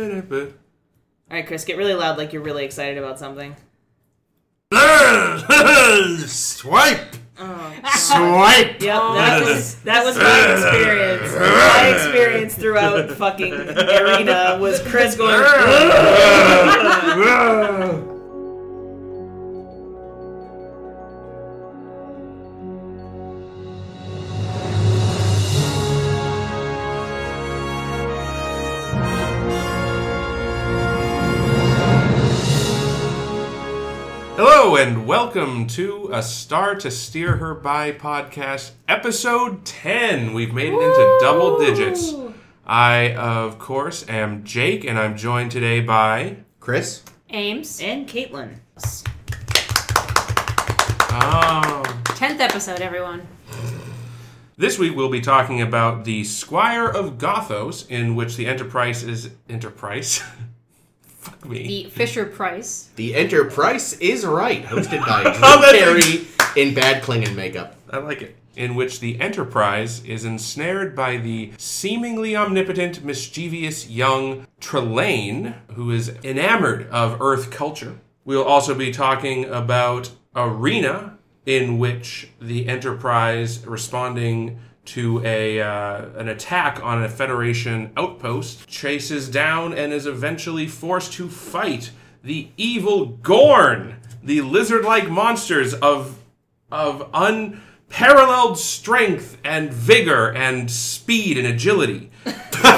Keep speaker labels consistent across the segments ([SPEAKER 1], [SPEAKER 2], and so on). [SPEAKER 1] All right, Chris, get really loud like you're really excited about something.
[SPEAKER 2] Swipe! Swipe!
[SPEAKER 1] Yep,
[SPEAKER 3] Oh,
[SPEAKER 1] that was that was my experience. My experience throughout the fucking arena was Chris going.
[SPEAKER 2] Hello and welcome to A Star to Steer Her By podcast, episode 10. We've made it into double digits. I, of course, am Jake, and I'm joined today by.
[SPEAKER 4] Chris?
[SPEAKER 3] Ames.
[SPEAKER 1] And Caitlin.
[SPEAKER 2] Oh.
[SPEAKER 3] Tenth episode, everyone.
[SPEAKER 2] This week we'll be talking about the Squire of Gothos, in which the Enterprise is. Enterprise? Fuck me.
[SPEAKER 3] The Fisher Price.
[SPEAKER 4] The Enterprise is right, hosted by Drew Carey in bad Klingon makeup.
[SPEAKER 2] I like it. In which the Enterprise is ensnared by the seemingly omnipotent, mischievous young Trelane, who is enamored of Earth culture. We'll also be talking about Arena, in which the Enterprise, responding to a uh, an attack on a Federation outpost, chases down and is eventually forced to fight the evil Gorn, the lizard-like monsters of of unparalleled strength and vigor and speed and agility.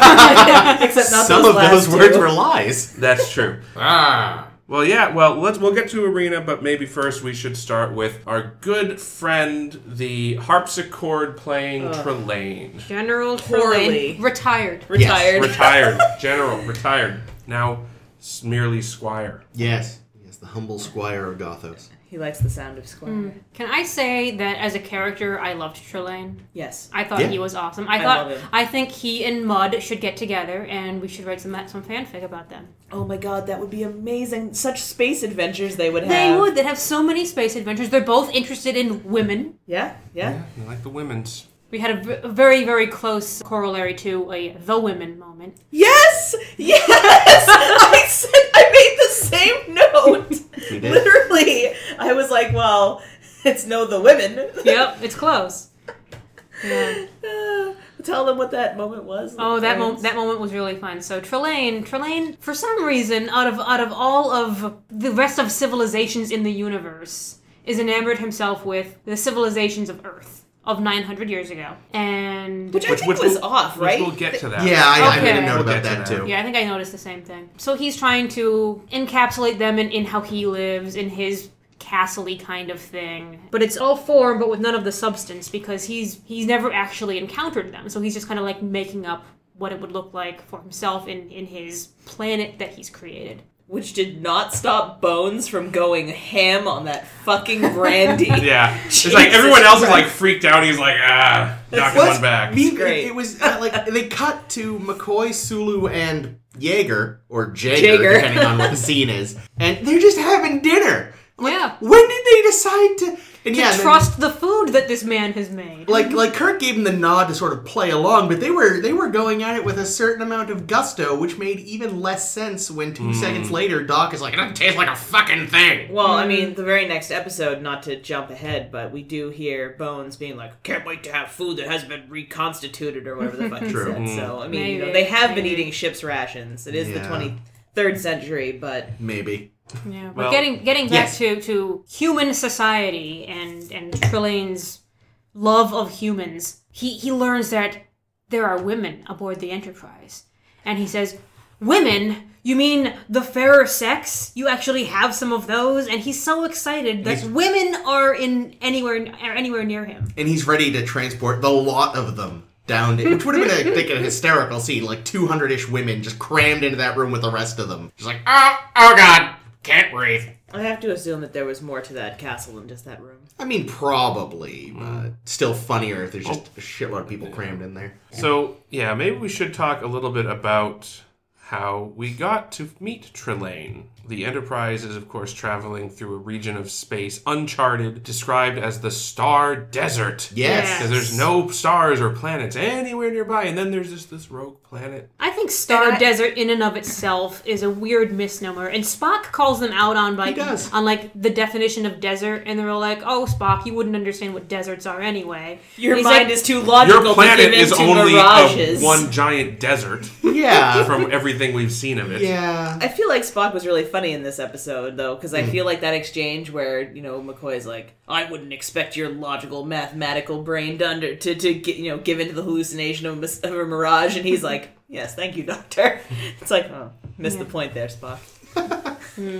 [SPEAKER 1] Except not
[SPEAKER 4] Some
[SPEAKER 1] those
[SPEAKER 4] of those
[SPEAKER 1] last
[SPEAKER 4] words
[SPEAKER 1] two.
[SPEAKER 4] were lies.
[SPEAKER 2] That's true.
[SPEAKER 4] Ah.
[SPEAKER 2] Well, yeah. Well, let's we'll get to arena, but maybe first we should start with our good friend, the harpsichord playing Trelane,
[SPEAKER 3] General
[SPEAKER 1] Poorly.
[SPEAKER 3] Trelane. Retired.
[SPEAKER 1] retired.
[SPEAKER 2] retired general, retired now s- merely squire.
[SPEAKER 4] Yes. Yes, the humble squire of Gothos.
[SPEAKER 1] He likes the sound of square.
[SPEAKER 3] Can I say that as a character, I loved Trelane.
[SPEAKER 1] Yes.
[SPEAKER 3] I thought
[SPEAKER 4] Yeah.
[SPEAKER 3] he was awesome. I
[SPEAKER 1] I
[SPEAKER 3] thought
[SPEAKER 1] love him.
[SPEAKER 3] I think he and Mud should get together, and we should write some some fanfic about them.
[SPEAKER 1] Oh my god, that would be amazing. Such space adventures they would have.
[SPEAKER 3] They would. They have so many space adventures. They're both interested in women.
[SPEAKER 1] Yeah, yeah.
[SPEAKER 2] I like the women's.
[SPEAKER 3] We had a v- a very very close corollary to a the women moment.
[SPEAKER 1] Yes! Yes! I said I made the same note.
[SPEAKER 4] You did.
[SPEAKER 1] Literally, I was like, well, it's no the women.
[SPEAKER 3] yep, it's close. Yeah.
[SPEAKER 1] Uh, tell them what that moment was.
[SPEAKER 3] Oh, that
[SPEAKER 1] moment.
[SPEAKER 3] moment! That moment was really fun. So Trelane, Trelane, for some reason, out of out of all of the rest of civilizations in the universe, is enamored himself with the civilizations of Earth of 900 years ago. And
[SPEAKER 1] which,
[SPEAKER 2] Which-
[SPEAKER 1] I think
[SPEAKER 2] which
[SPEAKER 1] was
[SPEAKER 2] we'll-
[SPEAKER 1] off, right?
[SPEAKER 2] We'll get to that.
[SPEAKER 4] Yeah, I, I made
[SPEAKER 3] Okay.
[SPEAKER 4] a note
[SPEAKER 2] We'll
[SPEAKER 4] about
[SPEAKER 2] get to
[SPEAKER 4] that,
[SPEAKER 2] that.
[SPEAKER 4] too.
[SPEAKER 3] yeah, I think I noticed the same thing. So he's trying to encapsulate them in, in how he lives in his castle-y kind of thing but it's all form but with none of the substance because he's he's never actually encountered them so he's just kind of like making up what it would look like for himself in in his planet that he's created
[SPEAKER 1] Which did not stop Bones from going ham on that fucking brandy.
[SPEAKER 2] Yeah, it's like
[SPEAKER 1] Jesus
[SPEAKER 2] everyone else is
[SPEAKER 1] Christ.
[SPEAKER 2] like freaked out. He's like, ah, knocking
[SPEAKER 4] What's
[SPEAKER 2] one back.
[SPEAKER 4] mean-
[SPEAKER 1] Great.
[SPEAKER 4] It was uh, like they cut to McCoy, Sulu, and Jaeger, or Jaeger,
[SPEAKER 1] Jaeger.
[SPEAKER 4] depending on what the scene is, and they're just having dinner. I'm like,
[SPEAKER 3] Yeah.
[SPEAKER 4] When did they decide to? And
[SPEAKER 3] to
[SPEAKER 4] yeah, and then-
[SPEAKER 3] trust the food that this man has made
[SPEAKER 4] like
[SPEAKER 2] Mm-hmm.
[SPEAKER 4] like Kirk gave him the nod to sort of play along, but they were they were going at it with a certain amount of gusto, which made even less sense when
[SPEAKER 2] Mm.
[SPEAKER 4] two seconds later Doc is like, "It doesn't taste like a fucking thing."
[SPEAKER 1] Well, I
[SPEAKER 2] Mm.
[SPEAKER 1] mean, the very next episode, not to jump ahead, but we do hear Bones being like, can't wait to have food that has been reconstituted or whatever the fuck he
[SPEAKER 4] True.
[SPEAKER 2] Mm.
[SPEAKER 1] said. So, I mean, you know,
[SPEAKER 3] Maybe,
[SPEAKER 1] they have been
[SPEAKER 3] maybe.
[SPEAKER 1] eating ship's rations. It is
[SPEAKER 4] Yeah.
[SPEAKER 1] the 23rd century, but
[SPEAKER 4] Maybe.
[SPEAKER 3] Yeah, but
[SPEAKER 2] Well-
[SPEAKER 3] getting getting back
[SPEAKER 4] Yes.
[SPEAKER 3] to, to human society and and Trelane's love of humans, he he learns that there are women aboard the Enterprise, and he says, "Women." You mean the fairer sex? You actually have some of those, and he's so excited that
[SPEAKER 4] He's-
[SPEAKER 3] women are in anywhere are anywhere near him.
[SPEAKER 4] And he's ready to transport the lot of them down, to, which would have been a, like a hysterical scene, like two hundred ish women just crammed into that room with the rest of them. She's like, "Oh, oh god, can't breathe."
[SPEAKER 1] I have to assume that there was more to that castle than just that room.
[SPEAKER 4] I mean, probably, but still funnier if there's just a shitload of people crammed in there.
[SPEAKER 2] So yeah, maybe we should talk a little bit about how we got to meet Trelane. The Enterprise is, of course, traveling through a region of space uncharted, described as the Star Desert.
[SPEAKER 4] Yes.
[SPEAKER 2] Because there's no stars or planets anywhere nearby, and then there's just this rogue planet.
[SPEAKER 3] I think Star
[SPEAKER 4] And I-
[SPEAKER 3] Desert in and of itself is a weird misnomer, and Spock calls them out on like
[SPEAKER 4] does.
[SPEAKER 3] on like the definition of desert, and they're all like, "Oh, Spock, you wouldn't understand what deserts are anyway."
[SPEAKER 1] Your
[SPEAKER 3] He's
[SPEAKER 1] mind
[SPEAKER 3] like,
[SPEAKER 1] is too logical.
[SPEAKER 2] Your planet
[SPEAKER 1] to give
[SPEAKER 2] is
[SPEAKER 1] in to
[SPEAKER 2] only a,
[SPEAKER 1] mirages.
[SPEAKER 2] one giant desert
[SPEAKER 4] Yeah.
[SPEAKER 2] from everything we've seen of it.
[SPEAKER 4] yeah.
[SPEAKER 1] I feel like Spock was really funny in this episode, though, because I feel like that exchange where you know McCoy's like, "I wouldn't expect your logical, mathematical brain to under to, to get, you know give into the hallucination of a, mis- of a mirage," and he's like, "Yes, thank you, Doctor." It's like, oh, missed the point there, Spock.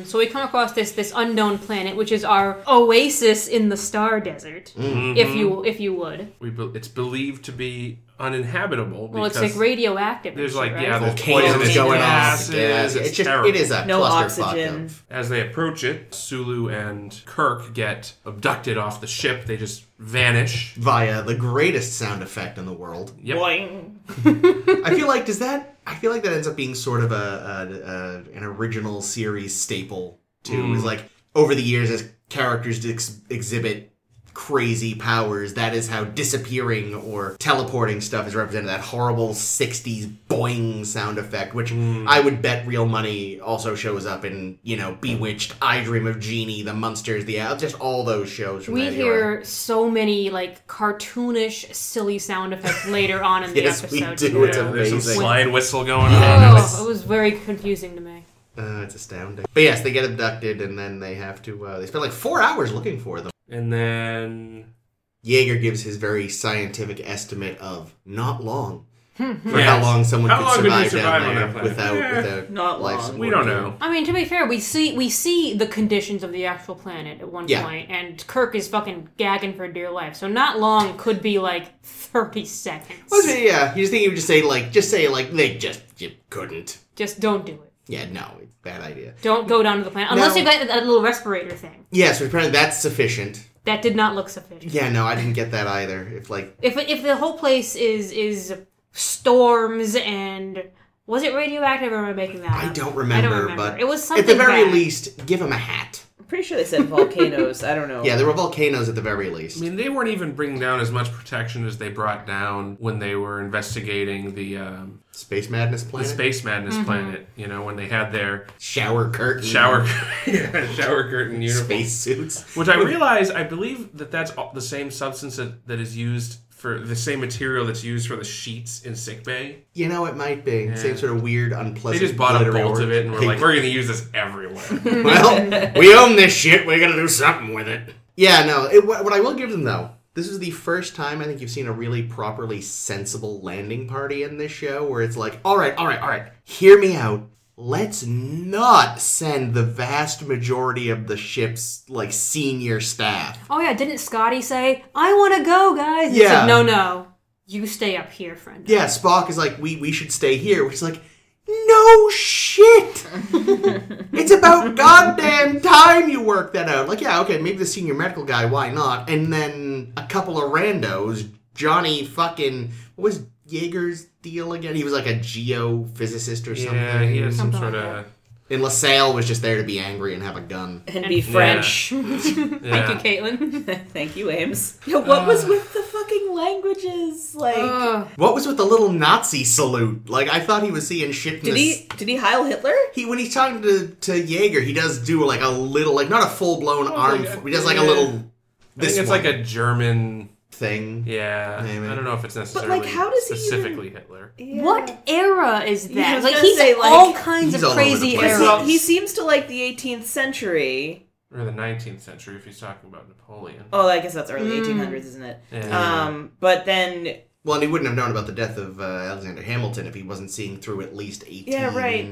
[SPEAKER 3] So we come across this this unknown planet, which is our oasis in the Star Desert,
[SPEAKER 4] Mm-hmm.
[SPEAKER 3] if you if you would.
[SPEAKER 2] We be- it's believed to be uninhabitable.
[SPEAKER 3] Well, it's
[SPEAKER 2] because
[SPEAKER 3] like radioactive. and
[SPEAKER 2] There's
[SPEAKER 3] shit,
[SPEAKER 2] like
[SPEAKER 3] right?
[SPEAKER 2] yeah, there's
[SPEAKER 4] Volcanoes
[SPEAKER 2] poisonous
[SPEAKER 4] going off.
[SPEAKER 2] gases.
[SPEAKER 4] Yeah,
[SPEAKER 2] It's,
[SPEAKER 4] it's, just
[SPEAKER 2] terrible.
[SPEAKER 4] it is a
[SPEAKER 1] No
[SPEAKER 4] clusterfuck
[SPEAKER 1] oxygen.
[SPEAKER 4] of-
[SPEAKER 2] As they approach it, Sulu and Kirk get abducted off the ship. They just vanish.
[SPEAKER 4] via the greatest sound effect in the world.
[SPEAKER 2] Yep.
[SPEAKER 1] Boing.
[SPEAKER 4] I feel like does that? I feel like that ends up being sort of a, a, a an original series staple too. Is like over the years as characters ex- exhibit crazy powers, that is how disappearing or teleporting stuff is represented. That horrible '60s boing sound effect, which I would bet real money also shows up in you know Bewitched, I Dream of Jeannie, The Munsters, the Al- just all those shows. From
[SPEAKER 3] We
[SPEAKER 4] that era.
[SPEAKER 3] hear so many like cartoonish, silly sound effects later on in the
[SPEAKER 4] Yes, we
[SPEAKER 3] episode.
[SPEAKER 4] do.
[SPEAKER 3] too.
[SPEAKER 4] It's
[SPEAKER 2] Yeah, there's some
[SPEAKER 4] amazing.
[SPEAKER 2] slide whistle going on.
[SPEAKER 3] Oh, it was very confusing to me.
[SPEAKER 4] Uh, it's astounding. But yes, they get abducted and then they have to. Uh, they spend like four hours looking for them.
[SPEAKER 2] And then
[SPEAKER 4] Jaeger gives his very scientific estimate of not long for how
[SPEAKER 2] Hmm, Yes.
[SPEAKER 4] long someone
[SPEAKER 2] How
[SPEAKER 4] could
[SPEAKER 2] long could you
[SPEAKER 4] survive,
[SPEAKER 2] survive on
[SPEAKER 4] down
[SPEAKER 2] that
[SPEAKER 4] there
[SPEAKER 2] planet?
[SPEAKER 4] without
[SPEAKER 2] Eh,
[SPEAKER 4] without
[SPEAKER 1] not
[SPEAKER 4] life
[SPEAKER 1] long.
[SPEAKER 4] support.
[SPEAKER 2] we don't know.
[SPEAKER 3] I mean, to be fair, we see we see the conditions of the actual planet at one
[SPEAKER 4] Yeah.
[SPEAKER 3] point, and Kirk is fucking gagging for dear life. So not long could be like thirty seconds.
[SPEAKER 4] Well, so, yeah, you just think you would just say like, just say like they just you couldn't.
[SPEAKER 3] Just don't do it.
[SPEAKER 4] Yeah, no, bad idea.
[SPEAKER 3] Don't go down to the planet unless
[SPEAKER 4] No.
[SPEAKER 3] you got that little respirator thing.
[SPEAKER 4] Yes, yeah, so apparently that's sufficient.
[SPEAKER 3] That did not look sufficient.
[SPEAKER 4] Yeah, no, I didn't get that either. If like,
[SPEAKER 3] If if the whole place is is storms and was it radioactive? Or am Um, I making that?
[SPEAKER 4] I
[SPEAKER 3] up?
[SPEAKER 4] don't remember, but
[SPEAKER 3] it was something.
[SPEAKER 4] at the very
[SPEAKER 3] bad.
[SPEAKER 4] least, give him a hat.
[SPEAKER 1] I'm pretty sure they said volcanoes. I don't know.
[SPEAKER 4] Yeah, there were volcanoes at the very
[SPEAKER 2] I
[SPEAKER 4] least.
[SPEAKER 2] mean, they weren't even bringing down as much protection as they brought down when they were investigating the um,
[SPEAKER 4] Space madness
[SPEAKER 2] the
[SPEAKER 4] planet.
[SPEAKER 2] space madness planet. You know, when they had their
[SPEAKER 4] shower curtain.
[SPEAKER 2] shower yeah, shower curtain uniform.
[SPEAKER 4] space suits.
[SPEAKER 2] Which I realize, I believe that that's all the same substance that, that is used for the same material that's used for the sheets in sick bay.
[SPEAKER 4] You know, it might be same sort of weird, unpleasant.
[SPEAKER 2] They just bought a
[SPEAKER 4] glittery
[SPEAKER 2] bolt
[SPEAKER 4] orange
[SPEAKER 2] of it and were
[SPEAKER 4] paper.
[SPEAKER 2] like, we're going to use this everywhere.
[SPEAKER 4] "Well, we own this shit. We're gonna do something with it." Yeah, no. It, what, what I will give them though, this is the first time I think you've seen a really properly sensible landing party in this show, where it's like, "All right, all right, all right, hear me out." Let's not send the vast majority of the ship's like senior staff
[SPEAKER 3] Oh yeah, didn't Scotty say, "I want to go, guys"? He
[SPEAKER 4] Yeah.
[SPEAKER 3] said, no, no, you stay up here, friend.
[SPEAKER 4] Yeah, Spock is like, we we should stay here, which is like, no shit. it's about goddamn time you work that out. Like, yeah, okay, maybe the senior medical guy, why not? And then a couple of randos, Johnny fucking what was Jaeger's deal again? He was like a geophysicist or something.
[SPEAKER 2] yeah, he has some
[SPEAKER 3] Something
[SPEAKER 2] sort
[SPEAKER 3] like
[SPEAKER 2] of.
[SPEAKER 4] And LaSalle was just there to be angry and have a gun.
[SPEAKER 1] And be French. Uh.
[SPEAKER 2] Yeah.
[SPEAKER 3] Thank you, Caitlin.
[SPEAKER 1] Thank you, Ames. Yeah, what was with the fucking languages? Like,
[SPEAKER 3] Ugh.
[SPEAKER 4] What was with the little Nazi salute? Like I thought he was seeing shit from
[SPEAKER 1] did
[SPEAKER 4] the
[SPEAKER 1] he did he heil Hitler?
[SPEAKER 4] He when he's talking to to Jaeger, he does do like a little, like not a full blown arm.
[SPEAKER 2] like a-
[SPEAKER 4] he does like
[SPEAKER 2] yeah.
[SPEAKER 4] a little.
[SPEAKER 2] I
[SPEAKER 4] This
[SPEAKER 2] think it's like a German.
[SPEAKER 4] thing.
[SPEAKER 2] Yeah.
[SPEAKER 4] Maybe.
[SPEAKER 2] I don't know if it's necessarily
[SPEAKER 1] how does he even-
[SPEAKER 2] specifically Hitler.
[SPEAKER 3] What era is that?
[SPEAKER 1] Yeah, I was
[SPEAKER 3] like
[SPEAKER 1] gonna
[SPEAKER 3] he's
[SPEAKER 1] say, like-
[SPEAKER 3] all kinds of
[SPEAKER 4] He's all over the
[SPEAKER 3] crazy
[SPEAKER 4] place.
[SPEAKER 3] eras.
[SPEAKER 1] Because he, he seems to like the 18th century.
[SPEAKER 2] Or the 19th century, if he's talking about Napoleon.
[SPEAKER 1] Oh, I guess that's early 1800s, isn't it?
[SPEAKER 2] Mm. Yeah.
[SPEAKER 1] Um, but then,
[SPEAKER 4] Well, and he wouldn't have known about the death of uh, Alexander Hamilton if he wasn't seeing through at least eighteen.
[SPEAKER 1] Yeah, right.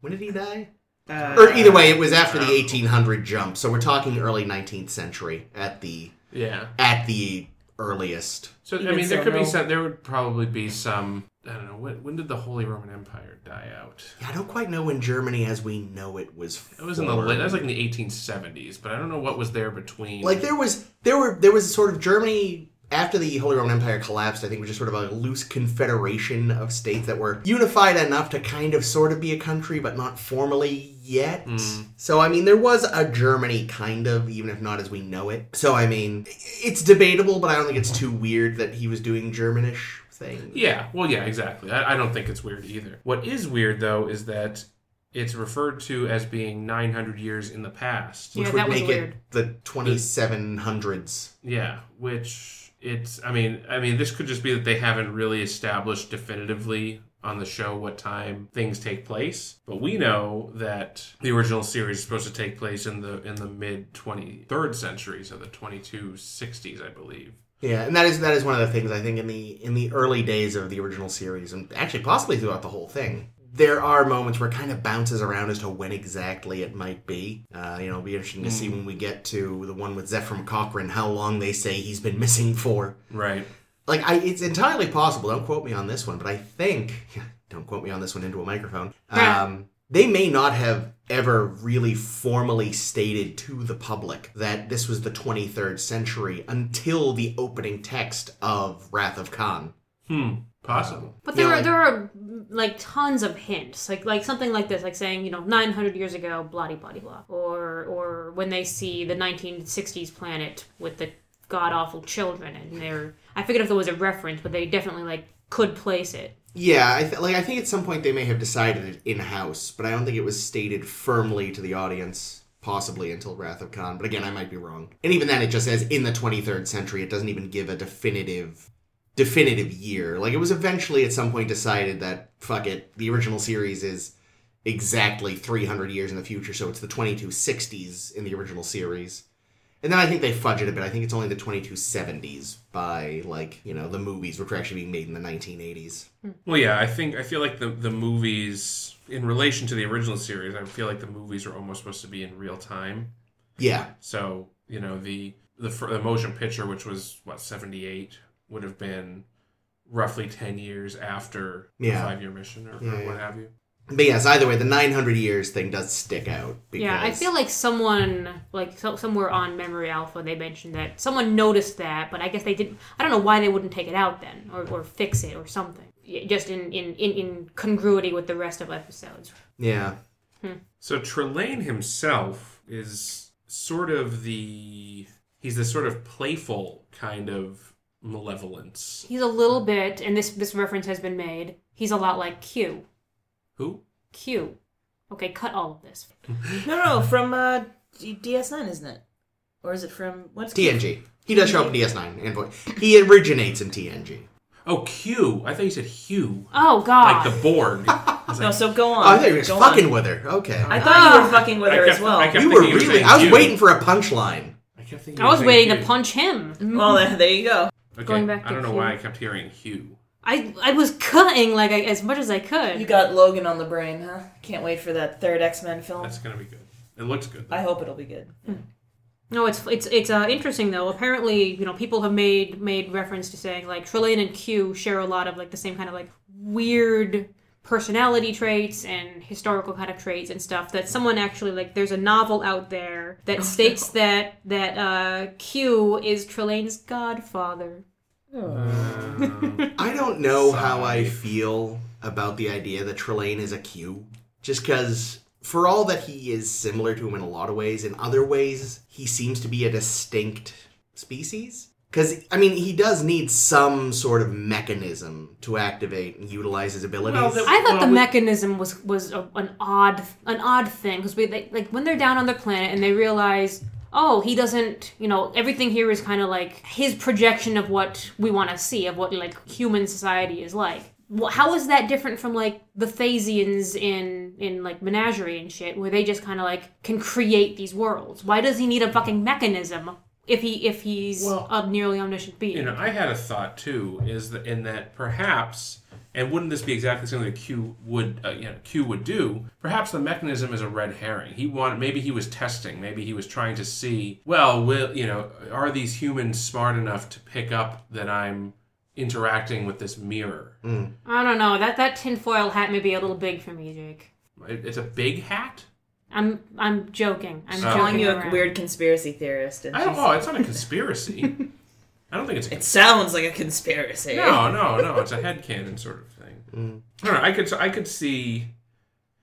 [SPEAKER 4] When did he die?
[SPEAKER 1] uh,
[SPEAKER 4] Or either way, it was after the
[SPEAKER 2] Uh,
[SPEAKER 4] 1800 jump, so we're talking early 19th century at the
[SPEAKER 2] yeah.
[SPEAKER 4] at the earliest.
[SPEAKER 2] So I
[SPEAKER 1] Even
[SPEAKER 2] mean, there
[SPEAKER 1] so,
[SPEAKER 2] could be
[SPEAKER 1] no.
[SPEAKER 2] some. There would probably be some. I don't know. When, when did the Holy Roman Empire die out?
[SPEAKER 4] Yeah, I don't quite know when Germany as we know it was.
[SPEAKER 2] That was in the
[SPEAKER 4] formed.
[SPEAKER 2] late. That was like in the 1870s, but I don't know what was there between.
[SPEAKER 4] Like there was there were there was sort of Germany after the Holy Roman Empire collapsed, I think it was just sort of a loose confederation of states that were unified enough to kind of sort of be a country, but not formally yet.
[SPEAKER 3] Mm.
[SPEAKER 4] So, I mean, there was a Germany, kind of, even if not as we know it. So, I mean, it's debatable, but I don't think it's too weird that he was doing Germanish things.
[SPEAKER 2] Yeah, well, yeah, exactly. I, I don't think it's weird either. What is weird, though, is that it's referred to as being 900 years in the past.
[SPEAKER 3] Yeah,
[SPEAKER 4] Which
[SPEAKER 3] that
[SPEAKER 4] would
[SPEAKER 3] was
[SPEAKER 4] make
[SPEAKER 3] weird.
[SPEAKER 4] it the 2700s.
[SPEAKER 2] Yeah, which it's. I mean, I mean, this could just be that they haven't really established definitively on the show what time things take place. But we know that the original series is supposed to take place in the in the mid 23rd century, so the 2260s, I believe.
[SPEAKER 4] Yeah, and that is that is one of the things I think in the in the early days of the original series, and actually possibly throughout the whole thing, there are moments where it kind of bounces around as to when exactly it might be. Uh, you know, it'll be interesting to see when we get to the one with Zephram Cochrane how long they say he's been missing for.
[SPEAKER 2] Right.
[SPEAKER 4] Like, I it's entirely possible. Don't quote me on this one, but I think don't quote me on this one into a microphone. Um, they may not have ever really formally stated to the public that this was the 23rd century until the opening text of Wrath of Khan.
[SPEAKER 2] Hmm. Possible.
[SPEAKER 3] But there
[SPEAKER 4] Yeah,
[SPEAKER 3] are
[SPEAKER 4] like-
[SPEAKER 3] there are like tons of hints, like like something like this, like saying you know 900 years ago, blah blah blah, blah, or or when they see the 1960s planet with the god awful children, and they're I forget if there was a reference, but they definitely like could place it.
[SPEAKER 4] Yeah, I th- like I think at some point they may have decided it in house, but I don't think it was stated firmly to the audience. Possibly until Wrath of Khan, but again, I might be wrong. And even then, it just says in the 23rd century. It doesn't even give a definitive, definitive year. Like it was eventually at some point decided that fuck it, the original series is exactly 300 years in the future, so it's the 2260s in the original series. And then I think they fudge it a bit. I think it's only the 2270s by like you know the movies, which were actually being made in the 1980s.
[SPEAKER 2] Well, yeah, I think I feel like the the movies in relation to the original series, I feel like the movies are almost supposed to be in real time.
[SPEAKER 4] Yeah,
[SPEAKER 2] So you know the the, fir- the motion picture, which was what seventy eight, would have been roughly ten years after
[SPEAKER 4] Yeah.
[SPEAKER 2] the five year mission or, or
[SPEAKER 4] Yeah, yeah.
[SPEAKER 2] what have you.
[SPEAKER 4] But yes, either way, the 900 years thing does stick out. Because,
[SPEAKER 3] Yeah, I feel like someone like so, somewhere on Memory Alpha they mentioned that someone noticed that, but I guess they didn't. I don't know why they wouldn't take it out then or, or fix it or something, Yeah, just in in, in in congruity with the rest of episodes.
[SPEAKER 4] Yeah.
[SPEAKER 2] So Trelane himself is sort of the he's this sort of playful kind of malevolence.
[SPEAKER 3] He's a little bit, and this this reference has been made. He's a lot like Q.
[SPEAKER 2] Who?
[SPEAKER 3] Q. Okay, cut all of this.
[SPEAKER 1] No, no, from uh, D- DS9, isn't it? Or is it from what's
[SPEAKER 4] TNG. He does show up in DS9. And boy, he originates in TNG.
[SPEAKER 2] Oh, Q. I thought you said Hugh,
[SPEAKER 3] Oh God.
[SPEAKER 2] like the board. I was
[SPEAKER 1] No,
[SPEAKER 2] like,
[SPEAKER 1] so go
[SPEAKER 4] Oh,
[SPEAKER 1] on.
[SPEAKER 4] I thought you were
[SPEAKER 1] go
[SPEAKER 4] fucking
[SPEAKER 1] on.
[SPEAKER 4] with her. Okay.
[SPEAKER 1] I thought you were fucking with
[SPEAKER 2] I
[SPEAKER 1] her
[SPEAKER 2] kept-
[SPEAKER 1] as well.
[SPEAKER 2] I kept
[SPEAKER 4] you were
[SPEAKER 2] thinking you were
[SPEAKER 4] really.
[SPEAKER 2] saying
[SPEAKER 4] I was
[SPEAKER 2] you.
[SPEAKER 4] waiting for a punchline.
[SPEAKER 2] I kept thinking.
[SPEAKER 3] I was waiting
[SPEAKER 2] Hugh.
[SPEAKER 3] to punch him.
[SPEAKER 1] Well, there- there you go.
[SPEAKER 2] Okay,
[SPEAKER 3] Going back
[SPEAKER 2] I don't
[SPEAKER 3] to
[SPEAKER 2] know why I
[SPEAKER 3] Hugh.
[SPEAKER 2] kept hearing Hugh.
[SPEAKER 3] I I was cutting like I, as much as I could.
[SPEAKER 1] You got Logan on the brain, huh? Can't wait for that third X Men film.
[SPEAKER 2] That's gonna be good. It looks good.
[SPEAKER 1] I hope it'll be good.
[SPEAKER 3] No, it's it's it's uh, interesting though. Apparently, you know, people have made made reference to saying like Trelane and Q share a lot of like the same kind of like weird personality traits and historical kind of traits and stuff. That someone actually like there's a novel out there that states that that uh, Q is Trelane's godfather.
[SPEAKER 4] I don't know how
[SPEAKER 2] Sigh.
[SPEAKER 4] I feel about the idea that Trelane is a Q. Just because, for all that he is similar to him in a lot of ways, in other ways, he seems to be a distinct species. Because, I mean, he does need some sort of mechanism to activate and utilize his abilities.
[SPEAKER 2] Well, the-
[SPEAKER 3] I thought
[SPEAKER 2] Well,
[SPEAKER 3] the
[SPEAKER 2] we-
[SPEAKER 3] mechanism was was a, an odd an odd thing because we they, like when they're down on the planet and they realize oh he doesn't you know everything here is kind of like his projection of what we want to see of what like human society is like. Wh- How is that different from like the Thasians in in like Menagerie and shit where they just kind of like can create these worlds? Why does he need a fucking mechanism if he if he's
[SPEAKER 2] Well,
[SPEAKER 3] a nearly omniscient being?
[SPEAKER 2] You know, I had a thought too. Is that in that perhaps, and wouldn't this be exactly something that Q would, uh, you know, Q would do? Perhaps the mechanism is a red herring. He wanted, maybe he was testing, maybe he was trying to see. Well, will you know, are these humans smart enough to pick up that I'm interacting with this mirror?
[SPEAKER 3] I don't know that that tinfoil hat may be a little big for me, Jake.
[SPEAKER 2] It- It's a big hat.
[SPEAKER 3] I'm I'm joking. I'm
[SPEAKER 2] Oh.
[SPEAKER 3] calling
[SPEAKER 1] Calling
[SPEAKER 3] you
[SPEAKER 1] you a weird conspiracy theorist. And
[SPEAKER 2] I don't
[SPEAKER 1] she's-
[SPEAKER 2] know. It's not a conspiracy. I don't think it's a
[SPEAKER 1] It sounds like a conspiracy.
[SPEAKER 2] No, no, no. It's a headcanon sort of thing.
[SPEAKER 4] Mm.
[SPEAKER 2] I don't know. I could, I could see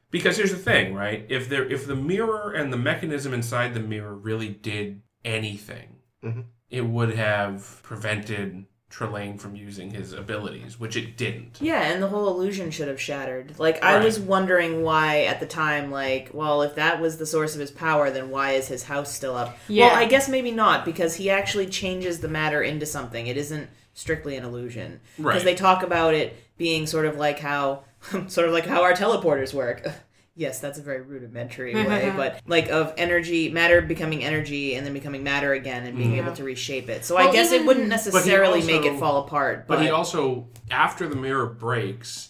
[SPEAKER 2] because here's the thing, right? If there, if the mirror and the mechanism inside the mirror really did anything,
[SPEAKER 4] Mhm.
[SPEAKER 2] it would have prevented Trelane from using his abilities, which it didn't.
[SPEAKER 1] Yeah, and the whole illusion should have shattered. Like
[SPEAKER 2] Right.
[SPEAKER 1] I was wondering why at the time, like, well, if that was the source of his power, then why is his house still up?
[SPEAKER 3] Yeah.
[SPEAKER 1] Well, I guess maybe not because he actually changes the matter into something. It isn't strictly an illusion because
[SPEAKER 2] Right.
[SPEAKER 1] they talk about it being sort of like how, sort of like how our teleporters work. Yes, that's a very rudimentary way, but like of energy, matter becoming energy and then becoming matter again and
[SPEAKER 2] Mm-hmm.
[SPEAKER 1] being able to reshape it. So I
[SPEAKER 3] Well,
[SPEAKER 1] guess
[SPEAKER 3] even-
[SPEAKER 1] it wouldn't necessarily
[SPEAKER 2] also-
[SPEAKER 1] make it fall apart.
[SPEAKER 2] But he also, after the mirror breaks,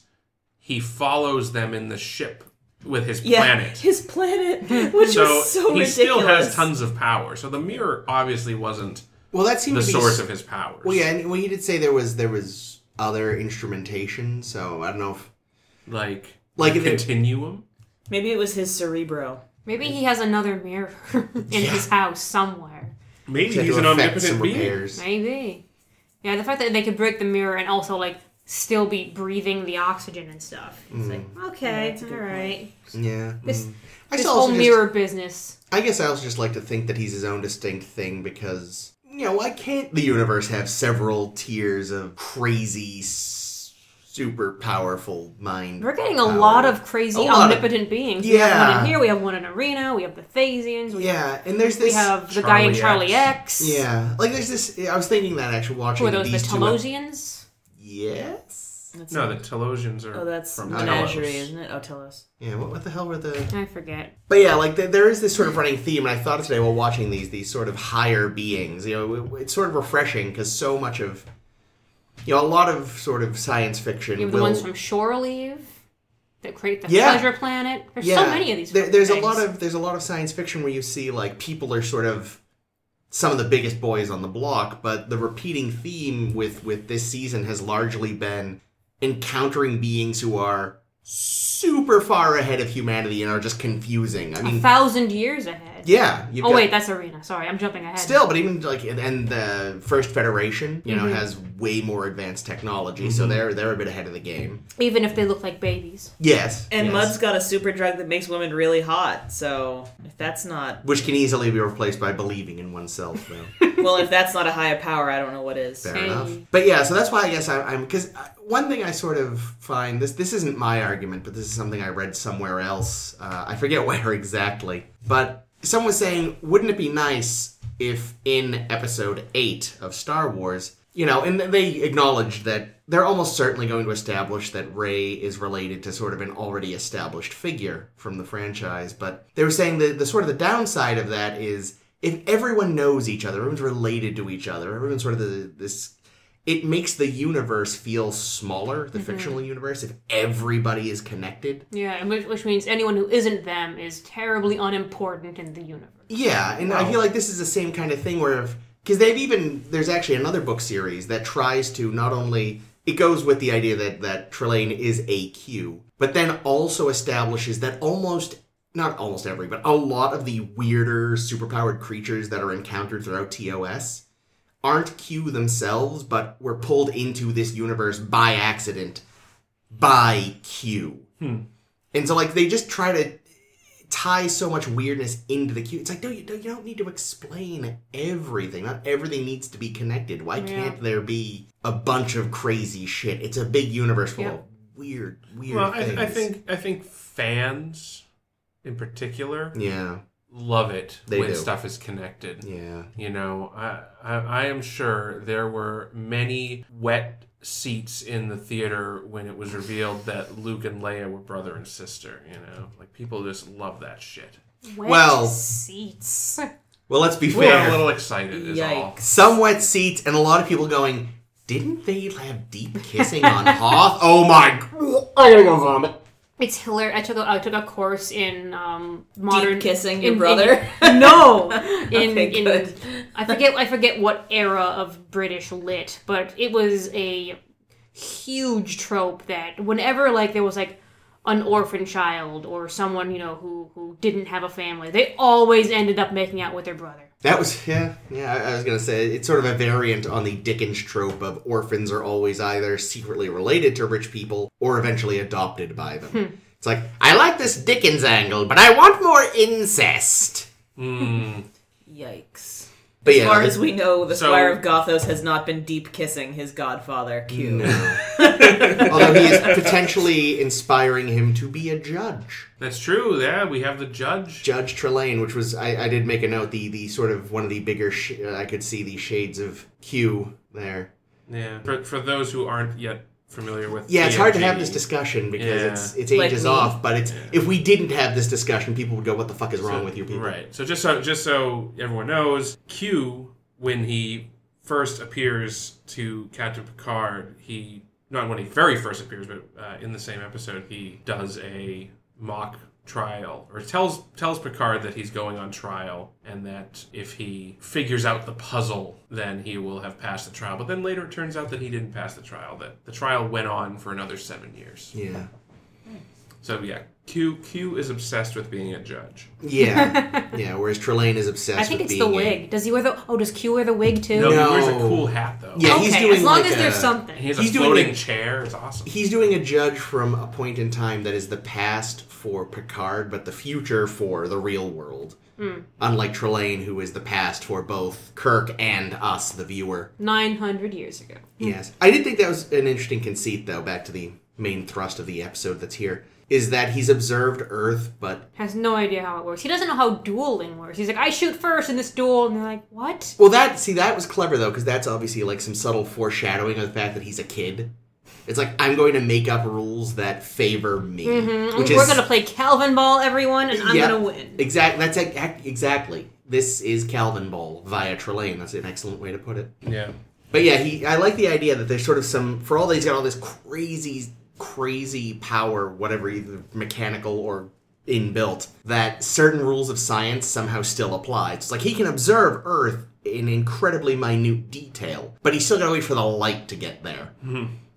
[SPEAKER 2] he follows them in the ship with his
[SPEAKER 1] yeah,
[SPEAKER 2] planet.
[SPEAKER 1] His planet, which
[SPEAKER 2] so
[SPEAKER 1] is so
[SPEAKER 2] he
[SPEAKER 1] ridiculous.
[SPEAKER 2] still has tons of power. So the mirror obviously wasn't
[SPEAKER 4] Well, that seemed
[SPEAKER 2] the
[SPEAKER 4] to be
[SPEAKER 2] source
[SPEAKER 4] s-
[SPEAKER 2] of his powers.
[SPEAKER 4] Well, yeah, and well, you did say there was there was other instrumentation, so I don't know if
[SPEAKER 2] like like
[SPEAKER 4] Like if it-
[SPEAKER 2] continuum.
[SPEAKER 1] Maybe it was his cerebro.
[SPEAKER 3] Maybe he has another mirror in his house somewhere.
[SPEAKER 2] Maybe
[SPEAKER 4] had
[SPEAKER 2] he's
[SPEAKER 4] to
[SPEAKER 2] an
[SPEAKER 4] affect
[SPEAKER 2] omnipotent
[SPEAKER 4] some
[SPEAKER 2] being.
[SPEAKER 4] repairs.
[SPEAKER 3] Maybe. Yeah, the fact that they could break the mirror and also like still be breathing the oxygen and stuff. It's
[SPEAKER 4] Mm.
[SPEAKER 3] like okay, all right.
[SPEAKER 4] Yeah,
[SPEAKER 3] This
[SPEAKER 4] mm. I
[SPEAKER 3] this
[SPEAKER 4] still also
[SPEAKER 3] whole
[SPEAKER 4] just-
[SPEAKER 3] mirror business.
[SPEAKER 4] I guess I also just like to think that he's his own distinct thing because you know why can't the universe have several tiers of crazy, s- super powerful mind?
[SPEAKER 3] We're getting a
[SPEAKER 4] power?
[SPEAKER 3] lot of crazy
[SPEAKER 4] A lot of-
[SPEAKER 3] omnipotent beings. We have one
[SPEAKER 4] Yeah.
[SPEAKER 3] in here. We have one in Arena. We have the Thasians. We,
[SPEAKER 4] yeah, and there's this
[SPEAKER 3] we have the guy in
[SPEAKER 2] Charlie
[SPEAKER 3] Charlie
[SPEAKER 2] X.
[SPEAKER 3] X.
[SPEAKER 4] yeah, like there's this. I was thinking that actually watching
[SPEAKER 3] Who are those? The
[SPEAKER 4] these two.
[SPEAKER 3] Telosians.
[SPEAKER 4] yes.
[SPEAKER 1] That's
[SPEAKER 2] No, the Telosians are
[SPEAKER 1] oh, that's
[SPEAKER 2] from
[SPEAKER 1] menagerie,
[SPEAKER 2] Telos.
[SPEAKER 1] isn't it? Oh, tell us.
[SPEAKER 4] Yeah. What, what the hell were the
[SPEAKER 3] I forget.
[SPEAKER 4] But yeah, like there, there is this sort of running theme, and I thought today while watching these these sort of higher beings, you know, it, it's sort of refreshing because so much of, you know, a lot of sort of science fiction
[SPEAKER 3] You have
[SPEAKER 4] will.
[SPEAKER 3] the ones from Shore Leave that create the
[SPEAKER 4] Yeah.
[SPEAKER 3] Pleasure Planet. There's so
[SPEAKER 4] yeah,
[SPEAKER 3] many of these.
[SPEAKER 4] There, there's
[SPEAKER 3] things.
[SPEAKER 4] a lot of there's a lot of science fiction where you see like people are sort of some of the biggest boys on the block, but the repeating theme with with this season has largely been encountering beings who are super far ahead of humanity and are just confusing. I
[SPEAKER 3] a
[SPEAKER 4] mean,
[SPEAKER 3] thousand years ahead.
[SPEAKER 4] yeah. you've
[SPEAKER 3] Oh
[SPEAKER 4] got-
[SPEAKER 3] wait, that's Arena. Sorry, I'm jumping ahead.
[SPEAKER 4] Still, but even like and- and the first Federation, you know,
[SPEAKER 3] Mm-hmm.
[SPEAKER 4] has way more advanced technology, so they're they're a bit ahead of the game.
[SPEAKER 3] even if they look like babies.
[SPEAKER 4] Yes,
[SPEAKER 1] And
[SPEAKER 4] yes.
[SPEAKER 1] Mud's got a super drug that makes women really hot. So if that's not
[SPEAKER 4] which can easily be replaced by believing in oneself, though.
[SPEAKER 1] well, if that's not a higher power, I don't know what is.
[SPEAKER 4] Fair
[SPEAKER 3] Hey.
[SPEAKER 4] enough. But yeah, so that's why I guess I, I'm because one thing I sort of find this this isn't my argument, but this is something I read somewhere else. Uh, I forget where exactly, but someone was saying, wouldn't it be nice if in Episode Eight of Star Wars, you know, and they acknowledged that they're almost certainly going to establish that Rey is related to sort of an already established figure from the franchise, but they were saying that the sort of the downside of that is. If everyone knows each other, everyone's related to each other, everyone's sort of the, this it makes the universe feel smaller, the fictional universe, if everybody is connected.
[SPEAKER 3] Yeah, and which, which means anyone who isn't them is terribly unimportant in the universe.
[SPEAKER 4] Yeah, and I feel like this is the same kind of thing where if because they've even there's actually another book series that tries to not only it goes with the idea that that Trelane is AQ, but then also establishes that almost not almost every, but a lot of the weirder superpowered creatures that are encountered throughout TOS aren't Q themselves, but were pulled into this universe by accident by Q.
[SPEAKER 2] Hmm.
[SPEAKER 4] And so like they just try to tie so much weirdness into the Q. It's like, no, you don't, you don't need to explain everything. Not everything needs to be connected. Why can't there be a bunch of crazy shit? It's a big universe full
[SPEAKER 3] Yeah.
[SPEAKER 4] of weird, weird
[SPEAKER 2] Well,
[SPEAKER 4] things.
[SPEAKER 2] I, I think I think fans in particular
[SPEAKER 4] Yeah,
[SPEAKER 2] love it
[SPEAKER 4] They
[SPEAKER 2] when
[SPEAKER 4] do.
[SPEAKER 2] stuff is connected.
[SPEAKER 4] yeah.
[SPEAKER 2] You know, I, I I am sure there were many wet seats in the theater when it was revealed that Luke and Leia were brother and sister. You know, like people just love that shit.
[SPEAKER 3] Wet
[SPEAKER 4] Well-
[SPEAKER 3] seats.
[SPEAKER 4] Well, let's be
[SPEAKER 2] We got
[SPEAKER 4] fair.
[SPEAKER 2] a little excited, is all.
[SPEAKER 1] Yikes!
[SPEAKER 4] Some wet seats and a lot of people going, didn't they have deep kissing on Hoth? Oh my god. I'm gonna go vomit.
[SPEAKER 3] It's hilarious. I took a, I took a course in um, modern
[SPEAKER 1] kissing
[SPEAKER 3] in-
[SPEAKER 1] your brother?
[SPEAKER 3] in- no, in,
[SPEAKER 1] Okay,
[SPEAKER 3] in
[SPEAKER 1] good.
[SPEAKER 3] I forget I forget what era of British lit, but it was a huge trope that whenever like there was like an orphan child or someone you know who who didn't have a family, they always ended up making out with their brother.
[SPEAKER 4] That was yeah, yeah. I I was gonna say it's sort of a variant on the Dickens trope of orphans are always either secretly related to rich people or eventually adopted by them. It's like I like this Dickens angle, but I want more incest.
[SPEAKER 1] Yikes.
[SPEAKER 4] But
[SPEAKER 1] As
[SPEAKER 4] yeah,
[SPEAKER 1] far
[SPEAKER 4] the-
[SPEAKER 1] as we know, the
[SPEAKER 2] So-
[SPEAKER 1] Squire of Gothos has not been deep kissing his godfather, Q.
[SPEAKER 4] although he is potentially inspiring him to be a judge.
[SPEAKER 2] That's true. Yeah, we have the judge.
[SPEAKER 4] Judge Trelane, which was I, I did make a note the the sort of one of the bigger sh- uh, I could see the shades of Q there.
[SPEAKER 2] Yeah, for, for those who aren't yet familiar with.
[SPEAKER 4] Yeah, it's hard to
[SPEAKER 2] TNG.
[SPEAKER 4] have this discussion because
[SPEAKER 2] Yeah.
[SPEAKER 4] it's it's
[SPEAKER 1] Like
[SPEAKER 4] ages
[SPEAKER 1] me.
[SPEAKER 4] off. But it's if we didn't have this discussion, people would go, "What the fuck is wrong with you people?"
[SPEAKER 2] Right. So just so just so everyone knows, Q when he first appears to Captain Picard, he not when he very first appears, but uh, in the same episode, he does a mock trial or tells tells Picard that he's going on trial and that if he figures out the puzzle then he will have passed the trial but then later it turns out that he didn't pass the trial that the trial went on for another 7 years.
[SPEAKER 4] Yeah,
[SPEAKER 2] So yeah, Q Q is obsessed with being a judge.
[SPEAKER 4] yeah, yeah. Whereas Trelane is obsessed.
[SPEAKER 3] I think
[SPEAKER 4] with
[SPEAKER 3] it's the
[SPEAKER 4] being
[SPEAKER 3] wig. Does he wear the? Oh, does Q wear the wig too?
[SPEAKER 2] No,
[SPEAKER 4] No.
[SPEAKER 2] he wears a cool hat though.
[SPEAKER 4] Yeah,
[SPEAKER 3] okay,
[SPEAKER 4] he's doing
[SPEAKER 3] as long
[SPEAKER 4] like
[SPEAKER 3] as there's
[SPEAKER 4] a-
[SPEAKER 3] something.
[SPEAKER 2] He has
[SPEAKER 4] He's
[SPEAKER 2] a
[SPEAKER 4] doing
[SPEAKER 2] floating
[SPEAKER 4] it-
[SPEAKER 2] chair. It's awesome.
[SPEAKER 4] A, he's doing a judge from a point in time that is the past for Picard, but the future for the real world.
[SPEAKER 3] Hmm.
[SPEAKER 4] Unlike Trelane, who is the past for both Kirk and us, the viewer.
[SPEAKER 3] Nine hundred years ago.
[SPEAKER 4] Yes. I did think that was an interesting conceit, though, back to the main thrust of the episode that's here, is that he's observed Earth, but.
[SPEAKER 3] Has no idea how it works. He doesn't know how dueling works. He's like, I shoot first in this duel, and they're like, what?
[SPEAKER 4] Well, that, see, that was clever, though, because that's obviously like some subtle foreshadowing of the fact that he's a kid. It's like, I'm going to make up rules that favor me. Which
[SPEAKER 3] Mm-hmm. We're
[SPEAKER 4] is.
[SPEAKER 3] gonna play Calvin Ball, everyone, and I'm
[SPEAKER 4] Yeah.
[SPEAKER 3] gonna win.
[SPEAKER 4] Exact, that's ac- ac- exactly. This is Calvin Ball via Trelane. That's an excellent way to put it.
[SPEAKER 2] yeah.
[SPEAKER 4] But yeah, he. I like the idea that there's sort of some. For all that he's got all this crazy, crazy power, whatever, either mechanical or inbuilt, that certain rules of science somehow still apply. It's like he can observe Earth in incredibly minute detail, but he's still got to wait for the light to get there.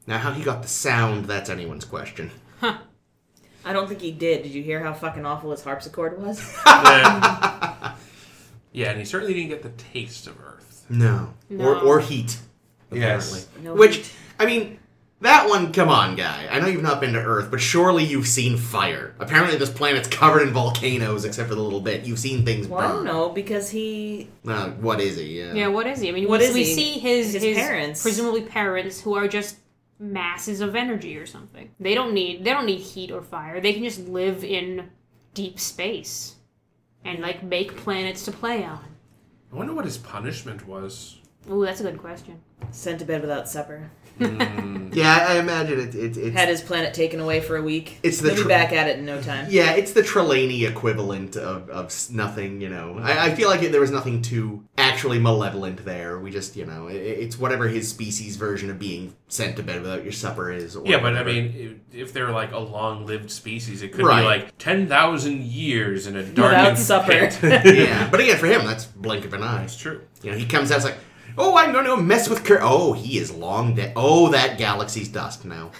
[SPEAKER 4] Now, how he got the sound, that's anyone's question.
[SPEAKER 1] I don't think he did. Did you hear how fucking awful his harpsichord was?
[SPEAKER 2] yeah. Yeah, and he certainly didn't get the taste of Earth.
[SPEAKER 4] No. Or,
[SPEAKER 3] No.
[SPEAKER 4] or heat.
[SPEAKER 2] Yes.
[SPEAKER 4] Apparently.
[SPEAKER 1] No
[SPEAKER 4] Which,
[SPEAKER 1] heat.
[SPEAKER 4] I mean, that one, come on, guy. I know you've not been to Earth, but surely you've seen fire. Apparently, this planet's covered in volcanoes, except for the little bit. You've seen things
[SPEAKER 1] Well, I
[SPEAKER 4] burn.
[SPEAKER 1] don't know because he.
[SPEAKER 4] Uh, what is he? Yeah.
[SPEAKER 3] Yeah, what is he? I mean,
[SPEAKER 1] What
[SPEAKER 3] we,
[SPEAKER 1] is
[SPEAKER 3] we
[SPEAKER 1] he?
[SPEAKER 3] see his,
[SPEAKER 1] His parents.
[SPEAKER 3] presumably parents, who are just masses of energy or something. They don't need they don't need heat or fire. They can just live in deep space and like make planets to play on.
[SPEAKER 2] I wonder what his punishment was.
[SPEAKER 3] Ooh, that's a good question.
[SPEAKER 1] Sent to bed without supper.
[SPEAKER 4] Yeah, I imagine it, it, it's.
[SPEAKER 1] Had his planet taken away for a week.
[SPEAKER 4] It's the
[SPEAKER 1] He'll
[SPEAKER 4] tr-
[SPEAKER 1] be back at it in no time.
[SPEAKER 4] yeah, it's the Trelawney equivalent of, of s- nothing, you know. I, I feel like it, there was nothing too actually malevolent there. We just, you know, it, it's whatever his species version of being sent to bed without your supper is. Or
[SPEAKER 2] Yeah, but I
[SPEAKER 4] whatever.
[SPEAKER 2] mean, i- if they're like a long-lived species, it could
[SPEAKER 4] Right.
[SPEAKER 2] be like ten thousand years in a
[SPEAKER 1] Without
[SPEAKER 2] darkened
[SPEAKER 1] supper.
[SPEAKER 2] pit.
[SPEAKER 4] yeah. But again, for him, that's blink of an eye.
[SPEAKER 2] That's true.
[SPEAKER 4] You know, he comes out it's like, oh, I'm going to mess with Kurt. Oh, he is long dead. Oh, that galaxy's dust now.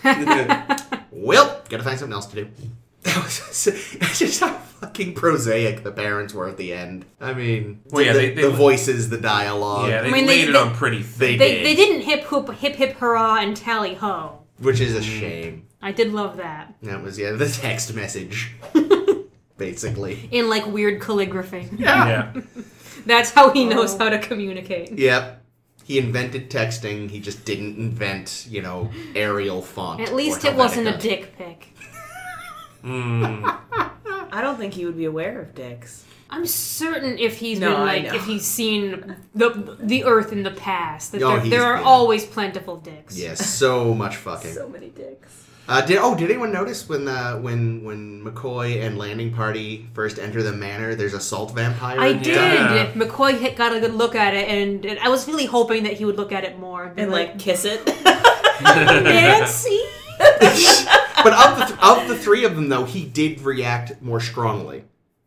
[SPEAKER 4] well, gotta find something else to do. That was so- it's just how fucking prosaic the parents were at the end. I mean,
[SPEAKER 2] Well, yeah,
[SPEAKER 4] the,
[SPEAKER 2] they- they-
[SPEAKER 4] the voices, the dialogue,
[SPEAKER 2] Yeah, they
[SPEAKER 3] I mean, they-
[SPEAKER 2] laid it
[SPEAKER 3] they-
[SPEAKER 2] on pretty thick.
[SPEAKER 3] They they didn't hip hoop hip hip hurrah and tally ho.
[SPEAKER 4] which is a
[SPEAKER 2] Mm.
[SPEAKER 4] shame.
[SPEAKER 3] I did love that
[SPEAKER 4] That was yeah, the text message, basically.
[SPEAKER 3] in like weird calligraphy.
[SPEAKER 2] Yeah.
[SPEAKER 3] That's how he knows how to communicate.
[SPEAKER 4] Yep. He invented texting. He just didn't invent, you know, Arial font.
[SPEAKER 3] At
[SPEAKER 4] or
[SPEAKER 3] least it wasn't a
[SPEAKER 4] Helvetica.
[SPEAKER 3] dick pic.
[SPEAKER 2] Mm.
[SPEAKER 1] I don't think he would be aware of dicks.
[SPEAKER 3] I'm certain if he's
[SPEAKER 1] No,
[SPEAKER 3] been
[SPEAKER 1] I
[SPEAKER 3] like
[SPEAKER 1] know.
[SPEAKER 3] if he's seen the the Earth in the past, that
[SPEAKER 4] No,
[SPEAKER 3] there,
[SPEAKER 4] he's
[SPEAKER 3] there are
[SPEAKER 4] been.
[SPEAKER 3] always plentiful dicks.
[SPEAKER 4] Yes, so much fucking.
[SPEAKER 1] So many dicks.
[SPEAKER 4] Uh, did oh did anyone notice when uh, when when McCoy and landing party first enter the manor? There's a salt vampire.
[SPEAKER 3] I
[SPEAKER 4] in
[SPEAKER 3] did.
[SPEAKER 4] town?
[SPEAKER 2] Yeah.
[SPEAKER 3] McCoy hit, got a good look at it, and, and I was really hoping that he would look at it more be
[SPEAKER 1] And like kiss it.
[SPEAKER 3] Nancy.
[SPEAKER 4] but of the th- of the three of them though, he did react more strongly.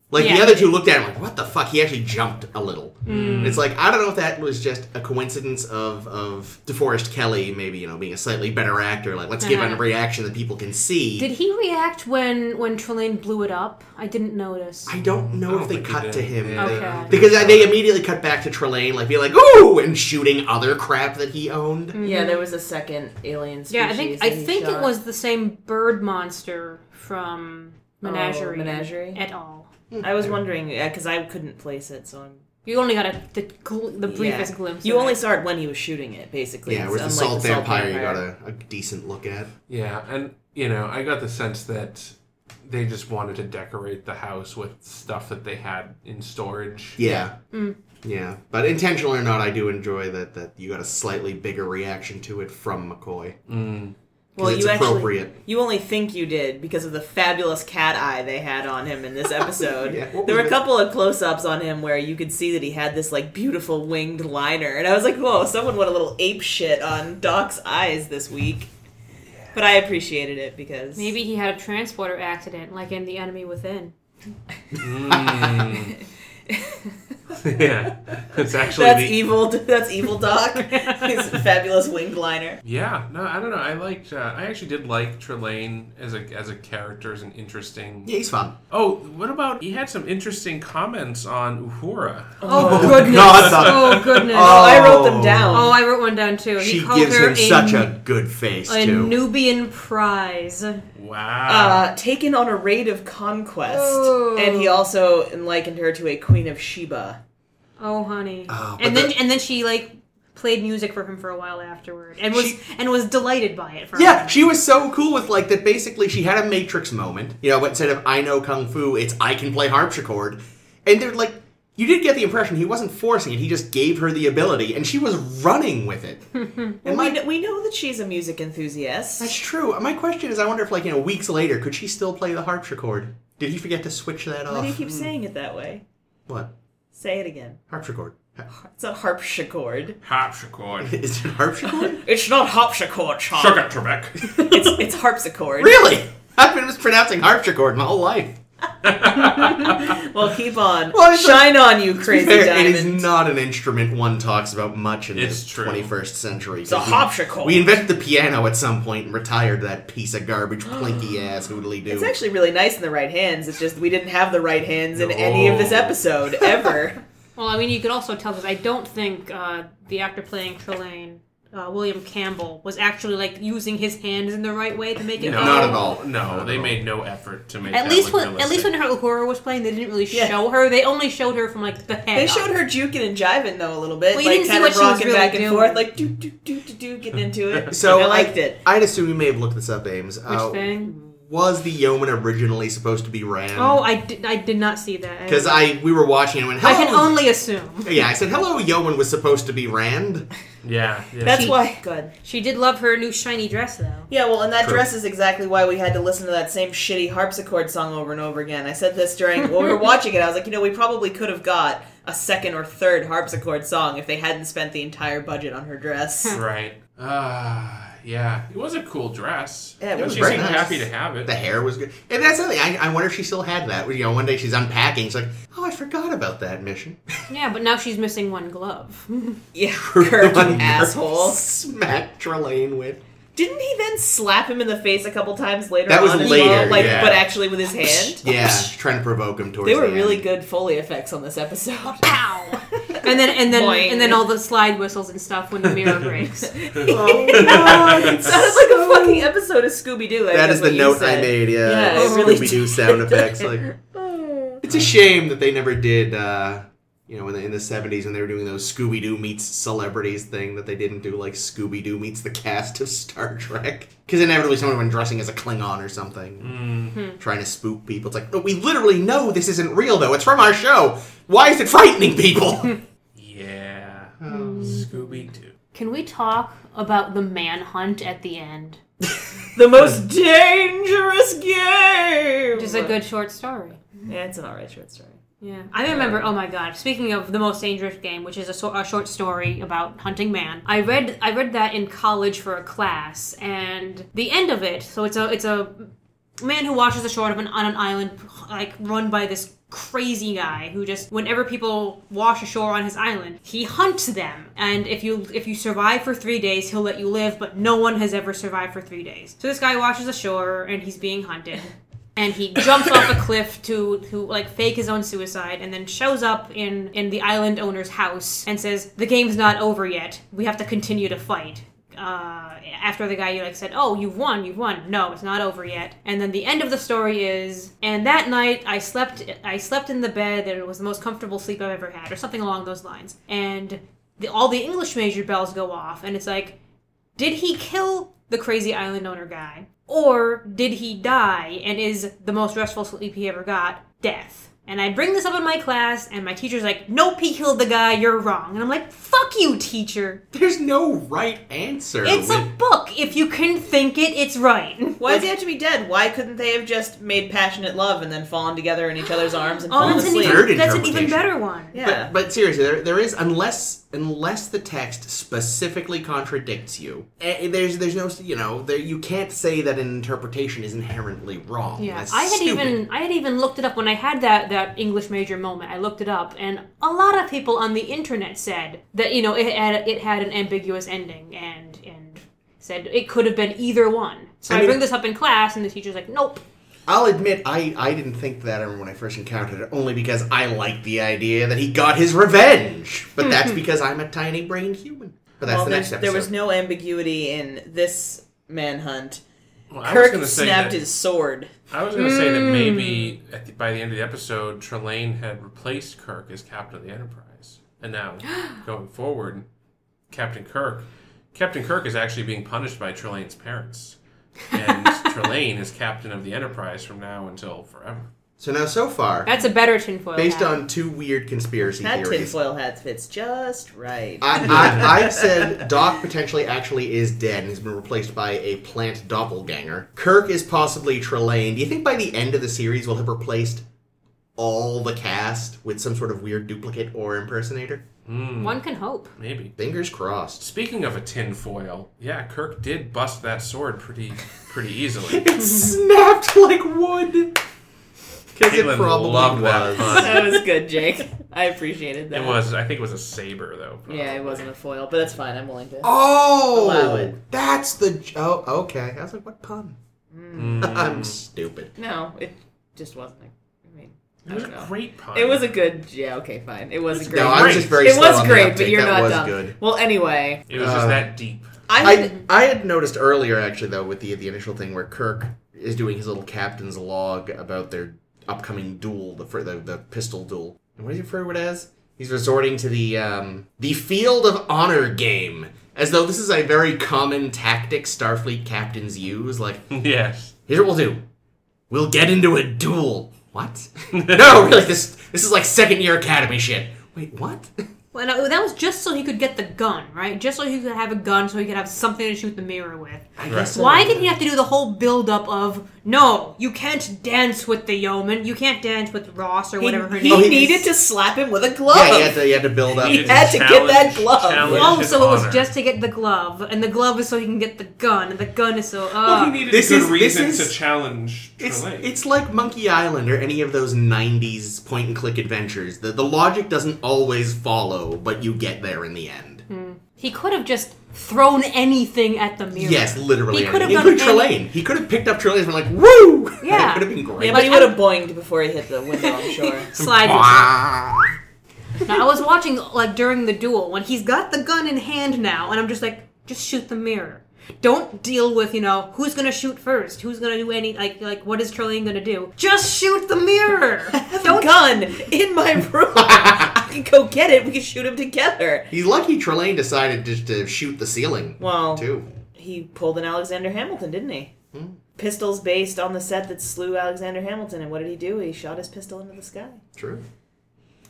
[SPEAKER 4] Like the
[SPEAKER 3] Yeah.
[SPEAKER 4] other two looked at him like, "What the fuck?" He actually jumped a little.
[SPEAKER 3] Mm.
[SPEAKER 4] It's like I don't know if that was just a coincidence of of DeForest Kelly maybe you know being a slightly better actor. Like let's give
[SPEAKER 3] Uh-huh.
[SPEAKER 4] him a reaction that people can see.
[SPEAKER 3] Did he react when when Trelane blew it up? I didn't notice.
[SPEAKER 4] I don't know
[SPEAKER 2] Mm, I don't
[SPEAKER 4] if they
[SPEAKER 2] think he
[SPEAKER 4] cut
[SPEAKER 2] did.
[SPEAKER 4] to him
[SPEAKER 2] Yeah.
[SPEAKER 4] They-
[SPEAKER 3] Okay.
[SPEAKER 4] because they immediately cut back to Trelane, like being like "Ooh" and shooting other crap that he owned.
[SPEAKER 1] Yeah, there was a second alien species.
[SPEAKER 3] yeah, I think I
[SPEAKER 1] that he
[SPEAKER 3] think it
[SPEAKER 1] shot.
[SPEAKER 3] was the same bird monster from Oh, Menagerie,
[SPEAKER 1] Menagerie.
[SPEAKER 3] at all.
[SPEAKER 1] I was wondering because I couldn't place it, so I'm.
[SPEAKER 3] You only got a, the gl- the briefest
[SPEAKER 1] yeah.
[SPEAKER 3] glimpse.
[SPEAKER 1] You
[SPEAKER 3] of
[SPEAKER 1] only
[SPEAKER 3] it.
[SPEAKER 1] saw it when he was shooting it, basically.
[SPEAKER 4] Yeah,
[SPEAKER 1] It's
[SPEAKER 4] whereas the
[SPEAKER 1] unlike
[SPEAKER 4] salt,
[SPEAKER 1] the
[SPEAKER 4] vampire, you got a, a decent look at.
[SPEAKER 2] Yeah, and you know, I got the sense that they just wanted to decorate the house with stuff that they had in storage.
[SPEAKER 4] Yeah. Yeah, but intentional or not, I do enjoy that that you got a slightly bigger reaction to it from McCoy.
[SPEAKER 1] Well,
[SPEAKER 4] it's
[SPEAKER 1] you
[SPEAKER 4] appropriate.
[SPEAKER 1] actually you only think you did because of the fabulous cat eye they had on him in this episode.
[SPEAKER 4] Yeah, what
[SPEAKER 1] there were
[SPEAKER 4] was it?
[SPEAKER 1] a couple of close-ups on him where you could see that he had this like beautiful winged liner, and I was like, "Whoa, someone went a little ape shit on Doc's eyes this week." But I appreciated it because
[SPEAKER 3] maybe he had a transporter accident, like in The Enemy Within.
[SPEAKER 4] Hmm.
[SPEAKER 2] Mm. yeah. It's actually
[SPEAKER 1] that's
[SPEAKER 3] e-
[SPEAKER 2] the
[SPEAKER 1] evil. That's evil, Doc. His fabulous winged liner.
[SPEAKER 2] Yeah, no, I don't know. I liked. Uh, I actually did like Trelane as a as a character as an interesting.
[SPEAKER 4] Yeah, he's fun.
[SPEAKER 2] Oh, what about he had some interesting comments on Uhura.
[SPEAKER 3] Oh, goodness!
[SPEAKER 4] God.
[SPEAKER 3] Oh goodness!
[SPEAKER 1] Oh,
[SPEAKER 3] Oh.
[SPEAKER 1] I wrote them down.
[SPEAKER 3] I wrote one down too.
[SPEAKER 4] She
[SPEAKER 3] he called
[SPEAKER 4] gives
[SPEAKER 3] her
[SPEAKER 4] him such a good face
[SPEAKER 3] a
[SPEAKER 4] too.
[SPEAKER 3] Nubian prize.
[SPEAKER 2] Wow.
[SPEAKER 1] uh, taken on a raid of conquest,
[SPEAKER 3] Oh.
[SPEAKER 1] and he also likened her to a queen of Sheba.
[SPEAKER 3] Oh, honey.
[SPEAKER 4] Oh, but
[SPEAKER 3] and then
[SPEAKER 4] the-
[SPEAKER 3] and then she like played music for him for a while afterward, and was
[SPEAKER 4] She-
[SPEAKER 3] and was delighted by it. For a
[SPEAKER 4] yeah,
[SPEAKER 3] while.
[SPEAKER 4] she was so cool with like that. Basically, she had a Matrix moment, you know. But instead of "I know kung fu," it's "I can play harpsichord," and they're like, you did get the impression he wasn't forcing it; he just gave her the ability, and she was running with it.
[SPEAKER 1] Well,
[SPEAKER 4] my-
[SPEAKER 1] we, kn- we know that she's a music enthusiast.
[SPEAKER 4] That's true. Uh, My question is, I wonder if like you know, weeks later, could she still play the harpsichord? Did he forget to switch that
[SPEAKER 1] Why
[SPEAKER 4] off?
[SPEAKER 1] do you keep saying it that way?
[SPEAKER 4] what
[SPEAKER 1] Say it again.
[SPEAKER 4] harpsichord?
[SPEAKER 1] It's a harpsichord.
[SPEAKER 2] Harpsichord.
[SPEAKER 4] Is it harpsichord?
[SPEAKER 1] It's not harpsichord, Sean.
[SPEAKER 2] Suck it, Trebek.
[SPEAKER 1] It's, it's harpsichord.
[SPEAKER 4] really? I've been mispronouncing harpsichord my whole life.
[SPEAKER 1] Well, keep on.
[SPEAKER 4] Well, it's
[SPEAKER 1] Shine on, you crazy
[SPEAKER 4] Fair,
[SPEAKER 1] diamond.
[SPEAKER 4] It is not an instrument one talks about much in
[SPEAKER 2] It's
[SPEAKER 4] the
[SPEAKER 2] true.
[SPEAKER 4] 21st century.
[SPEAKER 1] It's a harpsichord.
[SPEAKER 4] We invented the piano at some point and retired that piece of garbage, plinky ass hoodly doo.
[SPEAKER 1] It's actually really nice in the right hands. It's just we didn't have the right hands in any of this
[SPEAKER 2] No.
[SPEAKER 1] episode ever.
[SPEAKER 3] Well, I mean, you could also tell that I don't think uh, the actor playing Trelane, uh, William Campbell, was actually like using his hands in the right way to make it.
[SPEAKER 2] No,
[SPEAKER 4] Not at all.
[SPEAKER 2] No,
[SPEAKER 4] Not at
[SPEAKER 2] they
[SPEAKER 4] all.
[SPEAKER 2] made no effort to make.
[SPEAKER 3] At
[SPEAKER 2] that
[SPEAKER 3] least
[SPEAKER 2] look
[SPEAKER 3] when at least
[SPEAKER 2] realistic.
[SPEAKER 3] when her Uhura was playing, they didn't really
[SPEAKER 1] Yeah.
[SPEAKER 3] show her. They only showed her from like the head.
[SPEAKER 1] They
[SPEAKER 3] up.
[SPEAKER 1] showed her juking and jiving though a little bit,
[SPEAKER 3] Well, you
[SPEAKER 1] like
[SPEAKER 3] didn't see
[SPEAKER 1] kind
[SPEAKER 3] what
[SPEAKER 1] of
[SPEAKER 3] she was
[SPEAKER 1] rocking
[SPEAKER 3] really
[SPEAKER 1] back and
[SPEAKER 3] doing.
[SPEAKER 1] forth, like do do do do do, getting into it.
[SPEAKER 4] so
[SPEAKER 1] I liked it.
[SPEAKER 4] I'd assume you may have looked this up, Ames. Uh,
[SPEAKER 3] Which thing?
[SPEAKER 4] Was the yeoman originally supposed to be Ram?
[SPEAKER 3] Oh, I did. I did not see that.
[SPEAKER 4] because I we were watching and went.
[SPEAKER 3] I
[SPEAKER 4] Hello.
[SPEAKER 3] can only assume
[SPEAKER 4] Yeah, I said hello. Yeoman was supposed to be Rand.
[SPEAKER 2] Yeah. yeah.
[SPEAKER 1] That's
[SPEAKER 3] She-
[SPEAKER 1] why. Good.
[SPEAKER 3] she did love her new shiny dress though.
[SPEAKER 1] Yeah, well, and that
[SPEAKER 4] True.
[SPEAKER 1] dress is exactly why we had to listen to that same shitty harpsichord song over and over again. I said this during when we were watching it. I was like, you know, we probably could have got a second or third harpsichord song if they hadn't spent the entire budget on her dress.
[SPEAKER 2] right. Uh, yeah. It was a cool dress.
[SPEAKER 1] Yeah, it
[SPEAKER 2] And
[SPEAKER 1] was
[SPEAKER 2] She
[SPEAKER 4] very
[SPEAKER 2] seemed
[SPEAKER 4] nice.
[SPEAKER 2] happy to have it.
[SPEAKER 4] The hair was good, and that's something. I, I wonder if she still had that. You know, one day she's unpacking. She's like, "Oh, I forgot about that mission."
[SPEAKER 3] Yeah, but now she's missing one glove.
[SPEAKER 1] Yeah, curved
[SPEAKER 4] One
[SPEAKER 1] asshole.
[SPEAKER 4] Smacked Trelane with.
[SPEAKER 1] Didn't he then slap him in the face a couple times later?
[SPEAKER 4] That was
[SPEAKER 1] on as
[SPEAKER 4] later,
[SPEAKER 1] well? like,
[SPEAKER 4] yeah.
[SPEAKER 1] but actually with his hand.
[SPEAKER 4] Yeah, trying to provoke him towards.
[SPEAKER 1] They were
[SPEAKER 4] the
[SPEAKER 1] really
[SPEAKER 4] end.
[SPEAKER 1] good foley effects on this episode.
[SPEAKER 3] Ow! And then and then
[SPEAKER 1] Boing.
[SPEAKER 3] and then all the slide whistles and stuff when the mirror breaks.
[SPEAKER 4] Oh God, it
[SPEAKER 1] Sounded like a fucking episode of Scooby Doo.
[SPEAKER 4] That is the note I made. Yeah,
[SPEAKER 1] Yeah,
[SPEAKER 3] it
[SPEAKER 1] really
[SPEAKER 4] Scooby Doo
[SPEAKER 1] did.
[SPEAKER 4] sound effects. Like, it's a shame that they never did. uh you know, in the, in the 70s when they were doing those Scooby Doo meets celebrities thing, that they didn't do like Scooby Doo meets the cast of Star Trek. Because inevitably someone went dressing as a Klingon or something, trying to spook people. It's like, but we literally know this isn't real though. It's from our show. Why is it frightening people?
[SPEAKER 2] Yeah.
[SPEAKER 1] Hmm.
[SPEAKER 2] Scooby Doo.
[SPEAKER 3] Can we talk about the manhunt at the end?
[SPEAKER 1] The most dangerous game.
[SPEAKER 3] Which is a good short story.
[SPEAKER 1] Yeah, it's an alright short story.
[SPEAKER 3] Yeah, I remember. Oh my god! Speaking of the most dangerous game, which is a, so- a short story about hunting man, I read I read that in college for a class, and the end of it. So it's a it's a man who watches the shore of an, on an island, like run by this crazy guy who just whenever people wash ashore on his island he hunts them and if you if you survive for three days he'll let you live but no one has ever survived for three days so this guy washes ashore and he's being hunted and he jumps off a cliff to to like fake his own suicide and then shows up in in the island owner's house and says the game's not over yet we have to continue to fight uh, after the guy you like said oh you've won you've won no it's not over yet and then the end of the story is and that night i slept i slept in the bed and it was the most comfortable sleep i've ever had or something along those lines and the, all the english major bells go off and it's like did he kill the crazy island owner guy? Or did he die and is the most restful sleep he ever got death? And I bring this up in my class, and my teacher's like, Nope, he killed the guy, you're wrong. And I'm like, Fuck you, teacher.
[SPEAKER 4] There's no right answer.
[SPEAKER 3] It's a
[SPEAKER 4] with-
[SPEAKER 3] book. If you can think it, it's right.
[SPEAKER 1] Why does he have to be dead? Why couldn't they have just made passionate love and then fallen together in each other's arms and
[SPEAKER 3] Oh,
[SPEAKER 1] fallen
[SPEAKER 3] that's an,
[SPEAKER 1] asleep?
[SPEAKER 4] neat- Third
[SPEAKER 3] even, that's an even
[SPEAKER 4] interpretation.
[SPEAKER 3] better one.
[SPEAKER 1] Yeah.
[SPEAKER 4] But, but seriously, there, there is unless unless the text specifically contradicts you, eh, there's there's no you know there, you can't say that an interpretation is inherently wrong.
[SPEAKER 3] Yeah,
[SPEAKER 4] That's
[SPEAKER 3] I had
[SPEAKER 4] stupid.
[SPEAKER 3] even I had even looked it up when I had that that English major moment. I looked it up, and a lot of people on the internet said that you know it had it had an ambiguous ending, and and said it could have been either one. So
[SPEAKER 4] I
[SPEAKER 3] I,
[SPEAKER 4] mean-
[SPEAKER 3] bring this up in class, and the teacher's like, "Nope."
[SPEAKER 4] I'll admit I I didn't think that of when I first encountered it only because I liked the idea that he got his revenge, but that's because I'm a tiny brained human. But that's
[SPEAKER 1] Hmm. Well,
[SPEAKER 4] the next
[SPEAKER 1] there's-
[SPEAKER 4] episode.
[SPEAKER 1] there was no ambiguity in this manhunt.
[SPEAKER 2] Well, I was
[SPEAKER 1] Kirk
[SPEAKER 2] going to say
[SPEAKER 1] snapped
[SPEAKER 2] that,
[SPEAKER 1] his Hmm. sword.
[SPEAKER 2] I was going to say that maybe at the, by the end of the episode, Trelane had replaced Kirk as captain of the Enterprise, and now going forward, Captain Kirk, Captain Kirk is actually being punished by Trelane's parents, and Trelane is captain of the Enterprise from now until forever.
[SPEAKER 4] so now so far,
[SPEAKER 3] That's a better tinfoil.
[SPEAKER 4] based
[SPEAKER 3] hat.
[SPEAKER 4] on two weird conspiracy
[SPEAKER 1] That
[SPEAKER 4] theories,
[SPEAKER 1] tinfoil hat fits just right.
[SPEAKER 4] I, I, I've said Doc potentially actually is dead and has been replaced by a plant doppelganger. Kirk is possibly Trelane. Do you think by the end of the series we'll have replaced all the cast with some sort of weird duplicate or impersonator?
[SPEAKER 3] one can hope.
[SPEAKER 2] Maybe.
[SPEAKER 4] Fingers crossed.
[SPEAKER 2] Speaking of a tin foil, yeah, Kirk did bust that sword pretty pretty easily.
[SPEAKER 4] It snapped like wood. Because it
[SPEAKER 2] Caitlin
[SPEAKER 4] probably
[SPEAKER 2] loved that
[SPEAKER 4] was.
[SPEAKER 2] pun.
[SPEAKER 1] that was good, Jake. I appreciated that.
[SPEAKER 2] It was, I think it was a saber though. probably.
[SPEAKER 1] Yeah, it wasn't a foil, but that's fine. I'm willing
[SPEAKER 2] Oh.
[SPEAKER 1] to. Allow
[SPEAKER 4] Oh,
[SPEAKER 1] it.
[SPEAKER 4] that's the. j- Oh, okay. I was like, what pun?
[SPEAKER 2] Mm.
[SPEAKER 4] I'm stupid.
[SPEAKER 1] No, it just wasn't. a- I mean,
[SPEAKER 2] It
[SPEAKER 1] I
[SPEAKER 2] was a
[SPEAKER 1] don't know.
[SPEAKER 2] great pun.
[SPEAKER 1] It was a good. Yeah, okay, fine. It was a great.
[SPEAKER 4] No, I was
[SPEAKER 2] Great.
[SPEAKER 4] just very.
[SPEAKER 1] it
[SPEAKER 4] slow
[SPEAKER 1] was
[SPEAKER 4] on the
[SPEAKER 1] great, but
[SPEAKER 4] uptake.
[SPEAKER 1] you're
[SPEAKER 4] that
[SPEAKER 1] not
[SPEAKER 4] was
[SPEAKER 1] dumb.
[SPEAKER 4] good.
[SPEAKER 1] Well, anyway,
[SPEAKER 2] It was just
[SPEAKER 4] Uh,
[SPEAKER 2] that deep.
[SPEAKER 1] I,
[SPEAKER 4] I,
[SPEAKER 1] had,
[SPEAKER 4] I had noticed earlier, actually, though, with the the initial thing where Kirk is doing his little captain's log about their upcoming duel, the fir- the, the pistol duel. And what does he refer to it as? He's resorting to the um, the field of honor game, as though this is a very common tactic Starfleet captains use. Like,
[SPEAKER 2] yes.
[SPEAKER 4] here's what we'll do: we'll get into a duel. What? no, really, this this is like second year academy shit. Wait, what?
[SPEAKER 3] Well, no, that was just so he could get the gun, right? Just so he could have a gun, so he could have something to shoot the mirror with.
[SPEAKER 4] I
[SPEAKER 2] Right.
[SPEAKER 4] so.
[SPEAKER 3] Why did he have to do the whole build up of no, you can't dance with the yeoman, you can't dance with Ross or
[SPEAKER 1] he,
[SPEAKER 3] whatever her
[SPEAKER 1] he
[SPEAKER 3] name is.
[SPEAKER 1] needed to slap him with a glove.
[SPEAKER 4] Yeah, you had to you had to build up.
[SPEAKER 1] He had to get that glove.
[SPEAKER 2] challenge
[SPEAKER 3] Oh,
[SPEAKER 2] his
[SPEAKER 3] so it
[SPEAKER 2] honor.
[SPEAKER 3] was just to get the glove, and the glove is so he can get the gun, and the gun is so. Uh,
[SPEAKER 1] Oh,
[SPEAKER 2] Well, he needed
[SPEAKER 4] This
[SPEAKER 2] a good
[SPEAKER 4] is- this
[SPEAKER 2] reason
[SPEAKER 4] is-
[SPEAKER 2] to challenge
[SPEAKER 4] It's,
[SPEAKER 2] Trelane.
[SPEAKER 4] it's like Monkey Island or any of those 90s point and click adventures. The, the logic doesn't always follow, but you get there in the end.
[SPEAKER 1] Mm.
[SPEAKER 3] he could have just thrown anything at the mirror.
[SPEAKER 4] Yes, literally.
[SPEAKER 3] He could have
[SPEAKER 4] anything.
[SPEAKER 3] done
[SPEAKER 4] He could have
[SPEAKER 3] any-
[SPEAKER 4] Trelane. He could have picked up Trelane and been like, woo!
[SPEAKER 3] Yeah.
[SPEAKER 4] it would have been
[SPEAKER 1] Yeah,
[SPEAKER 4] great.
[SPEAKER 1] but he
[SPEAKER 3] Like,
[SPEAKER 1] would have boinged before he hit the window. I'm sure.
[SPEAKER 3] Slide.
[SPEAKER 4] Wah.
[SPEAKER 3] now, I was watching like during the duel when he's got the gun in hand now, and I'm just like, just shoot the mirror. Don't deal with you know who's gonna shoot first, who's gonna do any like like what is Charlene gonna do? Just shoot the mirror.
[SPEAKER 1] Don't gun in my room. I can go get it. We can shoot him together.
[SPEAKER 4] He's lucky Trelane decided just to shoot the ceiling,
[SPEAKER 1] Well,
[SPEAKER 4] too.
[SPEAKER 1] he pulled an Alexander Hamilton, didn't he?
[SPEAKER 4] Hmm.
[SPEAKER 1] Pistols based on the set that slew Alexander Hamilton, and what did he do? He shot his pistol into the sky.
[SPEAKER 4] True.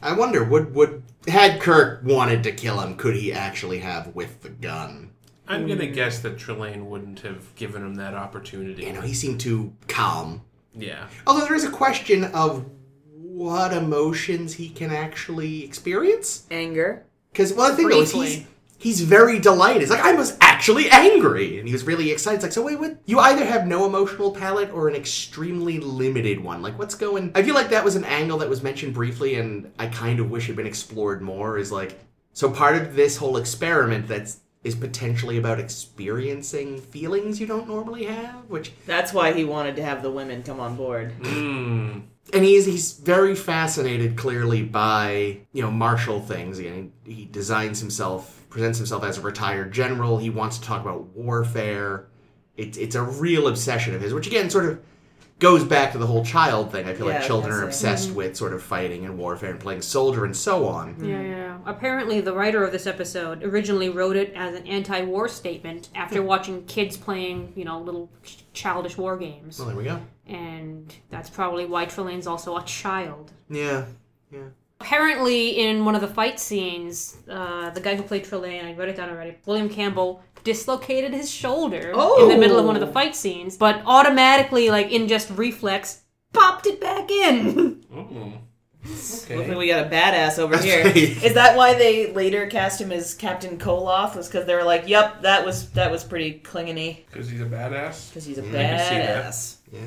[SPEAKER 4] I wonder, would, would had Kirk wanted to kill him, could he actually have with the gun?
[SPEAKER 2] I'm going to guess that Trelane wouldn't have given him that opportunity.
[SPEAKER 4] You know, he seemed too calm.
[SPEAKER 2] yeah.
[SPEAKER 4] Although there is a question of what emotions he can actually experience.
[SPEAKER 1] Anger.
[SPEAKER 4] Because well, the thing though is
[SPEAKER 3] Briefly.
[SPEAKER 4] he's he's very delighted. He's like, I was actually angry. And he was really excited. It's like, so wait, what? You either have no emotional palette or an extremely limited one. Like, what's going? I feel like that was an angle that was mentioned briefly, and I kind of wish had been explored more. Is like, so part of this whole experiment that's is potentially about experiencing feelings you don't normally have, which
[SPEAKER 1] That's why he wanted to have the women come on board.
[SPEAKER 2] Hmm.
[SPEAKER 4] and he's he's very fascinated clearly by you know martial things again he, he designs himself presents himself as a retired general he wants to talk about warfare it's it's a real obsession of his which again sort of goes back to the whole child thing i feel like
[SPEAKER 1] Yeah,
[SPEAKER 4] children are
[SPEAKER 1] that's Mm-hmm.
[SPEAKER 4] obsessed with sort of fighting and warfare and playing soldier and so on
[SPEAKER 3] Yeah,
[SPEAKER 1] Mm.
[SPEAKER 3] yeah. Apparently, the writer of this episode originally wrote it as an anti-war statement after
[SPEAKER 1] Hmm.
[SPEAKER 3] watching kids playing, you know, little ch- childish war games,
[SPEAKER 4] well there we go
[SPEAKER 1] Hmm.
[SPEAKER 3] and that's probably why Trelane's also a child.
[SPEAKER 4] yeah
[SPEAKER 3] Apparently, in one of the fight scenes, uh, the guy who played Trelane, I wrote it down already, William Campbell, dislocated his shoulder in the middle of one
[SPEAKER 1] Oh!
[SPEAKER 3] of the fight scenes, but automatically, like in just reflex, popped it back in.
[SPEAKER 2] Mm.
[SPEAKER 1] Looks
[SPEAKER 2] Okay.
[SPEAKER 1] like we got a badass over here.
[SPEAKER 4] right.
[SPEAKER 1] Is that why they later cast him as Captain Koloff? Was because they were like, "Yep, that was that was pretty clingy
[SPEAKER 2] Because he's a badass.
[SPEAKER 1] because he's a
[SPEAKER 2] can see that.
[SPEAKER 1] badass."
[SPEAKER 4] yeah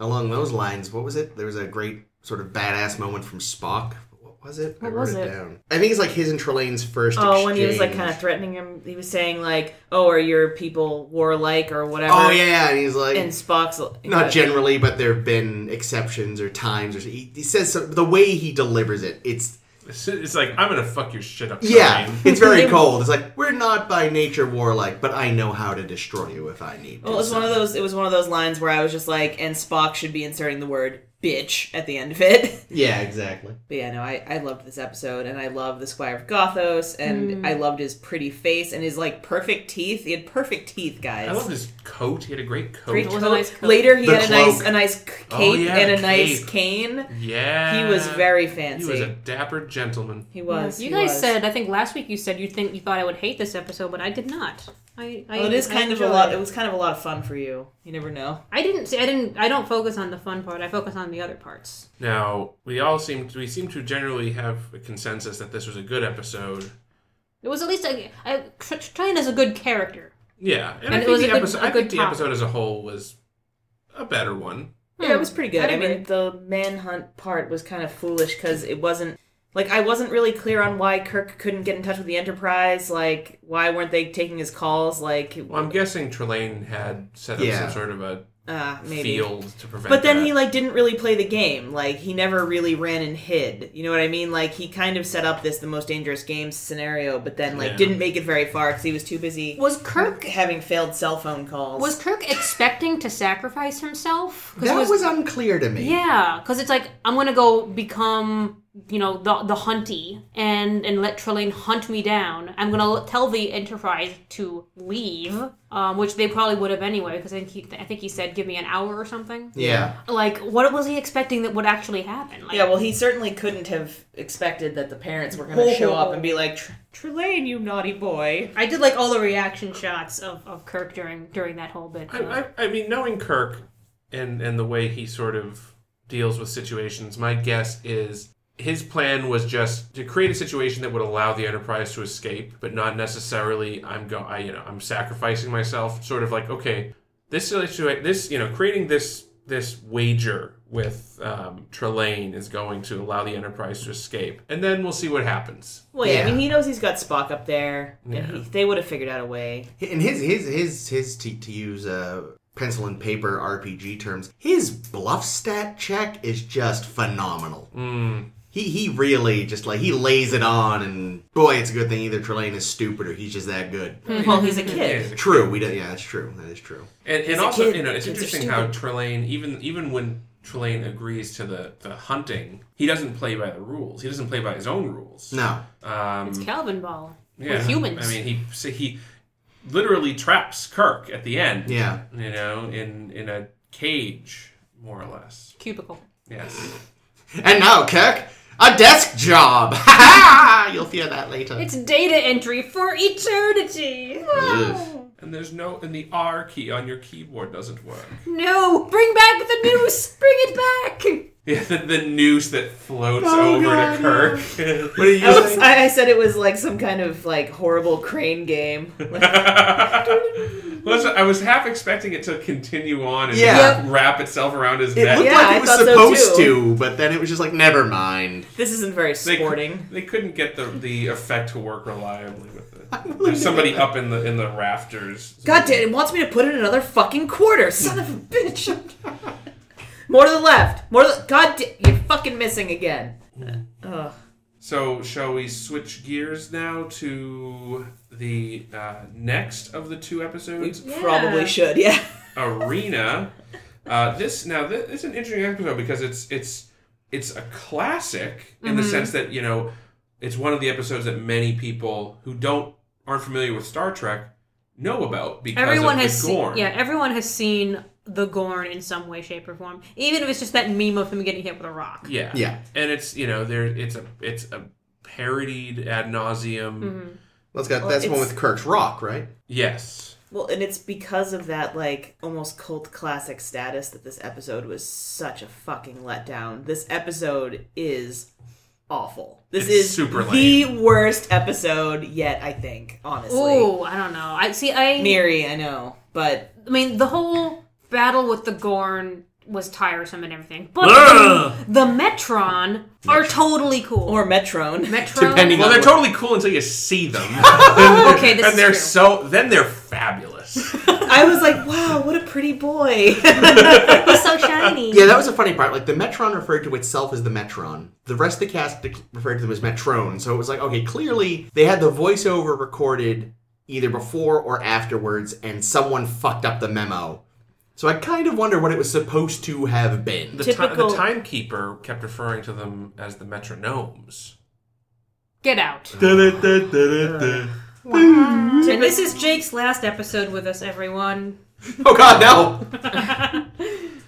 [SPEAKER 4] along those lines what was it there was a great sort of badass moment from spock what was it? I
[SPEAKER 3] What
[SPEAKER 4] wrote
[SPEAKER 3] was
[SPEAKER 4] it,
[SPEAKER 3] it?
[SPEAKER 4] down. I think it's like his and Trelane's first.
[SPEAKER 1] Oh, when he was like
[SPEAKER 4] exchange.
[SPEAKER 1] kind of threatening him, he was saying like, "Oh, are your people warlike or whatever?"
[SPEAKER 4] Oh yeah, yeah, and he's like,
[SPEAKER 1] And Spock's
[SPEAKER 4] not generally, but there have been exceptions or times. Or he, he says so, the way he delivers it, it's
[SPEAKER 2] It's, it's like I'm gonna fuck your shit up.
[SPEAKER 4] yeah,
[SPEAKER 2] Charmaine.
[SPEAKER 4] it's very cold. It's like we're not by nature warlike, but I know how to destroy you if I need.
[SPEAKER 1] Well, it
[SPEAKER 4] to.
[SPEAKER 1] was one of those. It was one of those lines where I was just like, "And Spock should be inserting the word bitch at the end of it."
[SPEAKER 4] Yeah, exactly.
[SPEAKER 1] but yeah, no, I I loved this episode, and I loved the Squire of Gothos,
[SPEAKER 3] Mm.
[SPEAKER 1] and I loved his pretty face and his like perfect teeth. He had perfect teeth, guys.
[SPEAKER 2] I loved his coat. He had a great coat.
[SPEAKER 1] Great
[SPEAKER 3] It was a
[SPEAKER 1] coat.
[SPEAKER 3] nice coat.
[SPEAKER 1] Later, he
[SPEAKER 4] The
[SPEAKER 1] had a nice
[SPEAKER 4] cloak.
[SPEAKER 1] a nice c- cape
[SPEAKER 2] Oh, yeah,
[SPEAKER 1] and a
[SPEAKER 2] the
[SPEAKER 1] nice
[SPEAKER 2] cape.
[SPEAKER 1] cane.
[SPEAKER 2] Yeah.
[SPEAKER 1] He was very
[SPEAKER 2] He
[SPEAKER 1] fancy.
[SPEAKER 2] was a dapper gentleman.
[SPEAKER 1] He was.
[SPEAKER 3] you
[SPEAKER 1] he
[SPEAKER 3] guys
[SPEAKER 1] was.
[SPEAKER 3] said, I think last week you said you think you thought I would hate this episode, but I did not. I, I
[SPEAKER 1] Well, it is
[SPEAKER 3] I
[SPEAKER 1] kind of a
[SPEAKER 3] enjoyed
[SPEAKER 1] lot.
[SPEAKER 3] it.
[SPEAKER 1] It was kind of a lot of fun for you. You never know.
[SPEAKER 3] I didn't see. I didn't. I don't focus on the fun part. I focus on the other parts.
[SPEAKER 2] Now we all seem to, we seem to generally have a consensus that this was a good episode.
[SPEAKER 3] It was at least a, I, Tr- Tr- Trelane is a good character.
[SPEAKER 2] Yeah, and,
[SPEAKER 3] And
[SPEAKER 2] I
[SPEAKER 3] it
[SPEAKER 2] think
[SPEAKER 3] was
[SPEAKER 2] the
[SPEAKER 3] a good-
[SPEAKER 2] episode.
[SPEAKER 3] a
[SPEAKER 2] I think
[SPEAKER 3] good
[SPEAKER 2] the
[SPEAKER 3] topic.
[SPEAKER 2] episode as a whole was a better one.
[SPEAKER 1] Yeah, it was pretty good.
[SPEAKER 3] Hmm. I'd
[SPEAKER 1] I mean,
[SPEAKER 3] agree.
[SPEAKER 1] the manhunt part was kind of foolish because it wasn't like I wasn't really clear on why Kirk couldn't get in touch with the Enterprise. Like, why weren't they taking his calls? Like,
[SPEAKER 2] Well, I'm guessing Trelane had set up
[SPEAKER 4] Yeah.
[SPEAKER 2] some sort of a
[SPEAKER 1] uh, maybe.
[SPEAKER 2] field to prevent.
[SPEAKER 1] But then
[SPEAKER 2] that.
[SPEAKER 1] he like didn't really play the game. Like he never really ran and hid. You know what I mean? Like he kind of set up this the most dangerous game scenario, but then like
[SPEAKER 2] Yeah.
[SPEAKER 1] didn't make it very far because he was too busy
[SPEAKER 3] Was Kirk
[SPEAKER 1] having failed cell phone calls.
[SPEAKER 3] was Kirk expecting to sacrifice himself? 'Cause it
[SPEAKER 4] That was, unclear to me.
[SPEAKER 3] yeah, because it's like I'm gonna go become you know the the hunty and and let Trelane hunt me down. I'm gonna l- tell the Enterprise to leave, um, which they probably would have anyway. Because I think he, I think he said give me an hour or something.
[SPEAKER 4] Yeah.
[SPEAKER 3] Like what was he expecting that would actually happen? Like,
[SPEAKER 1] yeah, well, he certainly couldn't have expected that the parents were going to show up and be like, "Tr- Trelane, you naughty boy.
[SPEAKER 3] I did like all the reaction shots of, of Kirk during during that whole bit.
[SPEAKER 2] I, I, I mean, knowing Kirk and and the way he sort of deals with situations, my guess is his plan was just to create a situation that would allow the Enterprise to escape, but not necessarily I'm go I you know I'm sacrificing myself. Sort of like okay, this situa- this you know creating this this wager with um, Trelane is going to allow the Enterprise to escape, and then we'll see what happens.
[SPEAKER 1] Well, yeah,
[SPEAKER 4] Yeah.
[SPEAKER 1] I mean, he knows he's got Spock up there,
[SPEAKER 2] Yeah.
[SPEAKER 1] and he, they would have figured out a way.
[SPEAKER 4] And his his his his to, to use uh, pencil and paper RPG terms, his bluff stat check is just phenomenal.
[SPEAKER 2] Mm.
[SPEAKER 4] He he really just like he lays it on, and boy, it's a good thing either Trelane is stupid or he's just that good.
[SPEAKER 1] well, he's a kid.
[SPEAKER 4] True, we don't. Yeah, that's true. That is true.
[SPEAKER 2] And, and
[SPEAKER 1] a
[SPEAKER 2] also,
[SPEAKER 1] kid.
[SPEAKER 2] you know, it's
[SPEAKER 1] Kids are
[SPEAKER 2] interesting how Trelane, even even when Trelane agrees to the, the hunting, he doesn't play by the rules. He doesn't play by his own rules.
[SPEAKER 4] No,
[SPEAKER 2] Um,
[SPEAKER 3] it's Calvin Ball
[SPEAKER 2] yeah,
[SPEAKER 3] with humans.
[SPEAKER 2] I mean, he so he literally traps Kirk at the end.
[SPEAKER 4] yeah,
[SPEAKER 2] You know, in in a cage, more or less.
[SPEAKER 3] cubicle.
[SPEAKER 2] Yes.
[SPEAKER 4] and now Kirk, a desk job. Ha ha! You'll fear that later.
[SPEAKER 3] It's data entry for eternity.
[SPEAKER 4] Ugh.
[SPEAKER 2] And there's no, and the R key on your keyboard doesn't work.
[SPEAKER 3] No, bring back the news. bring it back.
[SPEAKER 2] Yeah, the, the noose that floats
[SPEAKER 4] Oh,
[SPEAKER 2] over
[SPEAKER 4] God,
[SPEAKER 2] to Kirk.
[SPEAKER 4] What are you
[SPEAKER 1] I, was-
[SPEAKER 4] saying?
[SPEAKER 1] I I said it was like some kind of like horrible crane game. Like,
[SPEAKER 2] Listen, I was half expecting it to continue on and
[SPEAKER 4] Yeah.
[SPEAKER 2] wrap- wrap itself around his
[SPEAKER 4] It
[SPEAKER 2] neck.
[SPEAKER 4] looked
[SPEAKER 1] Yeah,
[SPEAKER 4] like
[SPEAKER 1] I
[SPEAKER 4] it was
[SPEAKER 1] thought so,
[SPEAKER 4] supposed
[SPEAKER 1] too.
[SPEAKER 4] to, but then it was just like, never mind.
[SPEAKER 1] this isn't very
[SPEAKER 2] they,
[SPEAKER 1] sporting.
[SPEAKER 2] they couldn't get the, the effect to work reliably with it. There's somebody up in the in the rafters.
[SPEAKER 1] God damn, it wants me to put in another fucking quarter. Son of a bitch. More to the left. More to the. God da- You're fucking missing again. Ugh.
[SPEAKER 2] So, shall we switch gears now to the uh, next of the two episodes,
[SPEAKER 1] We probably should, yeah.
[SPEAKER 2] Arena? Uh, this now this, this is an interesting episode because it's it's it's a classic in
[SPEAKER 3] Mm-hmm.
[SPEAKER 2] the sense that you know it's one of the episodes that many people who don't aren't familiar with Star Trek know about because
[SPEAKER 3] Everyone
[SPEAKER 2] of
[SPEAKER 3] has
[SPEAKER 2] the
[SPEAKER 3] seen,
[SPEAKER 2] Gorn.
[SPEAKER 3] yeah, everyone has seen the Gorn in some way, shape, or form. Even if it's just that meme of him getting hit with a rock.
[SPEAKER 2] Yeah.
[SPEAKER 4] Yeah.
[SPEAKER 2] And it's you know, there it's a it's a parodied ad nauseum.
[SPEAKER 3] Mm-hmm.
[SPEAKER 4] Well, it's got,
[SPEAKER 1] Well,
[SPEAKER 4] that's the one
[SPEAKER 1] it's-
[SPEAKER 4] with Kirk's rock, right?
[SPEAKER 2] Yes.
[SPEAKER 1] Well, and it's because of that, like, almost cult classic status that this episode was such a fucking letdown. This episode is awful. This
[SPEAKER 2] It's
[SPEAKER 1] is
[SPEAKER 2] super
[SPEAKER 1] the worst episode yet, I think, honestly.
[SPEAKER 3] Ooh, I don't know. I see. I
[SPEAKER 1] Neary, I know, but
[SPEAKER 3] I mean, the whole battle with the Gorn was tiresome and everything, but the, the Metron are totally cool.
[SPEAKER 1] or Metrone.
[SPEAKER 3] Metron,
[SPEAKER 4] Depending
[SPEAKER 2] Well,
[SPEAKER 4] on
[SPEAKER 2] they're
[SPEAKER 4] what-
[SPEAKER 2] totally cool until you see them.
[SPEAKER 3] okay, this
[SPEAKER 2] and
[SPEAKER 3] is
[SPEAKER 2] they're
[SPEAKER 3] true.
[SPEAKER 2] so then they're fabulous.
[SPEAKER 1] I was like, wow, what a pretty boy.
[SPEAKER 3] He's so shiny.
[SPEAKER 4] Yeah, that was a funny part. Like, the Metron referred to itself as the Metron. The rest of the cast dec- referred to them as Metrone. So it was like, okay, clearly they had the voiceover recorded either before or afterwards, and someone fucked up the memo. So I kind of wonder what it was supposed to have been.
[SPEAKER 2] The, ti-
[SPEAKER 1] Typical-
[SPEAKER 2] the timekeeper kept referring to them as the metronomes.
[SPEAKER 3] Get out. And this is Jake's last episode with us, everyone.
[SPEAKER 4] Oh, God, no!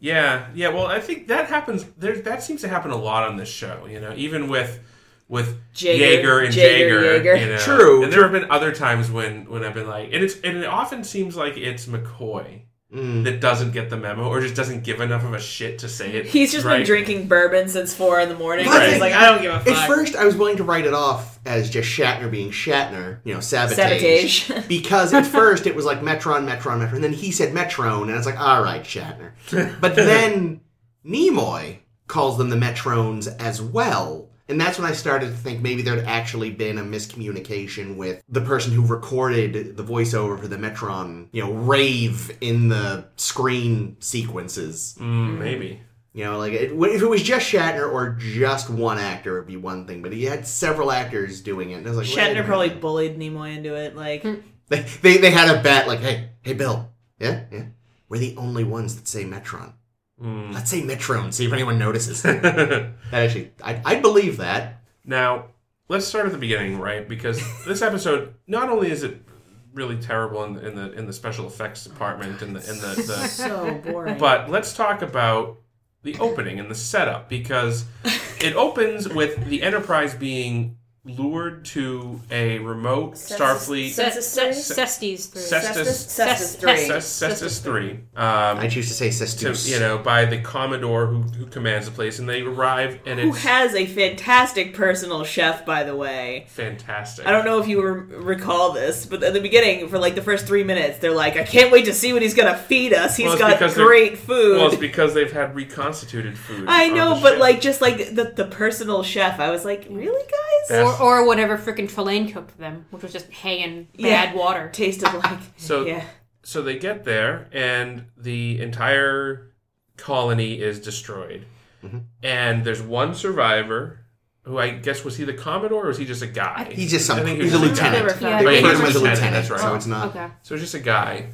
[SPEAKER 2] Yeah, yeah. Well, I think that happens. There, that seems to happen a lot on this show. You know, even with with
[SPEAKER 1] Jaeger,
[SPEAKER 2] Jaeger, and
[SPEAKER 1] Jaeger,
[SPEAKER 2] Jaeger.
[SPEAKER 1] Jaeger.
[SPEAKER 2] you know.
[SPEAKER 4] True.
[SPEAKER 2] And there have been other times when when I've been like, and it's and it often seems like it's McCoy that doesn't get the memo or just doesn't give enough of a shit to say it.
[SPEAKER 1] He's just
[SPEAKER 2] right.
[SPEAKER 1] been drinking bourbon since four in the morning.
[SPEAKER 4] Right.
[SPEAKER 1] He's like, I don't give a
[SPEAKER 4] At
[SPEAKER 1] fuck.
[SPEAKER 4] first, I was willing to write it off as just Shatner being Shatner, you know, sabotage.
[SPEAKER 1] Sabotage.
[SPEAKER 4] because at first it was like Metron, Metron, Metron. And then he said Metrone, and I was like, all right, Shatner. But then Nimoy calls them the Metrones as well. And that's when I started to think maybe there'd actually been a miscommunication with the person who recorded the voiceover for the Metron, you know, rave in the screen sequences.
[SPEAKER 2] Mm, maybe.
[SPEAKER 4] You know, like it, if it was just Shatner or just one actor, it'd be one thing. But he had several actors doing it, and I was like, wait a
[SPEAKER 1] Shatner
[SPEAKER 4] minute.
[SPEAKER 1] probably bullied Nimoy into it. Like,
[SPEAKER 4] They, they they had a bet, like, hey, hey, Bill, yeah, yeah, we're the only ones that say Metron. Let's say Metron, see if anyone notices. that actually, I I believe that.
[SPEAKER 2] Now, let's start at the beginning, right? Because this episode, not only is it really terrible in, in the in the special effects department and the in the, the
[SPEAKER 1] so boring.
[SPEAKER 2] But let's talk about the opening and the setup because it opens with the Enterprise being lured to a remote Starfleet
[SPEAKER 1] Cestus-
[SPEAKER 3] Cestus Cestus three.
[SPEAKER 2] Cestus
[SPEAKER 1] Cestus
[SPEAKER 3] Cestus-
[SPEAKER 1] three.
[SPEAKER 2] Cestus Cestus three. Um,
[SPEAKER 4] I choose to say
[SPEAKER 2] to,
[SPEAKER 4] Sestus.
[SPEAKER 2] you know, by the Commodore who, who commands the place, and they arrive, and
[SPEAKER 1] Who
[SPEAKER 2] it's
[SPEAKER 1] has a fantastic personal chef, by the way.
[SPEAKER 2] fantastic.
[SPEAKER 1] I don't know if you re- recall this, but at the beginning, for like the first three minutes, they're like, "I can't wait to see what he's gonna feed us. He's
[SPEAKER 2] Well, it's
[SPEAKER 1] got
[SPEAKER 2] because they're-
[SPEAKER 1] great food."
[SPEAKER 2] Well, it's Oh, because they've had reconstituted food.
[SPEAKER 1] I
[SPEAKER 2] on
[SPEAKER 1] know,
[SPEAKER 2] the
[SPEAKER 1] but
[SPEAKER 2] ship.
[SPEAKER 1] like, just like the the personal chef, I was like, "Really, guys?"
[SPEAKER 2] That-
[SPEAKER 3] Or, or whatever freaking Trelane cooked them, which was just hay and
[SPEAKER 1] Yeah.
[SPEAKER 3] bad water.
[SPEAKER 1] tasted like
[SPEAKER 2] So-
[SPEAKER 1] yeah.
[SPEAKER 2] So they get there, and the entire colony is destroyed.
[SPEAKER 4] Mm-hmm.
[SPEAKER 2] And there's one survivor who I guess was he the commodore or was he just a guy?
[SPEAKER 4] he's just some.
[SPEAKER 2] I think he
[SPEAKER 4] He's a
[SPEAKER 2] was
[SPEAKER 4] lieutenant.
[SPEAKER 1] Never found
[SPEAKER 3] Yeah,
[SPEAKER 4] They
[SPEAKER 3] Wait,
[SPEAKER 4] refer
[SPEAKER 3] he's
[SPEAKER 4] to him
[SPEAKER 3] a
[SPEAKER 4] as a
[SPEAKER 2] lieutenant,
[SPEAKER 4] lieutenant,
[SPEAKER 2] that's right.
[SPEAKER 4] so it's not.
[SPEAKER 3] Okay.
[SPEAKER 2] So just a guy.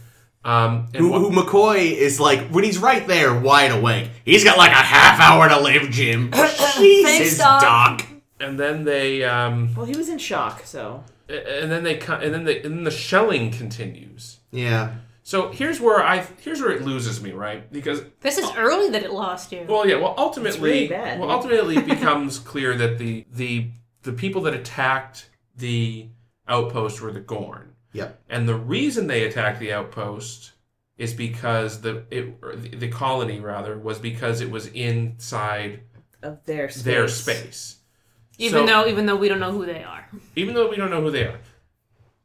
[SPEAKER 2] Um, and
[SPEAKER 4] Who,
[SPEAKER 2] one-
[SPEAKER 4] who McCoy is like when he's right there, wide awake. He's got like a half hour to live, Jim. Jesus,
[SPEAKER 3] Doc.
[SPEAKER 4] Doc.
[SPEAKER 2] and then they um,
[SPEAKER 1] Well, he was in shock, so
[SPEAKER 2] and then they co- and then they, and then the shelling continues.
[SPEAKER 4] Yeah.
[SPEAKER 2] So here's where I here's where it loses me, right? Because
[SPEAKER 3] This is early that it lost you.
[SPEAKER 2] Well, yeah. Well, ultimately,
[SPEAKER 1] really bad.
[SPEAKER 2] well, ultimately, it becomes clear that the the the people that attacked the outpost were the Gorn,
[SPEAKER 4] Yep.
[SPEAKER 2] and the reason they attacked the outpost is because the it, or the the colony rather was because it was inside
[SPEAKER 1] of their space.
[SPEAKER 2] their space.
[SPEAKER 3] Even
[SPEAKER 2] So-
[SPEAKER 3] though even though we don't know who they are.
[SPEAKER 2] even though we don't know who they are.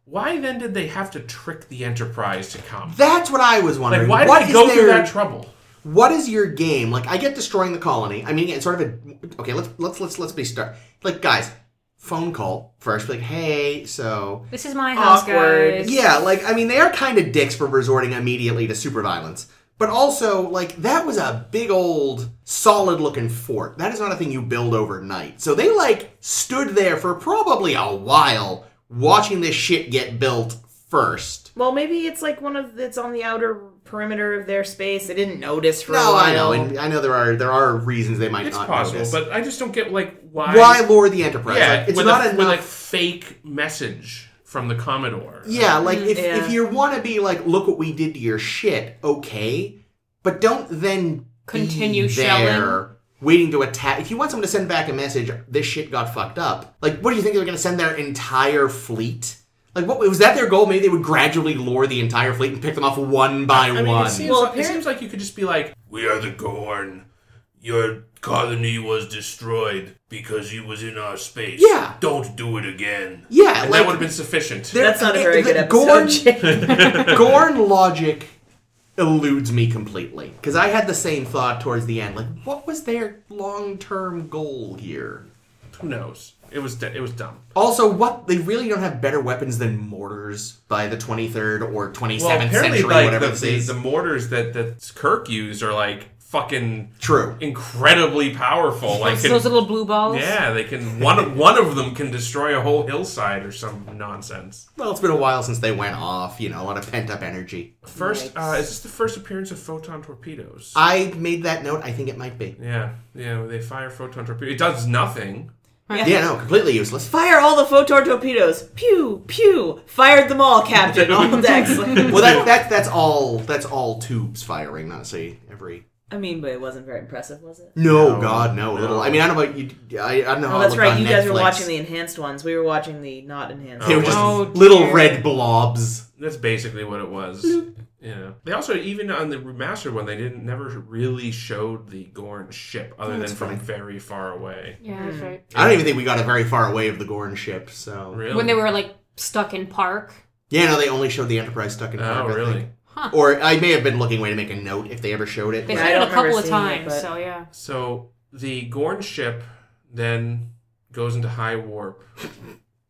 [SPEAKER 2] Why then did they have to trick the Enterprise to come?
[SPEAKER 4] That's what I was wondering.
[SPEAKER 2] Like, why
[SPEAKER 4] What
[SPEAKER 2] did they go
[SPEAKER 4] is their,
[SPEAKER 2] through that trouble?
[SPEAKER 4] What is your game? Like, I get destroying the colony. I mean, it's sort of a okay. Let's let's let's let's be start. Like, guys, phone call first. Like, hey, so
[SPEAKER 3] This is my house,
[SPEAKER 1] Awkward.
[SPEAKER 3] guys.
[SPEAKER 4] yeah. Like, I mean, they are kind of dicks for resorting immediately to super violence. But also, like, that was a big old solid looking fort. That is not a thing you build overnight. So they like stood there for probably a while watching this shit get built first.
[SPEAKER 1] Well, maybe it's like one of that's on the outer perimeter of their space. They didn't notice for a
[SPEAKER 4] No,
[SPEAKER 1] while.
[SPEAKER 4] I know. and I know there are there are reasons they might
[SPEAKER 2] It's
[SPEAKER 4] not
[SPEAKER 2] possible,
[SPEAKER 4] notice.
[SPEAKER 2] but I just don't get like why.
[SPEAKER 4] why lure the Enterprise?
[SPEAKER 2] Yeah,
[SPEAKER 4] Like, it's
[SPEAKER 2] with,
[SPEAKER 4] not
[SPEAKER 2] a,
[SPEAKER 4] enough.
[SPEAKER 2] with a fake message from the Commodore.
[SPEAKER 4] yeah, like if,
[SPEAKER 1] yeah.
[SPEAKER 4] if you want to be like, look what we did to your shit, okay, but don't then
[SPEAKER 3] Continue
[SPEAKER 4] be
[SPEAKER 3] shelling.
[SPEAKER 4] there waiting to attack. If you want someone to send back a message, this shit got fucked up. Like, what do you think they're going to send their entire fleet? Like, what was that their goal? Maybe they would gradually lure the entire fleet and pick them off one by
[SPEAKER 2] I mean,
[SPEAKER 4] one.
[SPEAKER 2] it seems,
[SPEAKER 1] Well,
[SPEAKER 2] like, it
[SPEAKER 1] apparent-
[SPEAKER 2] seems like you could just be like, "We are the Gorn. Your colony was destroyed because you was in our space.
[SPEAKER 4] Yeah.
[SPEAKER 2] don't do it again."
[SPEAKER 4] yeah,
[SPEAKER 2] and
[SPEAKER 4] like
[SPEAKER 2] that would have been sufficient.
[SPEAKER 4] there-
[SPEAKER 1] That's not a
[SPEAKER 4] it-
[SPEAKER 1] very
[SPEAKER 4] the
[SPEAKER 1] good episode.
[SPEAKER 4] Gorn-
[SPEAKER 1] Jake.
[SPEAKER 4] Gorn logic eludes me completely because I had the same thought towards the end. Like, what was their long-term goal here?
[SPEAKER 2] Who knows? It was d- it was dumb.
[SPEAKER 4] Also, what they really don't have better weapons than mortars by the 23rd or 27th
[SPEAKER 2] Well, apparently,
[SPEAKER 4] century,
[SPEAKER 2] like
[SPEAKER 4] whatever
[SPEAKER 2] the,
[SPEAKER 4] this
[SPEAKER 2] the,
[SPEAKER 4] is.
[SPEAKER 2] the mortars that that Kirk used are like fucking
[SPEAKER 4] True.
[SPEAKER 2] incredibly powerful. Like,
[SPEAKER 3] So
[SPEAKER 2] can-
[SPEAKER 3] those little blue balls.
[SPEAKER 2] yeah, they can one one of them can destroy a whole hillside or some nonsense.
[SPEAKER 4] Well, it's been a while since they went off. You know, a lot of pent-up energy.
[SPEAKER 2] First, uh, is this the first appearance of photon torpedoes?
[SPEAKER 4] I made that note. I think it might be.
[SPEAKER 2] yeah, yeah, they fire photon torpedoes. It does nothing.
[SPEAKER 4] Yeah, no, completely useless.
[SPEAKER 1] Fire all the photon torpedoes. Pew, pew. Fired them all, Captain. All decks. Like-
[SPEAKER 4] Well, that, that that's all. That's all tubes firing. Not say every.
[SPEAKER 1] I mean, but it wasn't very impressive, was it?
[SPEAKER 4] No,
[SPEAKER 2] No,
[SPEAKER 4] God, no,
[SPEAKER 2] no.
[SPEAKER 4] Little. I mean, I don't know about you. I, I don't know.
[SPEAKER 1] Oh,
[SPEAKER 4] how it
[SPEAKER 1] that's
[SPEAKER 4] looked
[SPEAKER 1] right.
[SPEAKER 4] on
[SPEAKER 1] You guys were
[SPEAKER 4] Netflix.
[SPEAKER 1] watching the enhanced ones. We were watching the not enhanced.
[SPEAKER 4] They were
[SPEAKER 1] ones.
[SPEAKER 4] just
[SPEAKER 3] Oh,
[SPEAKER 4] little
[SPEAKER 3] dear.
[SPEAKER 4] red blobs.
[SPEAKER 2] That's basically what it was. Yeah. They also even on the remastered one, they didn't never really showed the Gorn ship other than
[SPEAKER 4] That's
[SPEAKER 2] from
[SPEAKER 4] fine.
[SPEAKER 2] very far away.
[SPEAKER 3] Yeah, that's right.
[SPEAKER 4] I don't even think we got a very far away of the Gorn ship. So
[SPEAKER 2] Really?
[SPEAKER 3] When they were like stuck in park.
[SPEAKER 4] yeah, no, they only showed the Enterprise stuck in.
[SPEAKER 2] Oh,
[SPEAKER 4] park, I
[SPEAKER 2] really?
[SPEAKER 4] think. Or I may have been looking way to make a note if they ever showed it.
[SPEAKER 3] They
[SPEAKER 1] Yeah,
[SPEAKER 4] Like,
[SPEAKER 1] I
[SPEAKER 3] said it
[SPEAKER 1] don't
[SPEAKER 3] a couple
[SPEAKER 1] remember
[SPEAKER 3] of
[SPEAKER 1] seeing it,
[SPEAKER 3] times,
[SPEAKER 1] but-
[SPEAKER 3] so yeah.
[SPEAKER 2] So the Gorn ship then goes into high warp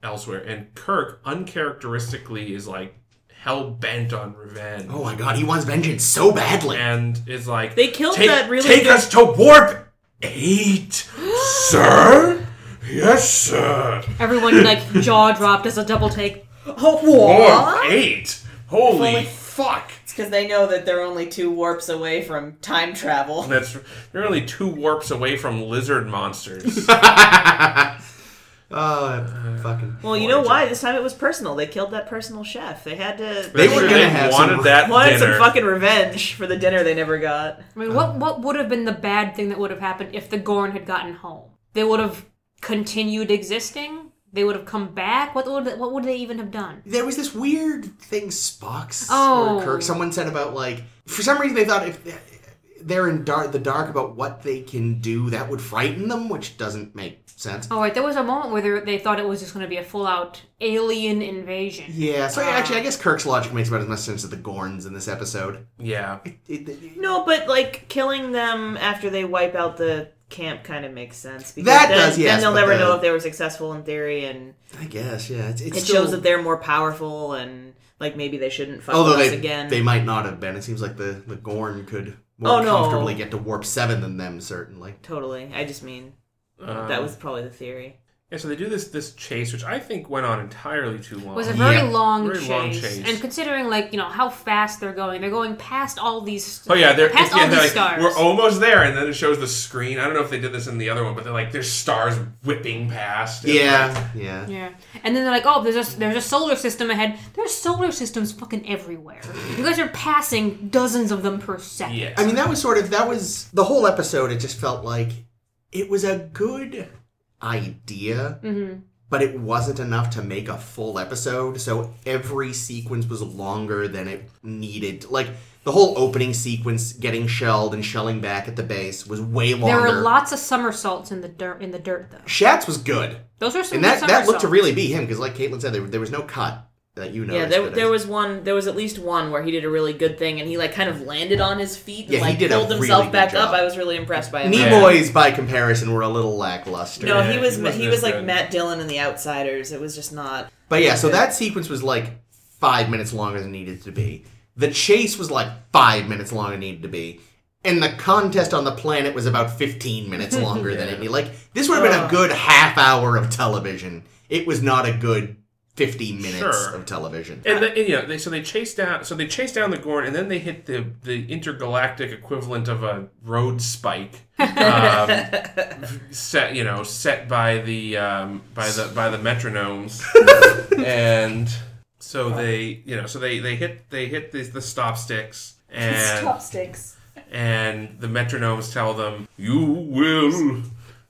[SPEAKER 2] elsewhere, and Kirk uncharacteristically is like hell bent on revenge.
[SPEAKER 4] oh my God, he wants vengeance so badly.
[SPEAKER 2] And is like
[SPEAKER 1] They killed
[SPEAKER 2] "Take-
[SPEAKER 1] that really
[SPEAKER 2] Take
[SPEAKER 1] good-
[SPEAKER 2] us to warp eight, sir. Yes, sir.
[SPEAKER 3] Everyone like jaw dropped as a double take.
[SPEAKER 1] Oh,
[SPEAKER 2] Warp
[SPEAKER 1] what?
[SPEAKER 2] eight. Holy
[SPEAKER 1] Holy-
[SPEAKER 2] fuck!
[SPEAKER 1] Because they know that they're only two warps away from time travel.
[SPEAKER 2] That's you're only two warps away from lizard monsters.
[SPEAKER 4] Oh, fucking.
[SPEAKER 1] Well, you know why? This time it was personal. They killed that personal chef. They had to.
[SPEAKER 4] They were gonna
[SPEAKER 2] They
[SPEAKER 4] have
[SPEAKER 2] wanted
[SPEAKER 4] some-
[SPEAKER 2] that
[SPEAKER 1] wanted
[SPEAKER 2] dinner.
[SPEAKER 1] some fucking revenge for the dinner they never got.
[SPEAKER 3] I mean,
[SPEAKER 2] Um,
[SPEAKER 3] what what would have been the bad thing that would have happened if the Gorn had gotten home? They would have continued existing. They would have come back. What would what would they even have done?
[SPEAKER 4] There was this weird thing Spock's
[SPEAKER 3] Oh.
[SPEAKER 4] or Kirk. Someone said about like for some reason they thought if they're in dark, the dark about what they can do, that would frighten them, which doesn't make sense.
[SPEAKER 3] All right, Oh, there was a moment where they- they thought it was just going to be a full out alien invasion.
[SPEAKER 4] Yeah, so actually, I guess Kirk's logic makes about as much sense as the Gorns in this episode.
[SPEAKER 2] yeah.
[SPEAKER 4] It- it-
[SPEAKER 1] No, but like killing them after they wipe out the camp kind of makes sense. Because
[SPEAKER 4] That
[SPEAKER 1] then,
[SPEAKER 4] does, yes,
[SPEAKER 1] Then they'll
[SPEAKER 4] but
[SPEAKER 1] never
[SPEAKER 4] the-
[SPEAKER 1] know if they were successful in theory, and
[SPEAKER 4] I guess, yeah. It's, it's
[SPEAKER 1] it
[SPEAKER 4] still-
[SPEAKER 1] shows that they're more powerful, and like maybe they shouldn't fuck
[SPEAKER 4] although
[SPEAKER 1] with us
[SPEAKER 4] they
[SPEAKER 1] again.
[SPEAKER 4] they might not have been. It seems like the the Gorn could more
[SPEAKER 1] Oh, no.
[SPEAKER 4] comfortably get to warp seven than them certainly.
[SPEAKER 1] Totally. I just mean
[SPEAKER 2] Um,
[SPEAKER 1] that was probably the theory.
[SPEAKER 2] yeah. So they do this this chase, which I think went on entirely too long.
[SPEAKER 3] It was a very,
[SPEAKER 4] Yeah.
[SPEAKER 3] long,
[SPEAKER 2] Very
[SPEAKER 3] chase.
[SPEAKER 2] long chase.
[SPEAKER 3] and considering like you know how fast they're going, they're going past all these.
[SPEAKER 2] Oh yeah, they're,
[SPEAKER 3] past
[SPEAKER 2] yeah,
[SPEAKER 3] all
[SPEAKER 2] they're
[SPEAKER 3] these
[SPEAKER 2] like,
[SPEAKER 3] stars.
[SPEAKER 2] we're almost there, and then it shows the screen. I don't know if they did this in the other one, but they're like there's stars whipping past. and, like,
[SPEAKER 4] Yeah, yeah.
[SPEAKER 3] Yeah, and then they're like, "Oh, there's a there's a solar system ahead. There's solar systems fucking everywhere. You guys are passing dozens of them per second."
[SPEAKER 2] yes.
[SPEAKER 4] I mean, that was sort of that was the whole
[SPEAKER 1] Mm-hmm.
[SPEAKER 4] episode. It just felt like it was a good idea, but it wasn't enough to make a full episode. So every sequence was longer than it needed. Like the whole opening sequence, getting shelled and shelling back at the base, was way longer.
[SPEAKER 3] There were lots of somersaults in the dirt. In the dirt, though,
[SPEAKER 4] Shats was good,
[SPEAKER 3] those are some
[SPEAKER 4] and
[SPEAKER 3] good
[SPEAKER 4] that that looked
[SPEAKER 3] somersaults.
[SPEAKER 4] to really be him because, like Caitlin said, there, there was no cut that you know.
[SPEAKER 1] Yeah, there, there was one. There was at least one where he did a really good thing, and he like kind of landed on his feet and
[SPEAKER 4] Yeah, he
[SPEAKER 1] like
[SPEAKER 4] did a
[SPEAKER 1] pulled
[SPEAKER 4] really
[SPEAKER 1] himself
[SPEAKER 4] good
[SPEAKER 1] back
[SPEAKER 4] job.
[SPEAKER 1] up. I was really impressed by him.
[SPEAKER 2] Yeah.
[SPEAKER 4] Nimoy's, by comparison, were a little lackluster.
[SPEAKER 1] No,
[SPEAKER 2] Yeah,
[SPEAKER 1] he was
[SPEAKER 2] he
[SPEAKER 1] he
[SPEAKER 2] wasn't
[SPEAKER 1] was,
[SPEAKER 2] as
[SPEAKER 1] like
[SPEAKER 2] good.
[SPEAKER 1] Matt Dillon in The Outsiders. It was just not.
[SPEAKER 4] But yeah, so that sequence was like five minutes longer than it needed to be. The chase was like five minutes longer than it needed to be. And the contest on the planet was about 15 minutes longer than it needed. Like, this would have been a
[SPEAKER 1] Ugh.
[SPEAKER 4] good half hour of television. It was not a good 50 minutes
[SPEAKER 2] Sure.
[SPEAKER 4] of television.
[SPEAKER 2] And, the, and yeah, they, so they chase down. So they chase down the Gorn, and then they hit the the intergalactic equivalent of a road spike, um, set you know set by the um, by the by the metronomes, and so they you know so they they hit they hit the, the stop sticks and
[SPEAKER 1] sticks.
[SPEAKER 2] and the metronomes tell them, "You will,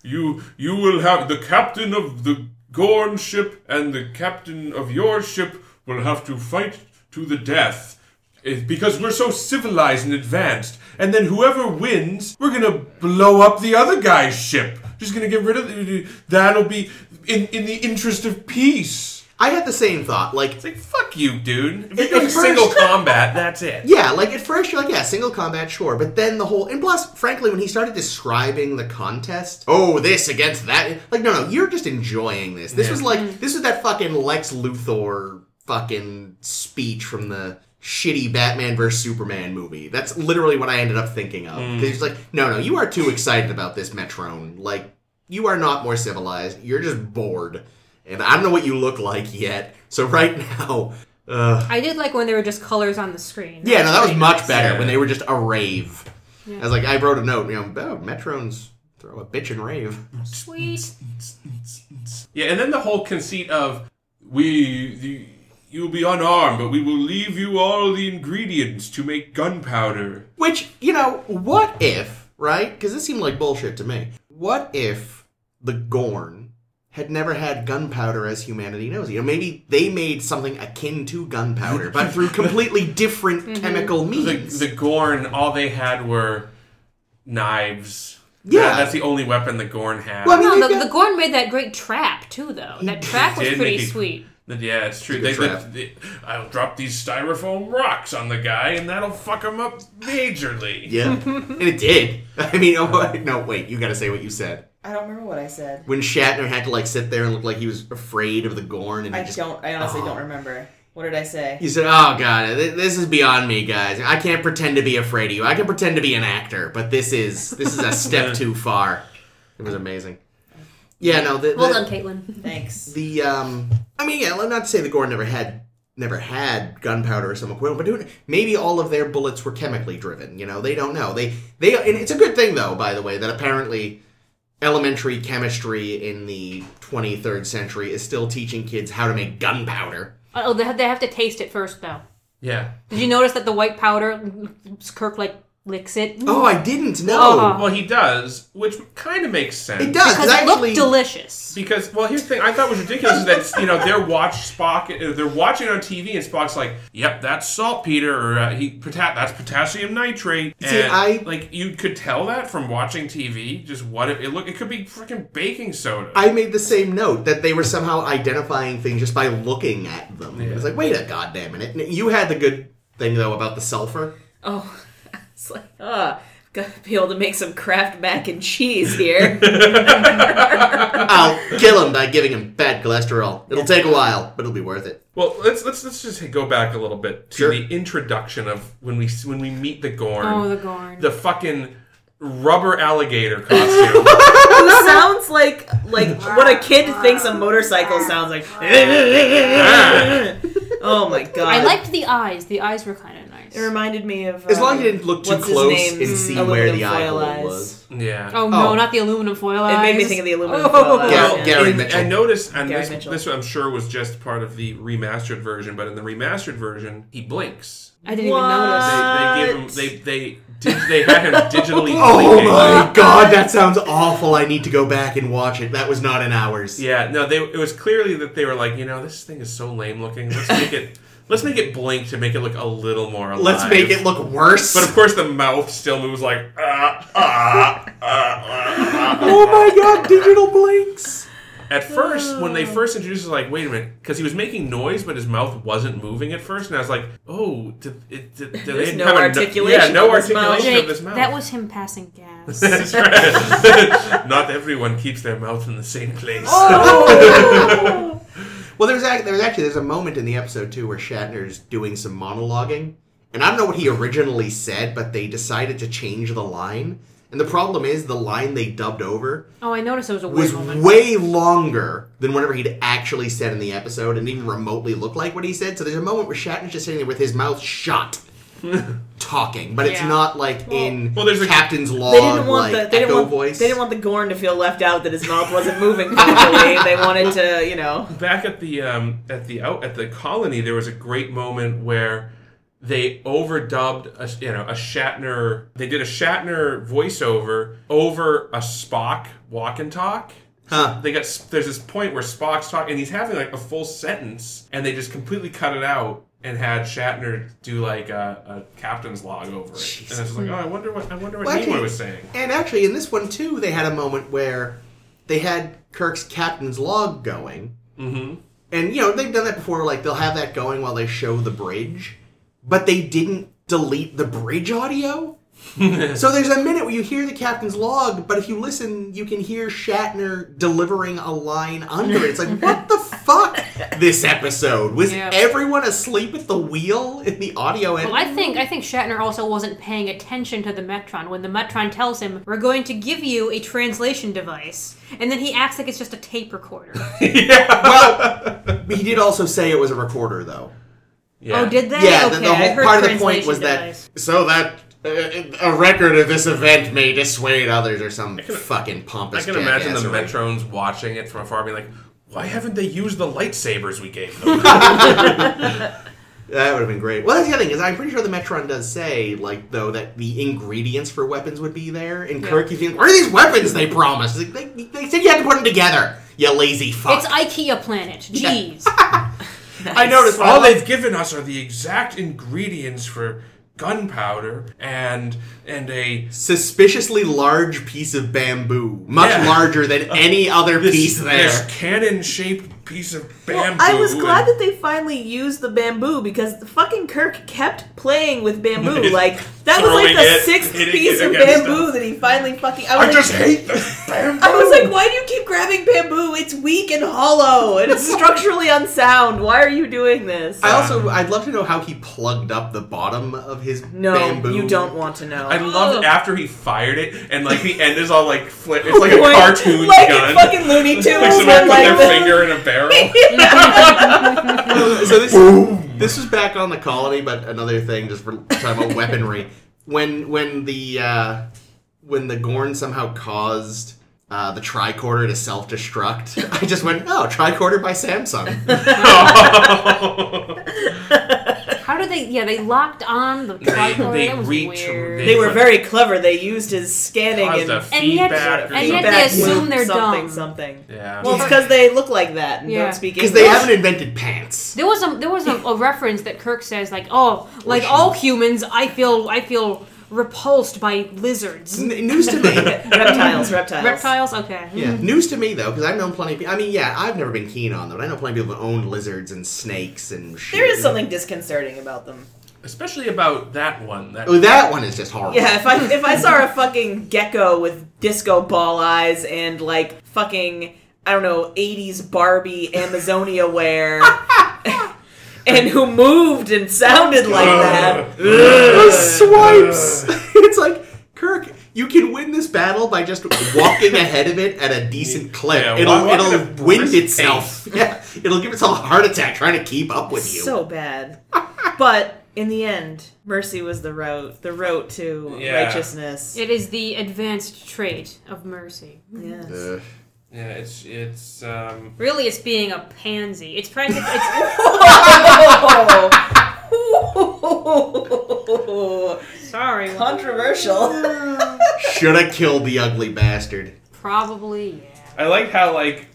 [SPEAKER 2] you you will have the captain of the Gorn ship and the captain of your ship will have to fight to the death." eh, Because we're so civilized and advanced, and then whoever wins, we're gonna blow up the other guy's ship. Just gonna get rid of the, that'll be in in the interest of peace.
[SPEAKER 4] I had the same thought. Like,
[SPEAKER 2] It's like fuck you, dude. If
[SPEAKER 4] It-
[SPEAKER 2] you go to
[SPEAKER 4] it
[SPEAKER 2] single
[SPEAKER 4] first-
[SPEAKER 2] combat, that's it.
[SPEAKER 4] Yeah, like at first you're like, yeah, single combat, sure. But then the whole and plus, frankly, when he started describing the contest, oh, this against that, like, no, no, you're just enjoying this. This
[SPEAKER 2] Yeah.
[SPEAKER 4] was like, this was that fucking Lex Luthor fucking speech from the shitty Batman vs Superman movie. That's literally what I ended up thinking of. 'Cause He's like, no, no, you are too excited about this Metrone. Like, you are not more civilized. You're just bored, and I don't know what you look like yet. So right now. Ugh.
[SPEAKER 3] I did like when there were just colors on the screen.
[SPEAKER 4] Yeah, no, that was
[SPEAKER 3] Pretty
[SPEAKER 4] much
[SPEAKER 3] nice.
[SPEAKER 4] better
[SPEAKER 2] Yeah.
[SPEAKER 4] when they were just a rave.
[SPEAKER 3] Yeah.
[SPEAKER 4] I was like, I wrote a note, you know, oh, Metrones throw a bitch and rave.
[SPEAKER 3] Sweet.
[SPEAKER 2] Yeah, and then the whole conceit of we the, you'll be unarmed, but we will leave you all the ingredients to make gunpowder.
[SPEAKER 4] Which, you know, what if, right? Because this seemed like bullshit to me. What if the Gorn had never had gunpowder as humanity knows? it? You know, maybe they made something akin to gunpowder, but through completely different chemical
[SPEAKER 2] The,
[SPEAKER 4] means.
[SPEAKER 2] the Gorn, all they had were knives.
[SPEAKER 4] Yeah.
[SPEAKER 2] That- that's the only weapon the Gorn had.
[SPEAKER 4] Well, I mean-
[SPEAKER 3] No,
[SPEAKER 4] Yeah.
[SPEAKER 3] Oh, the, the Gorn made that great trap too, though. That trap was
[SPEAKER 2] did
[SPEAKER 3] pretty
[SPEAKER 2] make it-
[SPEAKER 3] sweet.
[SPEAKER 2] That- yeah, it's true. They,
[SPEAKER 4] It's a
[SPEAKER 2] they,
[SPEAKER 4] trap.
[SPEAKER 2] they- I'll drop these styrofoam rocks on the guy, and that'll fuck him up majorly.
[SPEAKER 4] yeah, and it did. I mean, oh, no, wait, you gotta say what you said.
[SPEAKER 1] I don't remember what I said.
[SPEAKER 4] When Shatner had to, like, sit there and look like he was afraid of the Gorn and he
[SPEAKER 1] I
[SPEAKER 4] just Oh.
[SPEAKER 1] don't. I honestly don't remember. What did I say?
[SPEAKER 4] He said, "Oh God, th- this is beyond me, guys. I can't pretend to be afraid of you. I can pretend to be an actor, but this is this is a step too far." It was amazing. Yeah, no, the the,
[SPEAKER 3] Well done, Caitlin.
[SPEAKER 1] Thanks.
[SPEAKER 4] the um, I mean, yeah, not to say the Gore never had never had gunpowder or some equivalent, but who- maybe all of their bullets were chemically driven. You know, they don't know. They they, and it's a good thing though, by the way, that apparently elementary chemistry in the 23rd century is still teaching kids how to make gunpowder.
[SPEAKER 3] Oh, they have, they have to taste it first, though.
[SPEAKER 2] Yeah.
[SPEAKER 3] Did you notice that the white powder, Kirk like licks it?
[SPEAKER 4] Oh, I didn't know.
[SPEAKER 3] Uh-huh.
[SPEAKER 2] Well, he does, which kind of makes sense.
[SPEAKER 4] It does.
[SPEAKER 3] because
[SPEAKER 4] it's
[SPEAKER 3] it
[SPEAKER 4] actually,
[SPEAKER 3] looked delicious.
[SPEAKER 2] Because well, here's the thing I thought was ridiculous is that you know they're watch Spock uh, they're watching on TV and Spock's like, "Yep, that's saltpeter or uh, he pota- that's potassium nitrate." And,
[SPEAKER 4] See, I-
[SPEAKER 2] like you could tell that from watching TV. Just what it, it look it could be freaking baking soda.
[SPEAKER 4] I made the same note that they were somehow identifying things just by looking at them. It was like, wait a goddamn minute. And You had the good thing though about the sulfur.
[SPEAKER 1] Oh, it's like ah, gotta be able to make some Kraft mac and cheese here.
[SPEAKER 4] I'll kill him by giving him bad cholesterol. It'll take a while, but it'll be worth it.
[SPEAKER 2] well, let's let's let's just go back a little bit to
[SPEAKER 4] Sure.
[SPEAKER 2] the introduction of when we when we meet the Gorn,
[SPEAKER 3] Oh, the Gorn.
[SPEAKER 2] the fucking rubber alligator costume.
[SPEAKER 1] Who sounds like like what a kid thinks a motorcycle sounds like. oh my god!
[SPEAKER 3] I liked the eyes. The eyes were kind of nice. nice.
[SPEAKER 1] It reminded me of.
[SPEAKER 4] As long
[SPEAKER 1] um,
[SPEAKER 4] as you didn't look too
[SPEAKER 1] what's his
[SPEAKER 4] close
[SPEAKER 1] name's
[SPEAKER 4] and see where
[SPEAKER 1] aluminum
[SPEAKER 4] the eye
[SPEAKER 1] foil
[SPEAKER 4] hole
[SPEAKER 1] eyes.
[SPEAKER 4] was.
[SPEAKER 2] Yeah.
[SPEAKER 3] Oh no,
[SPEAKER 4] Oh.
[SPEAKER 3] not the aluminum foil eyes.
[SPEAKER 1] It made me think of the aluminum foil eyes.
[SPEAKER 4] Gal-
[SPEAKER 1] yeah.
[SPEAKER 4] Gary
[SPEAKER 2] And
[SPEAKER 4] Mitchell.
[SPEAKER 2] I noticed, and
[SPEAKER 1] Gary
[SPEAKER 2] this,
[SPEAKER 1] Mitchell.
[SPEAKER 2] this I'm sure was just part of the remastered version, but in the remastered version, he blinks.
[SPEAKER 3] I didn't
[SPEAKER 1] What?
[SPEAKER 3] even notice.
[SPEAKER 2] They, they give him,
[SPEAKER 1] What?
[SPEAKER 2] they, they, did, they had him digitally
[SPEAKER 4] Oh
[SPEAKER 2] blinking.
[SPEAKER 4] my god, that sounds awful. I need to go back and watch it. That was not in ours.
[SPEAKER 2] Yeah, no, they, it was clearly that they were like, you know, this thing is so lame looking. Let's make it, let's make it blink to make it look a little more alive.
[SPEAKER 4] Let's make it look worse.
[SPEAKER 2] But of course, the mouth still moves like ah ah ah. ah, ah.
[SPEAKER 4] oh my god, digital blinks.
[SPEAKER 2] At first, when they first introduced, it, I was like, wait a minute, because he was making noise, but his mouth wasn't moving at first, and I was like, oh, did, it, did, did
[SPEAKER 1] There's
[SPEAKER 2] they
[SPEAKER 1] no
[SPEAKER 2] have a
[SPEAKER 1] articulation
[SPEAKER 2] yeah, no
[SPEAKER 1] of his mouth.
[SPEAKER 2] articulation
[SPEAKER 3] Jake,
[SPEAKER 2] of his mouth.
[SPEAKER 3] that was him passing gas.
[SPEAKER 2] That's right. Not everyone keeps their mouth in the same place.
[SPEAKER 1] Oh!
[SPEAKER 4] Well, there's ac- there's actually there's a moment in the episode too where Shatner's doing some monologuing, and I don't know what he originally said, but they decided to change the line. And the problem is the line they dubbed over
[SPEAKER 3] Oh, I noticed it was a weird
[SPEAKER 4] was
[SPEAKER 3] moment.
[SPEAKER 4] way longer than whatever he'd actually said in the episode, and even remotely looked like what he said. So there's a moment where Shatner's just sitting there with his mouth shut. Talking, but it's
[SPEAKER 3] Yeah.
[SPEAKER 4] not like in
[SPEAKER 2] well, there's a-
[SPEAKER 4] Captain's Log
[SPEAKER 1] They didn't want
[SPEAKER 4] like
[SPEAKER 1] the they
[SPEAKER 4] echo
[SPEAKER 1] didn't want,
[SPEAKER 4] voice.
[SPEAKER 1] they didn't want the Gorn to feel left out that his mouth wasn't moving properly. they wanted to, you know.
[SPEAKER 2] back at the um, at the out at the colony, there was a great moment where they overdubbed a you know a Shatner. They did a Shatner voiceover over a Spock walk and talk.
[SPEAKER 4] Huh.
[SPEAKER 2] They got there's this point where Spock's talking and he's having like a full sentence, and they just completely cut it out and had Shatner do like a, a captain's log over it. And I was like, oh, I wonder what I wonder what
[SPEAKER 4] Well,
[SPEAKER 2] Nimoy
[SPEAKER 4] actually-
[SPEAKER 2] was saying.
[SPEAKER 4] And actually, in this one too, they had a moment where they had Kirk's captain's log going,
[SPEAKER 2] Mm-hmm.
[SPEAKER 4] and you know they've done that before. Like they'll have that going while they show the bridge, but they didn't delete the bridge audio. so there's a minute where you hear the captain's log, but if you listen, you can hear Shatner delivering a line under it. It's like, what the fuck? This episode was
[SPEAKER 3] Yeah.
[SPEAKER 4] everyone asleep at the wheel in the audio end.
[SPEAKER 3] Well, I think I think Shatner also wasn't paying attention to the Metron when the Metron tells him, "We're going to give you a translation device," and then he acts like it's just a tape recorder. Oh,
[SPEAKER 2] yeah.
[SPEAKER 4] well, he did also say it was a recorder, though.
[SPEAKER 2] Yeah.
[SPEAKER 3] Oh, did they?
[SPEAKER 4] Yeah,
[SPEAKER 3] okay,
[SPEAKER 4] the, the
[SPEAKER 3] I
[SPEAKER 4] whole
[SPEAKER 3] heard
[SPEAKER 4] part of the point
[SPEAKER 3] translation
[SPEAKER 4] was
[SPEAKER 3] device.
[SPEAKER 4] that so that uh, a record of this event may dissuade others or some fucking
[SPEAKER 2] I
[SPEAKER 4] pompous.
[SPEAKER 2] can imagine the
[SPEAKER 4] jackassery.
[SPEAKER 2] Metrones watching it from afar, being like, "Why haven't they used the lightsabers we gave them?"
[SPEAKER 4] That would have been great. Well, that's the other thing is I'm pretty sure the Metron does say like though that the ingredients for weapons would be there, and
[SPEAKER 3] Yeah.
[SPEAKER 4] Kirk keeps being, "Where are these weapons they promised? Like, they, they said you had to put them together." You lazy fuck.
[SPEAKER 3] it's IKEA planet. Jeez.
[SPEAKER 4] I noticed
[SPEAKER 2] All they've given us are the exact ingredients for gunpowder and and a
[SPEAKER 4] suspiciously large piece of bamboo, much
[SPEAKER 2] Yeah.
[SPEAKER 4] larger than any other piece there.
[SPEAKER 2] this cannon shaped piece of
[SPEAKER 1] Well,
[SPEAKER 2] bamboo.
[SPEAKER 1] I was glad
[SPEAKER 2] and-
[SPEAKER 1] that they finally used the bamboo because the fucking Kirk kept playing with bamboo. Like that was like
[SPEAKER 2] Throwing
[SPEAKER 1] the
[SPEAKER 2] it,
[SPEAKER 1] sixth
[SPEAKER 2] hitting
[SPEAKER 1] piece
[SPEAKER 2] it
[SPEAKER 1] of
[SPEAKER 2] against
[SPEAKER 1] bamboo that he finally fucking. I, was
[SPEAKER 2] I
[SPEAKER 1] like,
[SPEAKER 2] just hate this bamboo.
[SPEAKER 1] I was like, why do you keep grabbing bamboo? It's weak and hollow and it's structurally unsound. Why are you doing this?
[SPEAKER 4] I also I'd love to know how he plugged up the bottom of his
[SPEAKER 1] no,
[SPEAKER 4] bamboo.
[SPEAKER 1] you don't want to know.
[SPEAKER 2] I loved
[SPEAKER 3] Ugh.
[SPEAKER 2] after he fired it, and like the end is all like flip. It's like a
[SPEAKER 1] Like-
[SPEAKER 2] cartoon
[SPEAKER 1] like in
[SPEAKER 2] gun.
[SPEAKER 1] fucking Looney Tunes.
[SPEAKER 2] like
[SPEAKER 1] and
[SPEAKER 2] someone put
[SPEAKER 1] like
[SPEAKER 2] their
[SPEAKER 1] the-
[SPEAKER 2] finger in a barrel.
[SPEAKER 4] so this this was back on the colony, but another thing just for talking about weaponry. When when the uh, when the Gorn somehow caused uh, the tricorder to self destruct, I just went, oh, tricorder by Samsung.
[SPEAKER 3] How did they? Yeah, they locked on the tricorder.
[SPEAKER 2] they
[SPEAKER 3] that was
[SPEAKER 2] reach-
[SPEAKER 3] weird.
[SPEAKER 2] they-
[SPEAKER 1] They were very clever. They used his scanning
[SPEAKER 2] Caused
[SPEAKER 1] and
[SPEAKER 2] a
[SPEAKER 1] feedback
[SPEAKER 3] And yet-
[SPEAKER 2] feedback or
[SPEAKER 3] and yet they
[SPEAKER 2] something.
[SPEAKER 3] assume
[SPEAKER 1] loop
[SPEAKER 3] they're
[SPEAKER 1] something,
[SPEAKER 3] dumb.
[SPEAKER 1] something.
[SPEAKER 2] Yeah.
[SPEAKER 1] Well, it's because they look like that and
[SPEAKER 3] Yeah.
[SPEAKER 1] don't speak
[SPEAKER 4] Because
[SPEAKER 1] English.
[SPEAKER 4] they haven't invented pants.
[SPEAKER 3] There was a there was a, a reference that Kirk says like oh like all humans I feel I feel repulsed by lizards
[SPEAKER 4] N- news to me.
[SPEAKER 1] reptiles, reptiles.
[SPEAKER 3] reptiles okay
[SPEAKER 4] Yeah, news to me though, because I've known plenty of people. I mean, yeah, I've never been keen on them, but I know plenty of people that own lizards and snakes and shit.
[SPEAKER 1] There is something disconcerting about them.
[SPEAKER 2] especially about that one. That
[SPEAKER 4] Oh, that one is just horrible.
[SPEAKER 1] Yeah, if I if I saw a fucking gecko with disco ball eyes and like fucking I don't know '80s Barbie Amazonia wear, and who moved and sounded like that.
[SPEAKER 4] the swipes. it's like Kirk. You can win this battle by just walking ahead of it at a decent clip.
[SPEAKER 2] Yeah,
[SPEAKER 4] it'll
[SPEAKER 2] walk at a
[SPEAKER 4] it'll wind
[SPEAKER 2] brisk
[SPEAKER 4] itself. Yeah, it'll give itself a heart attack trying to keep up with you.
[SPEAKER 1] So bad. But in the end, mercy was the route, the route to
[SPEAKER 2] Yeah.
[SPEAKER 1] righteousness.
[SPEAKER 3] It is the advanced trait of mercy.
[SPEAKER 1] yes.
[SPEAKER 4] Ugh.
[SPEAKER 2] Yeah, it's it's um
[SPEAKER 3] Really, it's being a pansy. It's practically. It's, sorry. Juan.
[SPEAKER 1] Controversial.
[SPEAKER 4] Should have killed the ugly bastard.
[SPEAKER 3] Probably, yeah.
[SPEAKER 2] I like how like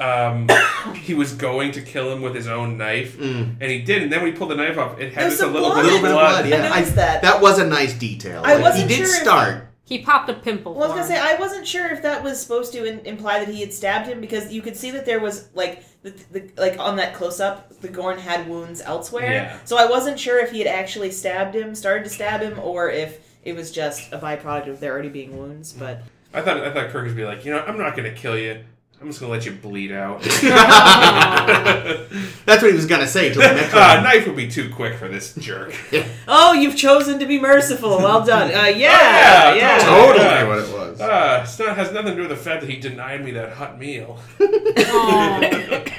[SPEAKER 2] um he was going to kill him with his own knife and he did and then when he pulled the knife off it had
[SPEAKER 1] There's
[SPEAKER 2] just a
[SPEAKER 1] some
[SPEAKER 2] little
[SPEAKER 1] blood.
[SPEAKER 2] bit
[SPEAKER 4] A
[SPEAKER 2] of
[SPEAKER 4] little bit of
[SPEAKER 2] blood.
[SPEAKER 4] Mm. blood. Yeah,
[SPEAKER 1] I noticed that.
[SPEAKER 4] That was a nice detail.
[SPEAKER 1] I
[SPEAKER 4] Like,
[SPEAKER 1] wasn't
[SPEAKER 4] he did
[SPEAKER 1] sure if-
[SPEAKER 4] start.
[SPEAKER 3] He popped a pimple.
[SPEAKER 1] Well, I
[SPEAKER 3] for
[SPEAKER 1] was gonna
[SPEAKER 3] him.
[SPEAKER 1] say I wasn't sure if that was supposed to in- imply that he had stabbed him because you could see that there was like the, the like on that close up the Gorn had wounds elsewhere.
[SPEAKER 2] Yeah.
[SPEAKER 1] So I wasn't sure if he had actually stabbed him, started to stab him, or if it was just a byproduct of there already being wounds. But
[SPEAKER 2] I thought I thought Kirk would be like, you know, I'm not gonna kill you. I'm just gonna let you bleed out.
[SPEAKER 4] That's what he was gonna say till the next
[SPEAKER 2] Ah,
[SPEAKER 4] one.
[SPEAKER 2] knife would be too quick for this jerk.
[SPEAKER 1] oh, you've chosen to be merciful. Well done. Uh, yeah,
[SPEAKER 2] yeah,
[SPEAKER 1] yeah.
[SPEAKER 2] Yeah.
[SPEAKER 4] Totally what it was.
[SPEAKER 2] Ah, it's not has nothing to do with the fact that he denied me that hot meal.
[SPEAKER 3] Oh,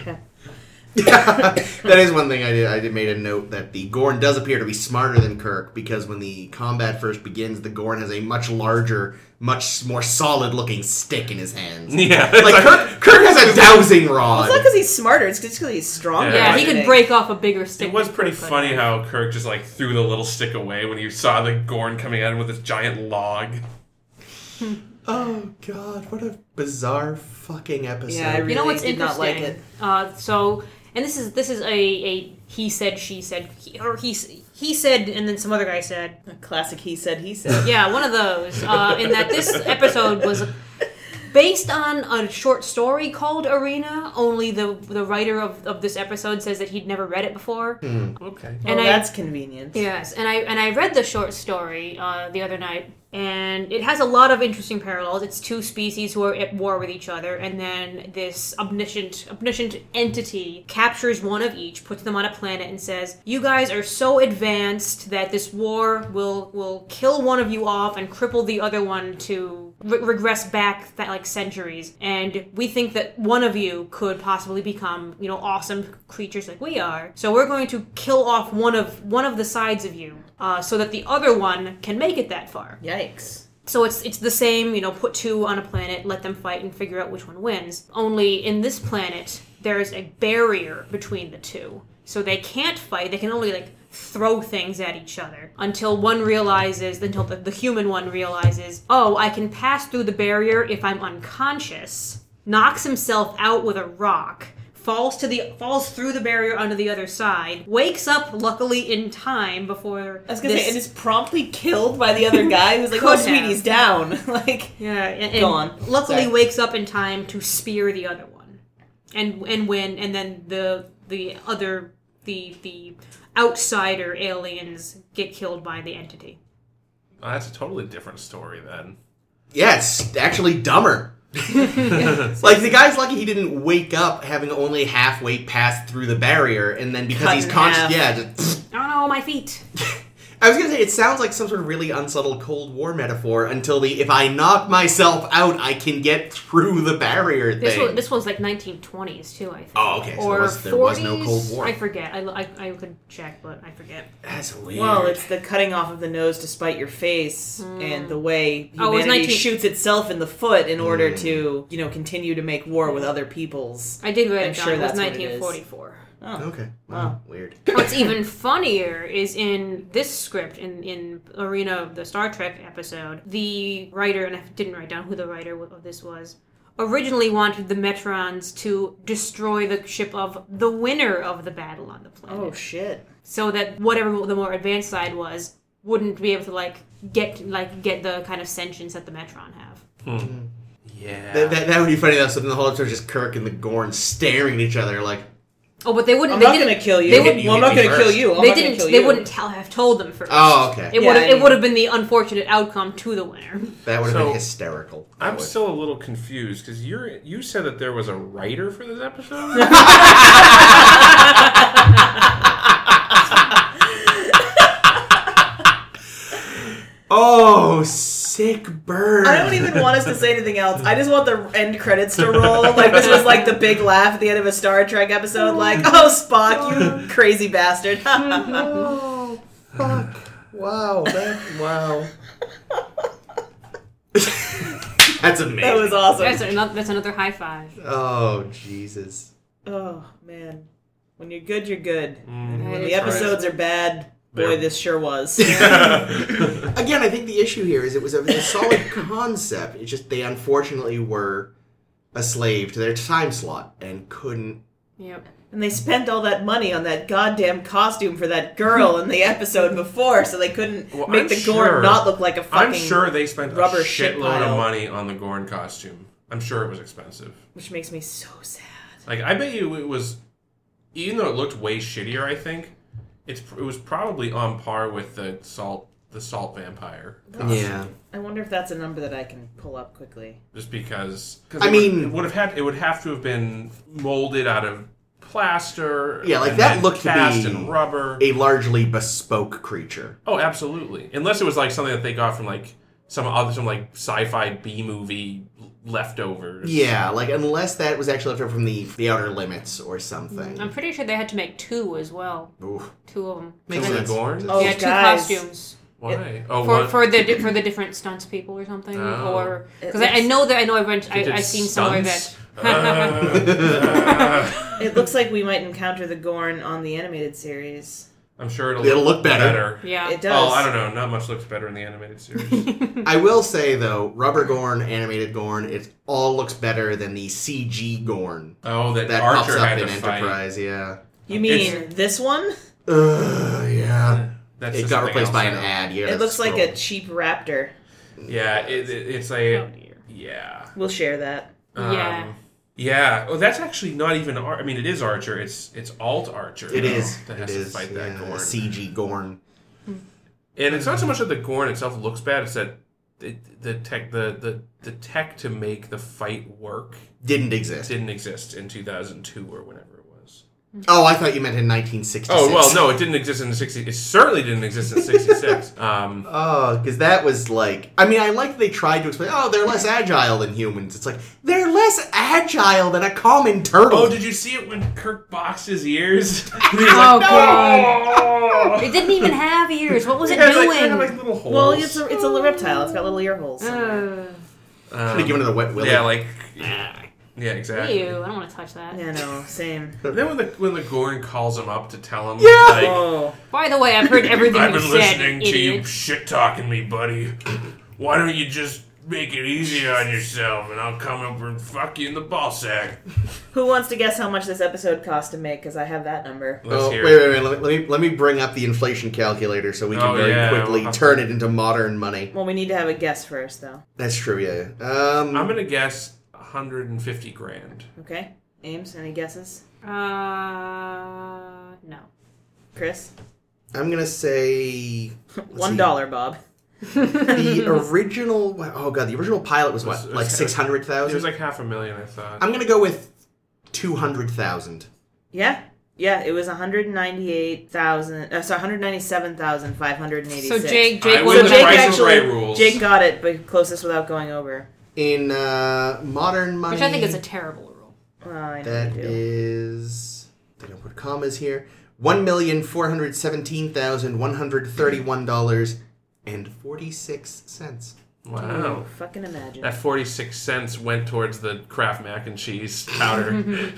[SPEAKER 3] Aw.
[SPEAKER 4] that is one thing I did. I did made a note that the Gorn does appear to be smarter than Kirk because when the combat first begins, the Gorn has a much larger, much more solid-looking stick in his hands.
[SPEAKER 2] Yeah,
[SPEAKER 4] Like Kirk, Kirk has a dowsing rod.
[SPEAKER 1] It's not because he's smarter; it's because he's stronger.
[SPEAKER 3] yeah, he
[SPEAKER 1] I
[SPEAKER 3] could
[SPEAKER 1] think.
[SPEAKER 3] break off a bigger stick.
[SPEAKER 2] It was
[SPEAKER 3] than
[SPEAKER 2] pretty
[SPEAKER 3] Kirk, but-
[SPEAKER 2] funny how Kirk just like threw the little stick away when he saw the Gorn coming at him with this giant log.
[SPEAKER 4] Oh God, what a bizarre fucking episode.
[SPEAKER 1] Yeah, I
[SPEAKER 3] You know
[SPEAKER 1] really
[SPEAKER 3] what's
[SPEAKER 1] did not
[SPEAKER 3] interesting?
[SPEAKER 1] like
[SPEAKER 3] Uh, so, and this is this is a, a he said she said he, or he s- he said and then some other guy said
[SPEAKER 1] Classic. He said. He said.
[SPEAKER 3] yeah one of those. Uh, in that this episode was based on a short story called Arena. Only the the writer of, of this episode says that he'd never read it before.
[SPEAKER 2] Okay.
[SPEAKER 1] and
[SPEAKER 3] And I-
[SPEAKER 1] that's convenient.
[SPEAKER 3] Yes, and I and I read the short story uh, the other night, and it has a lot of interesting parallels. It's two species who are at war with each other, and then this omniscient omniscient entity captures one of each, puts them on a planet, and says, "You guys are so advanced that this war will will kill one of you off and cripple the other one to." re- regress back that like centuries and we think that one of you could possibly become you know awesome creatures like we are so we're going to kill off one of one of the sides of you uh, so that the other one can make it that far
[SPEAKER 1] Yikes.
[SPEAKER 3] so it's it's the same you know put two on a planet let them fight and figure out which one wins only in this planet there's a barrier between the two so they can't fight they can only like throw things at each other until one realizes until the, the human one realizes oh i can pass through the barrier if i'm unconscious knocks himself out with a rock falls to the falls through the barrier onto the other side wakes up luckily in time before
[SPEAKER 1] I was gonna
[SPEAKER 3] this-
[SPEAKER 1] say, and is promptly killed by the other guy who's like, "Oh,
[SPEAKER 3] Could have.
[SPEAKER 1] sweetie's down." like,
[SPEAKER 3] Yeah, and, and
[SPEAKER 1] Go on.
[SPEAKER 3] luckily
[SPEAKER 1] Sorry.
[SPEAKER 3] wakes up in time to spear the other one, and and win, and then the the other the the outsider aliens get killed by the entity.
[SPEAKER 2] Well, that's a totally different story then.
[SPEAKER 4] Yes, actually dumber. like the guy's lucky he didn't wake up having only halfway passed through the barrier, and then because
[SPEAKER 1] Cut
[SPEAKER 4] he's
[SPEAKER 1] in half.
[SPEAKER 4] conscious, yeah. Just,
[SPEAKER 3] Oh no, my feet!
[SPEAKER 4] I was gonna say it sounds like some sort of really unsubtle Cold War metaphor until the if I knock myself out, I can get through the barrier
[SPEAKER 3] This
[SPEAKER 4] thing.
[SPEAKER 3] was, this was like 1920s too, I think.
[SPEAKER 4] Oh, okay, so there
[SPEAKER 3] or
[SPEAKER 4] was- there was no
[SPEAKER 3] 40s?
[SPEAKER 4] Cold War.
[SPEAKER 3] I forget. I, lo- I, I could check, but I forget.
[SPEAKER 4] That's weird.
[SPEAKER 1] well, it's the cutting off of the nose to spite your face, and the way humanity
[SPEAKER 3] Oh, it was 19
[SPEAKER 1] shoots itself in the foot in order
[SPEAKER 4] Hmm.
[SPEAKER 1] to, you know, continue to make war with other peoples.
[SPEAKER 3] I did write
[SPEAKER 1] I'm
[SPEAKER 3] it down.
[SPEAKER 1] sure
[SPEAKER 3] it was
[SPEAKER 1] that's what it is.
[SPEAKER 3] 1944.
[SPEAKER 4] okay. Wow, weird.
[SPEAKER 3] What's even funnier is in this script, in, in Arena of the Star Trek episode, the writer, and I didn't write down who the writer w- of this was, originally wanted the Metrons to destroy the ship of the winner of the battle on the planet.
[SPEAKER 1] Oh shit!
[SPEAKER 3] So that whatever the more advanced side was wouldn't be able to, like, get like get the kind of sentience that the Metron have.
[SPEAKER 2] Yeah.
[SPEAKER 4] That, that, that would be funny though. So then the whole episode is just Kirk and the Gorn staring at each other like,
[SPEAKER 3] Oh, but they wouldn't.
[SPEAKER 1] I'm
[SPEAKER 3] they
[SPEAKER 1] not
[SPEAKER 3] didn't,
[SPEAKER 1] gonna kill you.
[SPEAKER 3] They would,
[SPEAKER 4] You
[SPEAKER 1] well, I'm not
[SPEAKER 4] hit me
[SPEAKER 1] gonna kill
[SPEAKER 4] first.
[SPEAKER 1] you. I'm
[SPEAKER 3] they
[SPEAKER 1] not gonna
[SPEAKER 3] didn't.
[SPEAKER 1] kill
[SPEAKER 3] They
[SPEAKER 1] you.
[SPEAKER 3] wouldn't tell, have told them first.
[SPEAKER 4] oh okay,
[SPEAKER 3] It
[SPEAKER 1] Yeah,
[SPEAKER 3] would
[SPEAKER 1] I
[SPEAKER 3] have. It
[SPEAKER 1] mean-
[SPEAKER 3] would have been the unfortunate outcome to the winner.
[SPEAKER 4] that would have
[SPEAKER 2] So-
[SPEAKER 4] been hysterical. That
[SPEAKER 2] I'm
[SPEAKER 4] would-
[SPEAKER 2] still a little confused because you are you said that there was a writer for this episode.
[SPEAKER 4] Oh, sick bird!
[SPEAKER 1] I don't even want us to say anything else. I just want the end credits to roll. Like this was like the big laugh at the end of a Star Trek episode. Like, oh Spock, you crazy bastard!
[SPEAKER 4] Fuck. Wow. That, wow. That's amazing.
[SPEAKER 1] That was awesome.
[SPEAKER 3] That's another, that's another high five.
[SPEAKER 4] oh Jesus.
[SPEAKER 1] Oh man, when you're good, you're good. And when
[SPEAKER 3] That
[SPEAKER 1] the
[SPEAKER 3] is
[SPEAKER 1] episodes are bad, boy,
[SPEAKER 2] Mm, They're-
[SPEAKER 1] this sure was.
[SPEAKER 4] Again, I think the issue here is it was a, it was a solid concept. It's just they unfortunately were a slave to their time slot and couldn't.
[SPEAKER 3] Yep.
[SPEAKER 1] and they spent all that money on that goddamn costume for that girl in the episode before, so they couldn't
[SPEAKER 2] Well,
[SPEAKER 1] make
[SPEAKER 2] I'm
[SPEAKER 1] the
[SPEAKER 2] sure-
[SPEAKER 1] Gorn not look like a fucking.
[SPEAKER 2] I'm sure they spent
[SPEAKER 1] rubber
[SPEAKER 2] a
[SPEAKER 1] shit
[SPEAKER 2] shitload of
[SPEAKER 1] pile.
[SPEAKER 2] money on the Gorn costume. I'm sure it was expensive.
[SPEAKER 1] Which makes me so sad.
[SPEAKER 2] Like I bet you it was, even though it looked way shittier. I think it's it was probably on par with the salt the salt vampire. costume.
[SPEAKER 4] Yeah.
[SPEAKER 1] I wonder if that's a number that I can pull up quickly.
[SPEAKER 2] just because. 'cause
[SPEAKER 4] I
[SPEAKER 2] it would-
[SPEAKER 4] mean-
[SPEAKER 2] it would have had it would have to have been molded out of plaster.
[SPEAKER 4] Yeah, like
[SPEAKER 2] and
[SPEAKER 4] that
[SPEAKER 2] then
[SPEAKER 4] looked to
[SPEAKER 2] cast
[SPEAKER 4] be
[SPEAKER 2] in rubber.
[SPEAKER 4] A largely bespoke creature.
[SPEAKER 2] Oh, absolutely. Unless it was like something that they got from like some other some like sci-fi B movie leftovers.
[SPEAKER 4] Yeah, like unless that was actually left over from the the outer limits or something.
[SPEAKER 3] I'm pretty sure they had to make two as well.
[SPEAKER 4] Oof.
[SPEAKER 3] Two of them.
[SPEAKER 4] Makes
[SPEAKER 2] Killing
[SPEAKER 4] sense.
[SPEAKER 2] the Gorn?
[SPEAKER 1] Oh,
[SPEAKER 3] yeah, two
[SPEAKER 1] guys.
[SPEAKER 3] costumes
[SPEAKER 2] Why? oh,
[SPEAKER 3] for,
[SPEAKER 2] one-
[SPEAKER 3] for the di- for the different stunts people or something,
[SPEAKER 2] Oh.
[SPEAKER 3] or
[SPEAKER 1] It
[SPEAKER 3] because I, I
[SPEAKER 1] looks-
[SPEAKER 3] know that I know I've read,
[SPEAKER 2] they did
[SPEAKER 3] I, I've seen somewhere that
[SPEAKER 2] stunts? Uh, uh,
[SPEAKER 1] It looks like we might encounter the Gorn on the animated series.
[SPEAKER 2] I'm sure it'll,
[SPEAKER 4] It'll look better.
[SPEAKER 3] yeah.
[SPEAKER 1] It does.
[SPEAKER 2] Oh, I don't know. Not much looks better in the animated series.
[SPEAKER 4] I will say though, rubber Gorn, animated Gorn, it all looks better than the CG Gorn
[SPEAKER 2] Oh, that,
[SPEAKER 4] that pops
[SPEAKER 2] Archer
[SPEAKER 4] up
[SPEAKER 2] had
[SPEAKER 4] in
[SPEAKER 2] to fight.
[SPEAKER 4] Enterprise. Yeah.
[SPEAKER 1] You mean
[SPEAKER 2] It's-
[SPEAKER 1] this one?
[SPEAKER 4] Ugh, yeah.
[SPEAKER 2] That's
[SPEAKER 4] It
[SPEAKER 2] just
[SPEAKER 4] got
[SPEAKER 2] something
[SPEAKER 4] replaced
[SPEAKER 2] else
[SPEAKER 4] by an
[SPEAKER 2] now.
[SPEAKER 4] ad. Yeah.
[SPEAKER 1] it looks like a cheap raptor.
[SPEAKER 2] Yeah, it, it, it's like
[SPEAKER 3] Oh.
[SPEAKER 2] yeah,
[SPEAKER 1] We'll share that.
[SPEAKER 3] Yeah.
[SPEAKER 2] Um, yeah. Oh, that's actually not even. Ar- I mean, it is Archer. It's it's Alt Archer.
[SPEAKER 4] It
[SPEAKER 2] though,
[SPEAKER 4] is.
[SPEAKER 2] That
[SPEAKER 4] it
[SPEAKER 2] has
[SPEAKER 4] is.
[SPEAKER 2] to fight
[SPEAKER 4] yeah,
[SPEAKER 2] that Gorn.
[SPEAKER 4] CG Gorn.
[SPEAKER 2] And it's not so much that the Gorn itself looks bad. It's that the, the tech the, the the tech to make the fight work
[SPEAKER 4] Didn't exist.
[SPEAKER 2] didn't exist in 2002 or whenever it was.
[SPEAKER 4] Oh, I thought you meant in 1966.
[SPEAKER 2] Oh well, no, it didn't exist in 60. It certainly didn't exist in 66. um,
[SPEAKER 4] Oh, because that was like. I mean, I like they tried to explain. Oh, they're less agile than humans. It's like they're less agile than a common turtle.
[SPEAKER 2] oh, did you see it when Kirk boxed his ears?
[SPEAKER 3] Oh, God. It didn't even have ears. What was
[SPEAKER 2] It
[SPEAKER 3] it
[SPEAKER 2] has, like, kind
[SPEAKER 3] doing?
[SPEAKER 2] of, like, little holes.
[SPEAKER 1] Well, it's a, it's a reptile. It's got little ear holes.
[SPEAKER 3] Ugh.
[SPEAKER 2] Um,
[SPEAKER 4] Should've given it a wet willy.
[SPEAKER 2] Yeah, like yeah, exactly.
[SPEAKER 3] Ew, I don't want to touch that.
[SPEAKER 1] Yeah, no, same.
[SPEAKER 2] Then when the when the Gorn calls him up to tell him, like,
[SPEAKER 1] Oh,
[SPEAKER 3] By the way, I've heard everything
[SPEAKER 2] I've
[SPEAKER 3] you
[SPEAKER 2] been
[SPEAKER 3] said,
[SPEAKER 2] listening to you
[SPEAKER 3] idiot.
[SPEAKER 2] shit talking me, buddy. Why don't you just make it easier on yourself, and I'll come over and fuck you in the ball sack.
[SPEAKER 1] who wants to guess how much this episode cost to make? Because I have that number.
[SPEAKER 2] Let's
[SPEAKER 4] oh,
[SPEAKER 2] hear.
[SPEAKER 4] Wait,
[SPEAKER 2] it.
[SPEAKER 4] wait, wait. Let me, let me let me bring up the inflation calculator so we can
[SPEAKER 2] Oh,
[SPEAKER 4] very
[SPEAKER 2] yeah,
[SPEAKER 4] quickly
[SPEAKER 2] we'll have
[SPEAKER 4] turn it into modern money.
[SPEAKER 1] Well, we need to have a guess first, though.
[SPEAKER 4] That's true. Yeah. yeah. Um,
[SPEAKER 2] I'm gonna guess 150 grand.
[SPEAKER 1] Okay, Ames, any guesses?
[SPEAKER 3] Uh, no.
[SPEAKER 1] Chris,
[SPEAKER 4] I'm gonna say
[SPEAKER 1] one dollar, Bob.
[SPEAKER 4] the original. Oh god, the original pilot was what,
[SPEAKER 2] It was-
[SPEAKER 4] like
[SPEAKER 2] it was-
[SPEAKER 4] six hundred
[SPEAKER 2] It was
[SPEAKER 4] thousand.
[SPEAKER 2] like half a million, I thought.
[SPEAKER 4] I'm gonna go with two hundred thousand.
[SPEAKER 1] Yeah, yeah, it was one hundred ninety-eight thousand. Uh, sorry, one hundred ninety-seven thousand five hundred eighty-six.
[SPEAKER 3] So Jake,
[SPEAKER 2] I
[SPEAKER 3] Jake
[SPEAKER 2] was
[SPEAKER 3] won
[SPEAKER 1] so
[SPEAKER 2] the
[SPEAKER 3] the
[SPEAKER 1] Jake
[SPEAKER 2] Price
[SPEAKER 3] back,
[SPEAKER 2] is
[SPEAKER 1] actually,
[SPEAKER 2] Right rules.
[SPEAKER 1] Jake got it, but closest without going over.
[SPEAKER 4] In uh, modern money,
[SPEAKER 3] which I think is a terrible rule.
[SPEAKER 1] Well, Oh, I know
[SPEAKER 4] that
[SPEAKER 1] you do.
[SPEAKER 4] is. They don't put commas here. One million four hundred seventeen thousand one hundred thirty-one dollars and forty-six cents.
[SPEAKER 2] Wow.
[SPEAKER 1] Fucking imagine.
[SPEAKER 2] Oh. That 46 cents went towards the Kraft mac and cheese powder.
[SPEAKER 3] Here-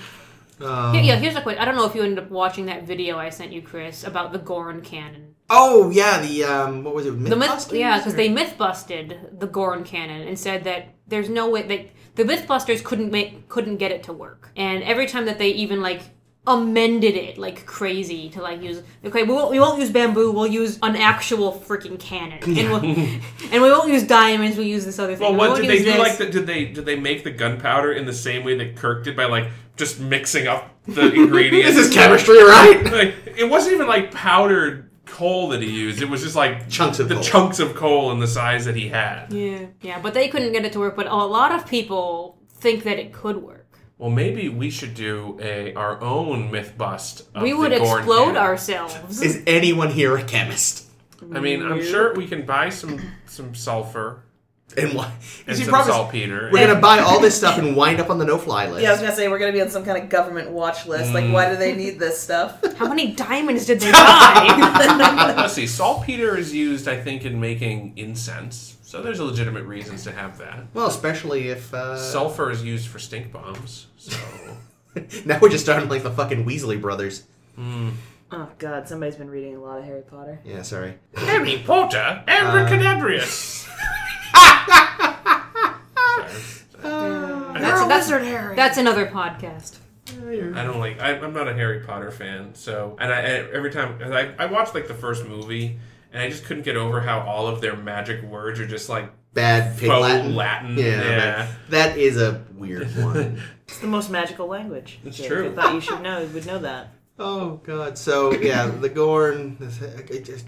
[SPEAKER 3] yeah, here's a quick. I don't know if you ended up watching that video I sent you, Chris, about the Gorn cannon.
[SPEAKER 4] Oh yeah, the um, what was it?
[SPEAKER 3] The myth,
[SPEAKER 4] Mythbusters?
[SPEAKER 3] yeah, because they myth busted the Gorn cannon and said that there's no way that the MythBusters couldn't make couldn't get it to work. And every time that they even like amended it like crazy to like use okay we won't, we won't use bamboo we'll use an actual freaking cannon and, we'll, and we won't use diamonds we'll use this other thing
[SPEAKER 2] Well,
[SPEAKER 3] We
[SPEAKER 2] what
[SPEAKER 3] won't
[SPEAKER 2] did they
[SPEAKER 3] use
[SPEAKER 2] do?
[SPEAKER 3] this.
[SPEAKER 2] Like, the, did they did they make the gunpowder in the same way that Kirk did by like just mixing up the ingredients?
[SPEAKER 4] This is chemistry, right?
[SPEAKER 2] Like, it wasn't even like powdered coal that he used. It was just like
[SPEAKER 4] Chunks of
[SPEAKER 2] the
[SPEAKER 4] coal.
[SPEAKER 2] chunks of coal and the size that he had.
[SPEAKER 3] Yeah, yeah, but they couldn't get it to work. But a lot of people think that it could work.
[SPEAKER 2] Well, maybe we should do a our own myth bust. Of
[SPEAKER 3] we
[SPEAKER 2] the
[SPEAKER 3] would
[SPEAKER 2] Gorn
[SPEAKER 3] explode
[SPEAKER 2] cannon.
[SPEAKER 3] ourselves.
[SPEAKER 4] Is anyone here a chemist?
[SPEAKER 2] I mean, I'm sure we can buy some some sulfur
[SPEAKER 4] And why?
[SPEAKER 2] and
[SPEAKER 4] He
[SPEAKER 2] some
[SPEAKER 4] promised,
[SPEAKER 2] saltpeter.
[SPEAKER 4] We're
[SPEAKER 2] and-
[SPEAKER 4] gonna buy all this stuff and wind up on the no-fly list.
[SPEAKER 1] Yeah, I was gonna say we're gonna be on some kind of government watch list. Like, why do
[SPEAKER 2] Mm.
[SPEAKER 1] they need this stuff?
[SPEAKER 3] How many diamonds did they buy?
[SPEAKER 2] Let's see. Saltpeter is used, I think, in making incense. So there's legitimate reasons to have that.
[SPEAKER 4] well, especially if uh,
[SPEAKER 2] Sulfur is used for stink bombs. So
[SPEAKER 4] now we're just starting like the fucking Weasley brothers.
[SPEAKER 1] Oh God, somebody's been reading a lot of Harry Potter.
[SPEAKER 4] Yeah, sorry.
[SPEAKER 2] Harry Potter, abracadabrius.
[SPEAKER 3] That's- that's- That's another podcast.
[SPEAKER 2] I don't like. I, I'm not a Harry Potter fan. So, and I, I every time 'cause I, I watched like the first movie, and I just couldn't get over how all of their magic words are just like
[SPEAKER 4] Bad pig
[SPEAKER 2] faux
[SPEAKER 4] Latin.
[SPEAKER 2] Latin,
[SPEAKER 4] Yeah,
[SPEAKER 2] yeah.
[SPEAKER 4] that- that is a weird one.
[SPEAKER 1] It's the most magical language.
[SPEAKER 2] It's
[SPEAKER 1] Jake.
[SPEAKER 2] true.
[SPEAKER 1] I thought you should know. You would know that.
[SPEAKER 4] oh God. So yeah, the Gorn. I just-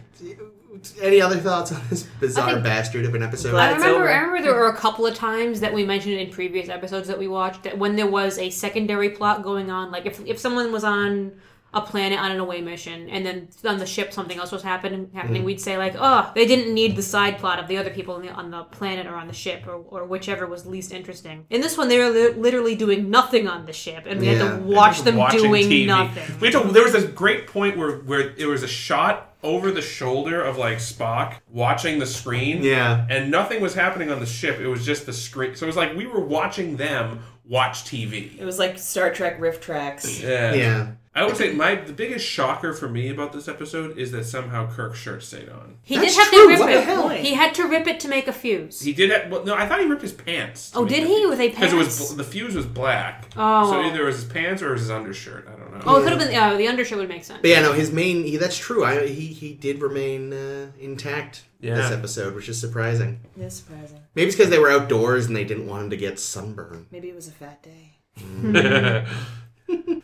[SPEAKER 4] Any other thoughts on this bizarre
[SPEAKER 3] I think-
[SPEAKER 4] bastard of an episode?
[SPEAKER 1] Glad
[SPEAKER 3] I
[SPEAKER 1] it's
[SPEAKER 3] remember,
[SPEAKER 1] over.
[SPEAKER 3] I remember there were a couple of times that we mentioned in previous episodes that we watched that when there was a secondary plot going on, like if, if someone was on a planet on an away mission and then on the ship something else was happening, happening we'd say like, oh, they didn't need the side plot of the other people on the, on the planet or on the ship or, or whichever was least interesting. In this one, they were li- literally doing nothing on the ship and we
[SPEAKER 4] Yeah.
[SPEAKER 3] had to watch them
[SPEAKER 2] watching
[SPEAKER 3] doing
[SPEAKER 2] TV.
[SPEAKER 3] nothing.
[SPEAKER 2] We had to, there was this great point where where there was a shot over the shoulder of like Spock watching the screen.
[SPEAKER 4] Yeah.
[SPEAKER 2] And nothing was happening on the ship. It was just the screen. So it was like we were watching them watch TV.
[SPEAKER 1] It was like Star Trek riff tracks.
[SPEAKER 2] Yeah.
[SPEAKER 4] Yeah.
[SPEAKER 2] I would say my the biggest shocker for me about this episode is that somehow Kirk's shirt stayed on.
[SPEAKER 3] He
[SPEAKER 4] That's
[SPEAKER 3] did have
[SPEAKER 4] true,
[SPEAKER 3] to rip
[SPEAKER 4] what the
[SPEAKER 3] it.
[SPEAKER 4] hell?
[SPEAKER 3] He had to rip it to make a fuse.
[SPEAKER 2] He did. Have, well, no, I thought he ripped his pants.
[SPEAKER 3] oh, did he? With a
[SPEAKER 2] Because
[SPEAKER 3] pants?
[SPEAKER 2] it was bl- the fuse was black.
[SPEAKER 3] Oh.
[SPEAKER 2] So either it was his pants or it was his undershirt. I don't know.
[SPEAKER 3] Oh, it could have been. Yeah, the undershirt would make sense.
[SPEAKER 4] But yeah, no, his main. He, that's true. I, he he did remain uh, intact this
[SPEAKER 2] Yeah.
[SPEAKER 4] episode, which is surprising.
[SPEAKER 1] It's surprising.
[SPEAKER 4] Maybe it's because they were outdoors and they didn't want him to get sunburned.
[SPEAKER 1] Maybe it was a fat day.
[SPEAKER 3] Mm.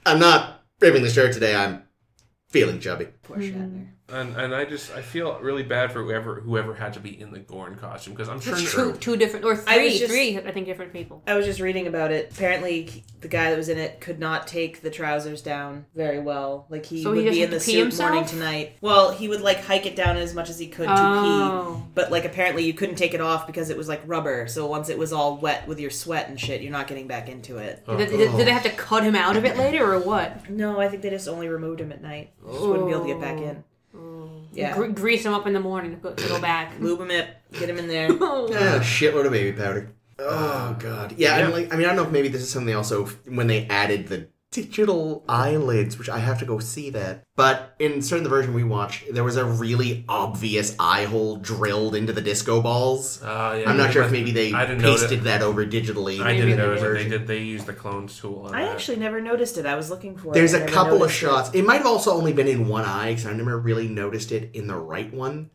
[SPEAKER 4] I'm not ripping the shirt today. I'm feeling chubby.
[SPEAKER 1] Poor Shatner.
[SPEAKER 2] And, and I just I feel really bad for whoever whoever had to be in the Gorn costume because I'm sure
[SPEAKER 4] That's
[SPEAKER 3] two,
[SPEAKER 4] true.
[SPEAKER 3] two different or
[SPEAKER 1] I was
[SPEAKER 3] three,
[SPEAKER 1] just-
[SPEAKER 3] three. I think different people.
[SPEAKER 1] I was just reading about it. Apparently, the guy that was in it could not take the trousers down very well. Like he
[SPEAKER 3] So he
[SPEAKER 1] would
[SPEAKER 3] just
[SPEAKER 1] be
[SPEAKER 3] had
[SPEAKER 1] in the
[SPEAKER 3] to pee
[SPEAKER 1] suit
[SPEAKER 3] himself?
[SPEAKER 1] morning to night. Well, he would like hike it down as much as he could to
[SPEAKER 3] Oh.
[SPEAKER 1] pee, but like apparently you couldn't take it off because it was like rubber. So once it was all wet with your sweat and shit, you're not getting back into it.
[SPEAKER 3] Did, did- did they have to cut him out of it later or what?
[SPEAKER 1] No, I think they just only removed him at night. Just wouldn't be able to get back in.
[SPEAKER 3] Oh.
[SPEAKER 1] Yeah,
[SPEAKER 3] Gre- grease him up in the morning to go, to go back.
[SPEAKER 1] lube him up, get him in there.
[SPEAKER 3] Oh.
[SPEAKER 4] Oh, shitload of baby powder. Oh god. Yeah,
[SPEAKER 2] Yeah.
[SPEAKER 4] And like, I mean, I don't know if maybe this is something also f- when they added the digital eyelids, which I have to go see that. But in certain the version we watched, there was a really obvious eye hole drilled into the disco balls.
[SPEAKER 2] Uh, yeah,
[SPEAKER 4] I'm not
[SPEAKER 2] they
[SPEAKER 4] sure if
[SPEAKER 2] must-
[SPEAKER 4] maybe they
[SPEAKER 2] I didn't
[SPEAKER 4] pasted
[SPEAKER 2] notice.
[SPEAKER 4] that over digitally.
[SPEAKER 2] I
[SPEAKER 4] in
[SPEAKER 2] didn't
[SPEAKER 4] the
[SPEAKER 2] notice that they
[SPEAKER 4] version.
[SPEAKER 2] did. They used the clones uh, tool. On
[SPEAKER 1] I
[SPEAKER 2] that.
[SPEAKER 1] actually never noticed it. I was looking for
[SPEAKER 4] There's
[SPEAKER 1] it. I
[SPEAKER 4] a
[SPEAKER 1] never
[SPEAKER 4] couple of
[SPEAKER 1] noticed it.
[SPEAKER 4] shots. It. might have also only been in one eye because I never really noticed it in the right one.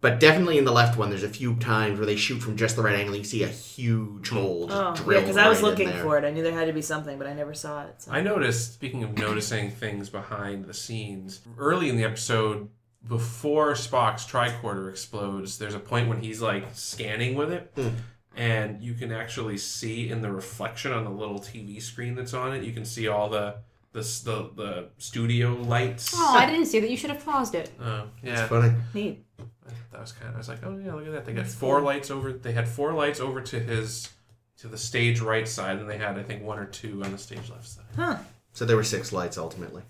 [SPEAKER 4] But definitely in the left one, there's a few times where they shoot from just the right angle. You see a huge hole just
[SPEAKER 1] Oh, yeah,
[SPEAKER 4] drilled.
[SPEAKER 1] because I was
[SPEAKER 4] right in
[SPEAKER 1] looking
[SPEAKER 4] there.
[SPEAKER 1] for it. I knew there had to be something, but I never saw it. So.
[SPEAKER 2] I noticed, speaking of noticing things behind the scenes, early in the episode, before Spock's tricorder explodes, there's a point when he's like scanning with it.
[SPEAKER 4] Hmm.
[SPEAKER 2] And you can actually see in the reflection on the little TV screen that's on it, you can see all the the, s- the, the studio lights.
[SPEAKER 3] I didn't see that. You should have paused it.
[SPEAKER 2] Uh, yeah,
[SPEAKER 4] Funny.
[SPEAKER 1] Neat.
[SPEAKER 2] that was kind of. I was like, oh yeah, look at that. They got four lights over. They had four lights over to his to the stage right side, and they had I think one or two on the stage left side.
[SPEAKER 1] Huh.
[SPEAKER 4] So there were six lights ultimately.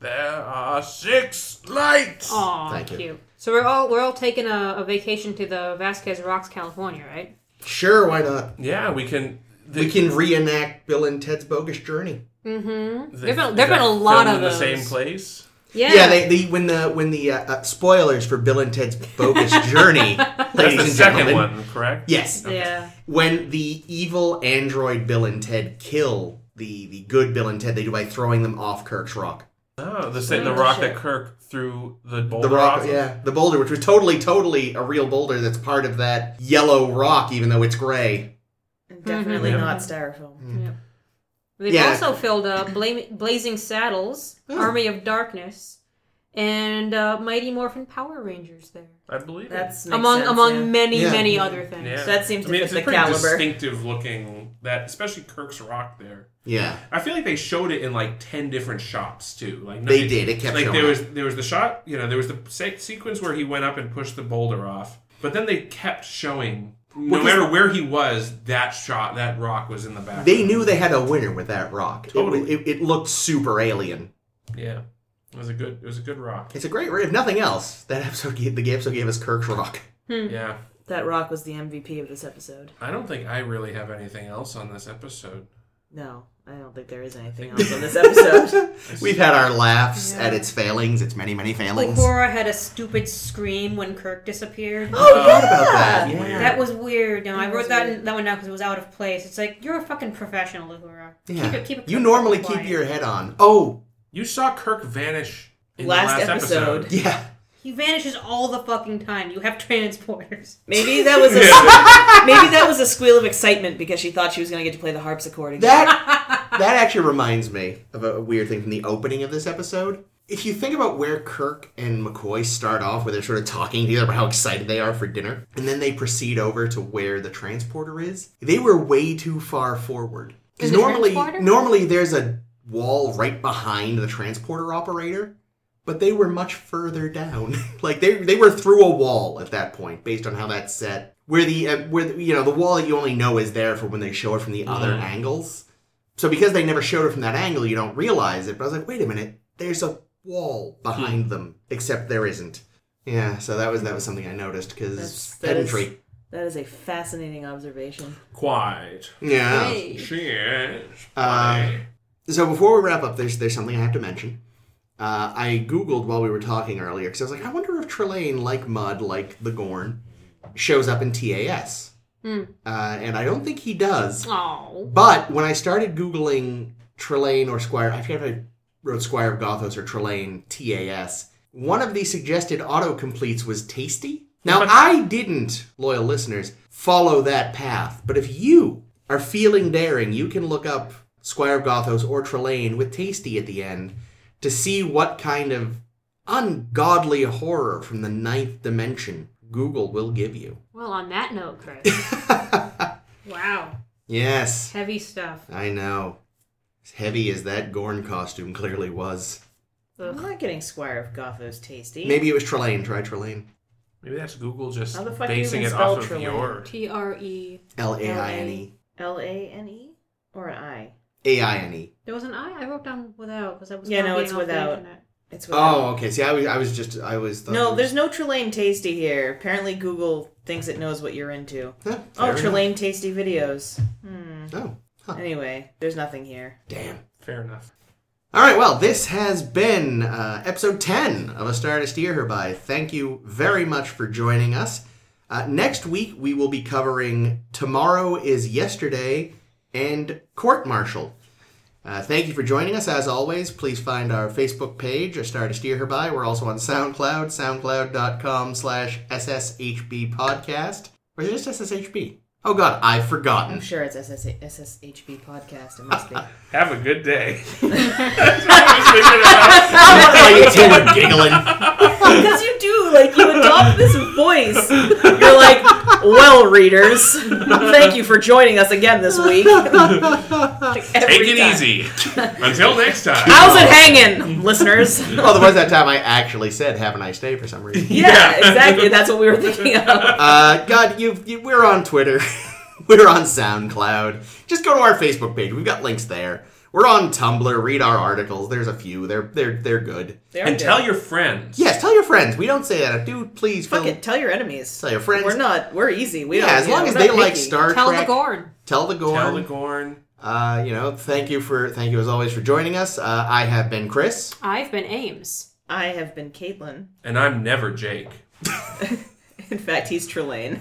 [SPEAKER 2] There are six lights.
[SPEAKER 3] Aw,
[SPEAKER 4] Thank you.
[SPEAKER 3] cute. So we're all we're all taking a, a vacation to the Vasquez Rocks, California, right?
[SPEAKER 4] Sure, why not?
[SPEAKER 2] Yeah, we can. The,
[SPEAKER 4] We can reenact Bill and Ted's bogus journey.
[SPEAKER 3] Mm-hmm.
[SPEAKER 2] the-
[SPEAKER 3] There've been,
[SPEAKER 2] is
[SPEAKER 3] there've been
[SPEAKER 2] that
[SPEAKER 3] a lot
[SPEAKER 2] filmed
[SPEAKER 3] of
[SPEAKER 2] in
[SPEAKER 3] those.
[SPEAKER 2] the same place.
[SPEAKER 3] Yeah.
[SPEAKER 4] Yeah, they, they when the when the uh, uh, spoilers for Bill and Ted's bogus journey,
[SPEAKER 2] That's
[SPEAKER 4] ladies
[SPEAKER 2] the
[SPEAKER 4] and
[SPEAKER 2] second
[SPEAKER 4] gentlemen.
[SPEAKER 2] one, correct?
[SPEAKER 4] Yes,
[SPEAKER 3] Yeah.
[SPEAKER 4] when the evil android Bill and Ted kill the the good Bill and Ted, they do by throwing them off Kirk's Rock.
[SPEAKER 2] Oh, the sa- the
[SPEAKER 1] Oh,
[SPEAKER 2] rock
[SPEAKER 1] shit.
[SPEAKER 2] that Kirk threw the boulder
[SPEAKER 4] The rock,
[SPEAKER 2] off. of.
[SPEAKER 4] yeah, the boulder, which was totally, totally a real boulder that's part of that yellow rock, even though it's gray.
[SPEAKER 1] And definitely
[SPEAKER 2] Yeah.
[SPEAKER 1] not
[SPEAKER 4] Mm.
[SPEAKER 1] styrofoam.
[SPEAKER 3] They've
[SPEAKER 4] Yeah.
[SPEAKER 3] also filled up Bla- Blazing Saddles, Army of Darkness, and uh, Mighty Morphin Power Rangers. There.
[SPEAKER 2] I believe it.
[SPEAKER 1] That's makes
[SPEAKER 3] among
[SPEAKER 1] sense,
[SPEAKER 3] among
[SPEAKER 1] yeah.
[SPEAKER 3] many
[SPEAKER 4] Yeah.
[SPEAKER 3] many other things.
[SPEAKER 2] Yeah.
[SPEAKER 1] that seems to
[SPEAKER 2] I mean,
[SPEAKER 1] fit
[SPEAKER 2] it's
[SPEAKER 1] the
[SPEAKER 2] a pretty
[SPEAKER 1] caliber.
[SPEAKER 2] distinctive looking that, especially Kirk's rock there.
[SPEAKER 4] Yeah,
[SPEAKER 2] I feel like they showed it in like ten different shots too. Like no,
[SPEAKER 4] They did. It kept
[SPEAKER 2] like
[SPEAKER 4] showing
[SPEAKER 2] there
[SPEAKER 4] up.
[SPEAKER 2] was there was the shot. You know, there was the se- sequence where he went up and pushed the boulder off, but then they kept showing no
[SPEAKER 4] because-
[SPEAKER 2] matter where he was, that shot, that rock was in the back.
[SPEAKER 4] They knew they had a winner with that rock. It-
[SPEAKER 2] Totally.
[SPEAKER 4] It, it looked super alien.
[SPEAKER 2] yeah, it was a good, it was a good rock.
[SPEAKER 4] It's a great, if nothing else, that episode gave, the episode gave us Kirk's rock.
[SPEAKER 1] Mm.
[SPEAKER 2] Yeah,
[SPEAKER 1] That rock was the MVP of this episode.
[SPEAKER 2] I don't think I really have anything else on this episode.
[SPEAKER 1] No, I don't think there is anything else on this episode.
[SPEAKER 4] We've had our laughs
[SPEAKER 3] Yeah.
[SPEAKER 4] at its failings, its many, many failings.
[SPEAKER 3] Cora had a stupid scream when Kirk disappeared.
[SPEAKER 1] oh,
[SPEAKER 4] Forgot about that.
[SPEAKER 1] yeah!
[SPEAKER 2] Weird.
[SPEAKER 3] That was weird. No, I
[SPEAKER 1] That
[SPEAKER 3] wrote
[SPEAKER 1] was
[SPEAKER 3] that
[SPEAKER 1] weird.
[SPEAKER 3] that one down because it was out of place. It's like you're a fucking professional, Uhura.
[SPEAKER 4] Yeah.
[SPEAKER 3] Keep it, keep it.
[SPEAKER 4] you normally
[SPEAKER 3] quiet.
[SPEAKER 4] keep your head on. Oh,
[SPEAKER 2] You saw Kirk vanish in
[SPEAKER 1] Last
[SPEAKER 2] the last episode.
[SPEAKER 1] episode.
[SPEAKER 4] yeah.
[SPEAKER 3] He vanishes all the fucking time. You have transporters.
[SPEAKER 1] Maybe that was a
[SPEAKER 2] Yeah.
[SPEAKER 1] maybe that was a squeal of excitement because she thought she was going to get to play the harpsichord. Again.
[SPEAKER 4] That that actually reminds me of a weird thing from the opening of this episode. If you think about where Kirk and McCoy start off, where they're sort of talking together about how excited they are for dinner, and then they proceed over to where the transporter is, they were way too far forward. Because
[SPEAKER 3] There's a
[SPEAKER 4] normally,
[SPEAKER 3] transporter?
[SPEAKER 4] normally there's a wall right behind the transporter operator, but they were much further down. like they they were through a wall at that point, based on how that's set. Where the uh, where the, you know the wall that you only know is there for when they show it from the other
[SPEAKER 2] Mhm.
[SPEAKER 4] angles. So because they never showed it from that angle, you don't realize it. But I was like, wait a minute, there's a wall behind them, except there isn't. Yeah, so that was that was something I noticed because
[SPEAKER 1] That's- that is-
[SPEAKER 4] pedantry.
[SPEAKER 1] That is a fascinating observation.
[SPEAKER 2] Quiet.
[SPEAKER 4] Yeah.
[SPEAKER 2] She is.
[SPEAKER 4] Uh, So before we wrap up, there's there's something I have to mention. Uh, I googled while we were talking earlier because I was like, I wonder if Trelane, like Mud, like the Gorn, shows up in TAS.
[SPEAKER 3] Hmm.
[SPEAKER 4] Uh, and I don't think he does.
[SPEAKER 3] Oh.
[SPEAKER 4] But when I started googling Trelane or Squire, I forget if I wrote Squire of Gothos or Trelane TAS. One of the suggested autocompletes was Tasty. Now I didn't, loyal listeners, follow that path. But if you are feeling daring, you can look up Squire of Gothos or Trelane with Tasty at the end to see what kind of ungodly horror from the ninth dimension Google will give you.
[SPEAKER 3] Well, on that note, Chris. wow.
[SPEAKER 4] Yes.
[SPEAKER 3] Heavy stuff.
[SPEAKER 4] I know. As heavy as that Gorn costume clearly was.
[SPEAKER 1] I'm not getting Squire of Gothos tasty.
[SPEAKER 4] Maybe it was Trelane. Try Trelane.
[SPEAKER 2] Maybe that's Google just
[SPEAKER 1] How the fuck do you
[SPEAKER 2] basing
[SPEAKER 1] even
[SPEAKER 2] it off
[SPEAKER 1] spell
[SPEAKER 2] of
[SPEAKER 1] Trelane?
[SPEAKER 2] your.
[SPEAKER 3] T R E.
[SPEAKER 4] L A I N E.
[SPEAKER 1] L A N E or an I?
[SPEAKER 4] A I N E.
[SPEAKER 3] There was an I. I wrote down without because I was.
[SPEAKER 1] Yeah, no,
[SPEAKER 3] copying
[SPEAKER 1] it's
[SPEAKER 3] off the
[SPEAKER 1] without.
[SPEAKER 3] internet.
[SPEAKER 1] It's what
[SPEAKER 4] Oh, okay. See, I was, I was just, I was.
[SPEAKER 1] No, there's no Trelane Tasty here. Apparently, Google thinks it knows what you're into.
[SPEAKER 4] Huh,
[SPEAKER 1] Oh,
[SPEAKER 4] fair
[SPEAKER 1] Trelane Uh, Tasty videos. Hmm.
[SPEAKER 4] enough. Oh, huh.
[SPEAKER 1] Anyway, there's nothing here.
[SPEAKER 4] damn.
[SPEAKER 2] Fair enough.
[SPEAKER 4] All right. Well, this has been uh, episode ten of A Star to Steer Her By. Thank you very much for joining us. Uh, next week we will be covering Tomorrow is Yesterday and Court Martial. Uh, thank you for joining us. As always, please find our Facebook page, A Star to Steer Her By. We're also on SoundCloud, soundcloud.com slash SSHB podcast. Or is it just SSHB? Oh, God, I've
[SPEAKER 1] I'm
[SPEAKER 4] forgotten.
[SPEAKER 1] sure it's SS- SSHB podcast. It must be.
[SPEAKER 2] Have a good day. Just figured it out.
[SPEAKER 4] I'm giggling.
[SPEAKER 1] Because you do, like, you adopt this voice. You're like, well, readers, thank you for joining us again this week.
[SPEAKER 2] Take it easy. Until next time.
[SPEAKER 1] How's it hanging, listeners?
[SPEAKER 4] Well, there was that time I actually said, have a nice day for some reason.
[SPEAKER 1] Yeah, exactly. That's what we were thinking of.
[SPEAKER 4] Uh, God, you, you we're on Twitter. we're on SoundCloud. Just go to our Facebook page. We've got links there. We're on Tumblr. Read our articles. There's a few. They're they're they're good.
[SPEAKER 1] There
[SPEAKER 2] And
[SPEAKER 1] we go.
[SPEAKER 2] tell your friends.
[SPEAKER 4] Yes, tell your friends. We don't say that. Do please
[SPEAKER 1] Fuck
[SPEAKER 4] Phil,
[SPEAKER 1] it, tell your enemies.
[SPEAKER 4] Tell your friends.
[SPEAKER 1] We're not, we're easy. We
[SPEAKER 4] yeah,
[SPEAKER 1] don't,
[SPEAKER 4] as
[SPEAKER 1] you
[SPEAKER 4] long
[SPEAKER 1] know,
[SPEAKER 4] as
[SPEAKER 1] we're
[SPEAKER 4] they
[SPEAKER 1] not
[SPEAKER 4] like
[SPEAKER 1] picky.
[SPEAKER 4] Star
[SPEAKER 3] Tell
[SPEAKER 4] Trek.
[SPEAKER 3] the Gorn.
[SPEAKER 4] Tell the Gorn.
[SPEAKER 2] Tell the Gorn.
[SPEAKER 4] Uh, you know, thank you for thank you as always for joining us. Uh, I have been Chris.
[SPEAKER 3] I've been Ames.
[SPEAKER 1] I have been Caitlin.
[SPEAKER 2] And I'm never Jake.
[SPEAKER 1] In fact, he's Trelane.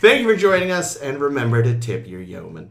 [SPEAKER 4] Thank you for joining us, and remember to tip your yeoman.